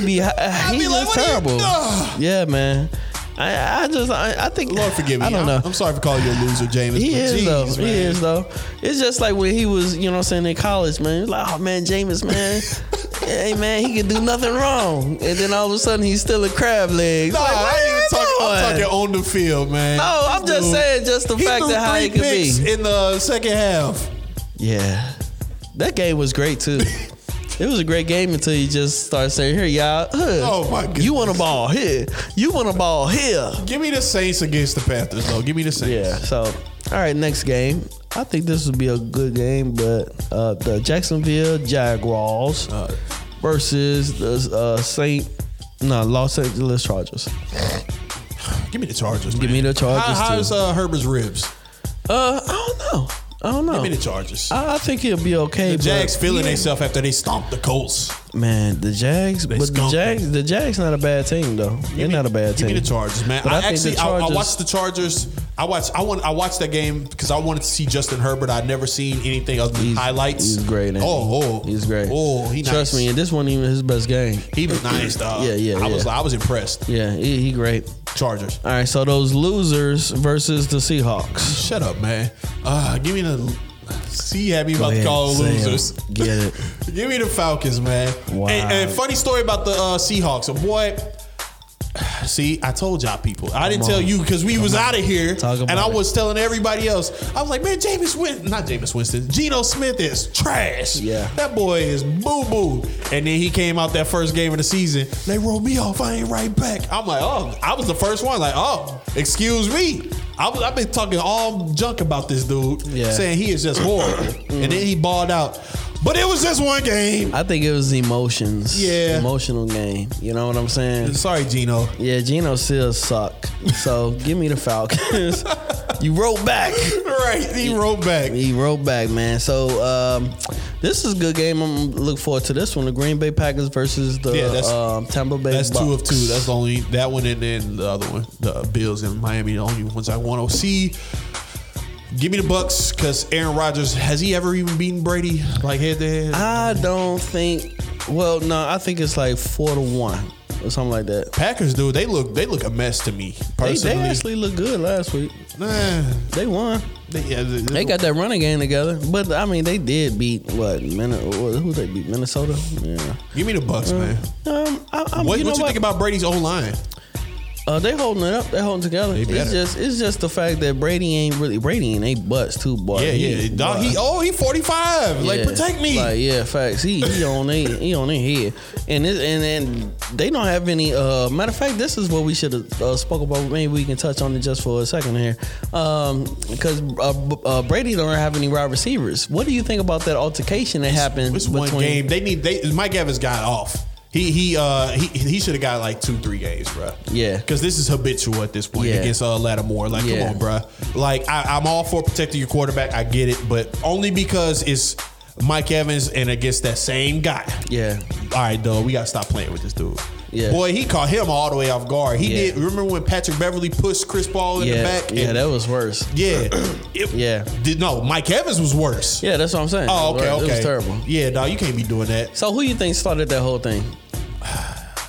Speaker 2: be he
Speaker 1: be
Speaker 2: just
Speaker 1: like, what are you-
Speaker 2: terrible.
Speaker 1: Ugh.
Speaker 2: yeah, man. I I just I, I think
Speaker 1: Lord forgive me.
Speaker 2: I don't know.
Speaker 1: I'm, I'm sorry for calling you a loser, Jameis.
Speaker 2: He
Speaker 1: but
Speaker 2: is
Speaker 1: jeez,
Speaker 2: though.
Speaker 1: man.
Speaker 2: He is though. It's just like when he was, you know, what I'm saying in college, man. He's like, oh man, Jameis, man, hey man, he can do nothing wrong, and then all of a sudden he's still a crab leg.
Speaker 1: No,
Speaker 2: Like, what
Speaker 1: I ain't even
Speaker 2: you
Speaker 1: talking. I'm
Speaker 2: doing?
Speaker 1: talking on the field, man.
Speaker 2: No, I'm
Speaker 1: This
Speaker 2: just
Speaker 1: dude-
Speaker 2: saying, just the
Speaker 1: He
Speaker 2: fact
Speaker 1: threw
Speaker 2: that how
Speaker 1: three
Speaker 2: it could
Speaker 1: picks
Speaker 2: be.
Speaker 1: in the second half.
Speaker 2: Yeah, that game was great too. It was a great game until you just start saying, "Here, y'all, huh,
Speaker 1: Oh, my goodness.
Speaker 2: you want a ball here, you want a ball here."
Speaker 1: Give me the Saints against the Panthers, though. Give me the Saints.
Speaker 2: Yeah. So, all right, next game. I think this would be a good game, but uh, the Jacksonville Jaguars
Speaker 1: Uh.
Speaker 2: versus the uh, Saint, no, Los Angeles Chargers.
Speaker 1: Give me the Chargers.
Speaker 2: Give me the Chargers.
Speaker 1: How,
Speaker 2: too.
Speaker 1: how's uh, Herbert's ribs?
Speaker 2: uh, I don't know. I don't know.
Speaker 1: Give me the Chargers.
Speaker 2: Oh. I I think he'll be okay.
Speaker 1: the Jags
Speaker 2: but-
Speaker 1: feeling themselves after they stomped the Colts.
Speaker 2: Man, the Jags, but the
Speaker 1: skunked
Speaker 2: Jags, the Jags not a bad team though. They're not a bad
Speaker 1: Give
Speaker 2: team.
Speaker 1: me the Chargers, man.
Speaker 2: But
Speaker 1: I,
Speaker 2: I think the
Speaker 1: actually I, I
Speaker 2: Chargers-
Speaker 1: watched the Chargers. I watched I want I watched that game because I wanted to see Justin Herbert. I'd never seen anything other than
Speaker 2: He's-
Speaker 1: highlights.
Speaker 2: He's great. ain't
Speaker 1: Oh, oh,
Speaker 2: he? he's great.
Speaker 1: Oh, he
Speaker 2: trust
Speaker 1: nice.
Speaker 2: me, and this wasn't even his best game.
Speaker 1: He was nice, dog.
Speaker 2: Yeah, yeah,
Speaker 1: I was
Speaker 2: yeah.
Speaker 1: I was impressed.
Speaker 2: Yeah, he, he great.
Speaker 1: Chargers.
Speaker 2: All right, so those losers versus the Seahawks.
Speaker 1: Shut up, man. Uh, give me the. See, had me about to call
Speaker 2: Sam.
Speaker 1: losers.
Speaker 2: Get it.
Speaker 1: Give me the Falcons, man.
Speaker 2: Wow.
Speaker 1: And, and funny story about the uh, Seahawks. A boy. See, I told y'all people. I didn't
Speaker 2: Come
Speaker 1: tell
Speaker 2: on.
Speaker 1: you because we was out of here,
Speaker 2: Talk
Speaker 1: and
Speaker 2: about
Speaker 1: I
Speaker 2: it.
Speaker 1: was telling everybody else. I was like, man, Jameis Winston, not Jameis Winston, Geno Smith is trash.
Speaker 2: Yeah.
Speaker 1: that boy is boo boo. And then he came out that first game of the season. They rolled me off. I ain't right back. I'm like, oh, I was the first one. Like, oh, excuse me. I was, I've been talking all junk about this dude,
Speaker 2: Yeah.
Speaker 1: saying he is just horrible, and then he balled out. But it was just one game.
Speaker 2: I think it was emotions.
Speaker 1: Yeah.
Speaker 2: Emotional game. You know what I'm saying?
Speaker 1: Sorry, Gino.
Speaker 2: Yeah, Geno still suck. So give me the Falcons. you wrote back.
Speaker 1: right, he wrote back.
Speaker 2: He wrote back, man. So um, this is a good game. I'm look forward to this one. The Green Bay Packers versus the
Speaker 1: Yeah, that's-
Speaker 2: um, Tampa Bay.
Speaker 1: That's two of
Speaker 2: Bucs.
Speaker 1: two. That's the only that one, and then the other one, the Bills and Miami, the only ones I want to see. Give me the Bucks because Aaron Rodgers has he ever even beaten Brady like head to head?
Speaker 2: I don't think. Well, no, I think it's like four to one or something like that.
Speaker 1: Packers, dude, they look they look a mess to me
Speaker 2: They, they
Speaker 1: personally.
Speaker 2: actually looked good last week.
Speaker 1: Nah,
Speaker 2: They won.
Speaker 1: they, yeah, they,
Speaker 2: They got that running game together, but I mean, they did beat what? Min- who they beat? Minnesota. Yeah.
Speaker 1: give me the Bucks, man.
Speaker 2: Um, I, I,
Speaker 1: What you,
Speaker 2: you know
Speaker 1: what you
Speaker 2: what?
Speaker 1: think about Brady's O line?
Speaker 2: Uh, they holding it up. They holding together.
Speaker 1: better.
Speaker 2: It's just it's just the fact that Brady ain't really Brady ain't they butts too, boy.
Speaker 1: Yeah, yeah. Dog, he oh he forty five. Like
Speaker 2: yeah.
Speaker 1: protect me.
Speaker 2: Like yeah, facts. He he on they he on their head, and it, and and they don't have any. Uh, matter of fact, this is what we should have uh, spoke about. Maybe we can touch on it just for a second here, um, because uh, B- uh, Brady don't have any wide receivers. What do you think about that altercation that happened?
Speaker 1: It's one
Speaker 2: between-
Speaker 1: game. They need. They Mike Evans got off. He he uh he he should have got like two three games, bruh.
Speaker 2: Yeah.
Speaker 1: because this is habitual at this point
Speaker 2: Yeah.
Speaker 1: against uh, Lattimore. Like,
Speaker 2: Yeah.
Speaker 1: come on, bruh. Like, I, I'm all for protecting your quarterback. I get it, but only because it's Mike Evans and against that same guy.
Speaker 2: Yeah,
Speaker 1: All right, though, we gotta stop playing with this dude.
Speaker 2: Yeah.
Speaker 1: Boy, he caught him all the way off guard. He
Speaker 2: Yeah.
Speaker 1: did. Remember when Patrick Beverly pushed Chris Paul in
Speaker 2: yeah,
Speaker 1: the back?
Speaker 2: yeah.
Speaker 1: And-
Speaker 2: That was worse.
Speaker 1: yeah. It-
Speaker 2: Yeah.
Speaker 1: Did, no, Mike Evans was worse.
Speaker 2: Yeah, that's what I'm saying.
Speaker 1: Oh, okay,
Speaker 2: It
Speaker 1: okay.
Speaker 2: was terrible.
Speaker 1: Yeah, dog, you can't be doing that.
Speaker 2: So who you think started that whole thing?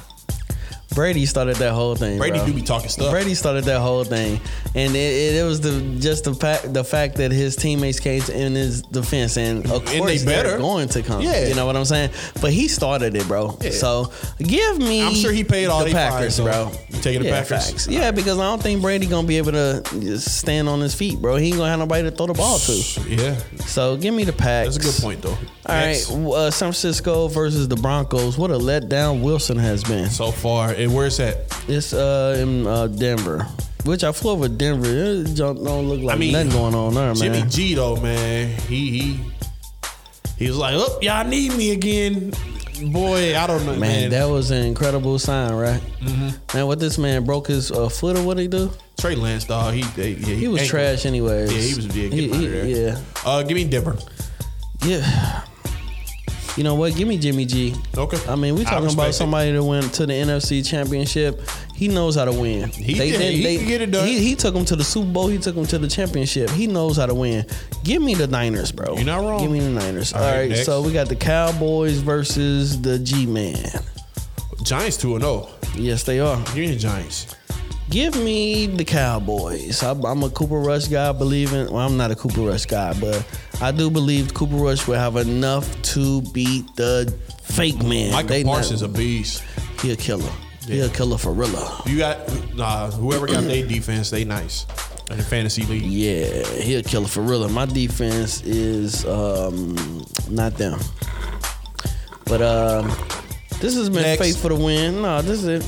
Speaker 2: Brady started that whole thing.
Speaker 1: Brady
Speaker 2: bro.
Speaker 1: do be talking stuff.
Speaker 2: Brady started that whole thing, and it, it, it was the just the fact the fact that his teammates came to- in his defense, and of
Speaker 1: they
Speaker 2: course they're
Speaker 1: better.
Speaker 2: going to come.
Speaker 1: Yeah.
Speaker 2: you know what I'm saying. But he started it, bro.
Speaker 1: Yeah.
Speaker 2: So give me.
Speaker 1: I'm sure he paid all
Speaker 2: the
Speaker 1: they fines,
Speaker 2: Packers,
Speaker 1: though.
Speaker 2: bro.
Speaker 1: You taking the
Speaker 2: yeah,
Speaker 1: Packers?
Speaker 2: facts. Yeah, because I don't think Brady gonna be able to just stand on his feet, bro. He ain't gonna have nobody to throw the ball to.
Speaker 1: Yeah,
Speaker 2: So give me the Packs.
Speaker 1: that's a good point though.
Speaker 2: All right,
Speaker 1: Next.
Speaker 2: uh, San Francisco versus the Broncos. What a letdown Wilson has been.
Speaker 1: So far, and where's that?
Speaker 2: It's uh, in uh, Denver, which I flew over Denver. It don't, don't look like
Speaker 1: I mean,
Speaker 2: nothing going on there,
Speaker 1: Jimmy
Speaker 2: man.
Speaker 1: G though, man. He he he was like, "Up, y'all need me again." Boy, I don't know,
Speaker 2: man,
Speaker 1: man.
Speaker 2: that was an incredible sign, right? Mm-hmm. Man, what this man broke his uh, foot or what he do?
Speaker 1: Trey Lance, dog. He they, yeah,
Speaker 2: He was
Speaker 1: ain't-
Speaker 2: trash anyways.
Speaker 1: Yeah, he was yeah, get
Speaker 2: He-
Speaker 1: him out
Speaker 2: he-
Speaker 1: of there.
Speaker 2: Yeah,
Speaker 1: Uh, give me Denver.
Speaker 2: yeah. You know what? Give me Jimmy G.
Speaker 1: Okay.
Speaker 2: I mean, we
Speaker 1: I
Speaker 2: talking
Speaker 1: respect
Speaker 2: about
Speaker 1: it.
Speaker 2: somebody that went to the NFC Championship. He knows how to win.
Speaker 1: He did- he can get it done.
Speaker 2: He, he took him to the Super Bowl. He took him to the championship. He knows how to win. Give me the Niners, bro.
Speaker 1: You're not wrong.
Speaker 2: Give me the Niners.
Speaker 1: right,
Speaker 2: All right.
Speaker 1: next.
Speaker 2: So we got the Cowboys versus the G Man.
Speaker 1: Giants two and zero.
Speaker 2: Yes, they are.
Speaker 1: Give me the Giants.
Speaker 2: Give me the Cowboys. I'm, I'm a Cooper Rush guy. I Believe in. Well, I'm not a Cooper Rush guy, but I do believe Cooper Rush will have enough to beat the fake man.
Speaker 1: Michael
Speaker 2: They not-
Speaker 1: Parsons a beast.
Speaker 2: He a killer. He
Speaker 1: Yeah.
Speaker 2: a killer for real.
Speaker 1: You got nah. Whoever got their defense, they nice in the fantasy league.
Speaker 2: Yeah, he a killer for real. My defense is um, not them. But um, this has been
Speaker 1: Next.
Speaker 2: faith for the win. No, this is it.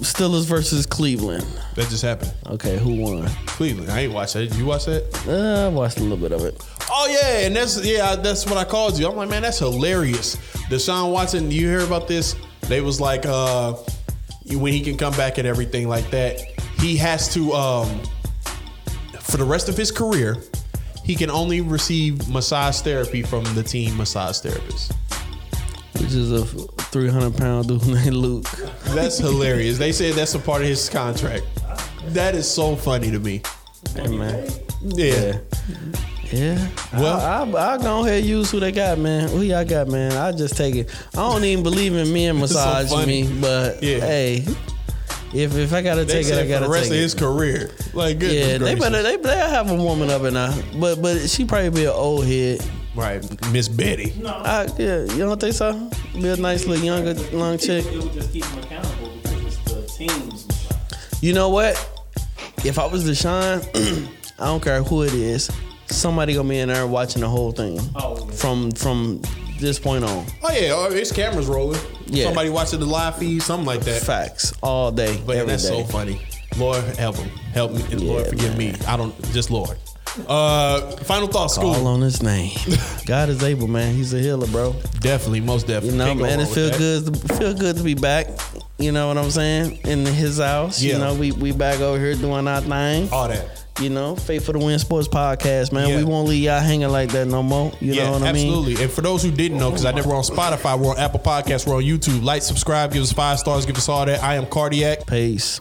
Speaker 2: Steelers versus Cleveland.
Speaker 1: That just happened.
Speaker 2: Okay, who won?
Speaker 1: Cleveland. I ain't watch that. Did you watch that?
Speaker 2: Uh, I watched a little bit of it.
Speaker 1: Oh yeah, and that's yeah, that's what I called you. I'm like, man, that's hilarious. Deshaun Watson, you hear about this? They was like, uh, when he can come back and everything like that, he has to um, for the rest of his career, he can only receive massage therapy from the team massage therapist.
Speaker 2: Which is a 300 pound dude named Luke.
Speaker 1: That's hilarious. They said that's a part of his contract. That is so funny to me.
Speaker 2: Hey, man.
Speaker 1: Yeah.
Speaker 2: Yeah.
Speaker 1: Well-
Speaker 2: Well, I, I, I go ahead and use who they got, man. Who y'all got, man? I just take it. I don't even believe in men
Speaker 1: so
Speaker 2: massage
Speaker 1: funny.
Speaker 2: me, but
Speaker 1: Yeah.
Speaker 2: hey, if if I gotta
Speaker 1: They
Speaker 2: take it, I
Speaker 1: said for
Speaker 2: gotta
Speaker 1: the rest
Speaker 2: take
Speaker 1: of
Speaker 2: it.
Speaker 1: his career. Like good.
Speaker 2: yeah, they
Speaker 1: gracious.
Speaker 2: better they better have a woman up in there, but but she probably be an old head.
Speaker 1: right, Miss Betty.
Speaker 2: I, yeah, you don't think so? Be a nice little younger long chick.
Speaker 3: It would just keep them accountable because it's the teams.
Speaker 2: You know what? If I was Deshaun, I don't care who it is, somebody gonna be in there watching the whole thing
Speaker 3: Oh, yeah.
Speaker 2: from from this point on.
Speaker 1: Oh yeah, oh, his camera's rolling.
Speaker 2: Yeah.
Speaker 1: Somebody watching the live feed, something like that.
Speaker 2: Facts all day,
Speaker 1: But
Speaker 2: every
Speaker 1: that's
Speaker 2: day.
Speaker 1: so funny. Lord, help him. Help me. And Lord,
Speaker 2: Yeah,
Speaker 1: forgive me. I don't, just Lord. Uh, final thoughts, school.
Speaker 2: All on his name. God is able, man. He's a healer, bro.
Speaker 1: Definitely, most definitely.
Speaker 2: You know,
Speaker 1: Can't go
Speaker 2: man, it
Speaker 1: wrong with
Speaker 2: feel
Speaker 1: that.
Speaker 2: good. To, feel good to be back. You know what I'm saying? In his house.
Speaker 1: Yeah.
Speaker 2: You know, we we back over here doing our thing.
Speaker 1: All that.
Speaker 2: You know, Faithful to Win Sports Podcast, man.
Speaker 1: Yeah.
Speaker 2: We won't leave y'all hanging like that no more. You
Speaker 1: yeah,
Speaker 2: know what I mean?
Speaker 1: absolutely. And for those who didn't know, because I never on Spotify, we're on Apple Podcasts, we're on YouTube. Like, subscribe, give us five stars, give us all that. I am Cardiac.
Speaker 2: Peace.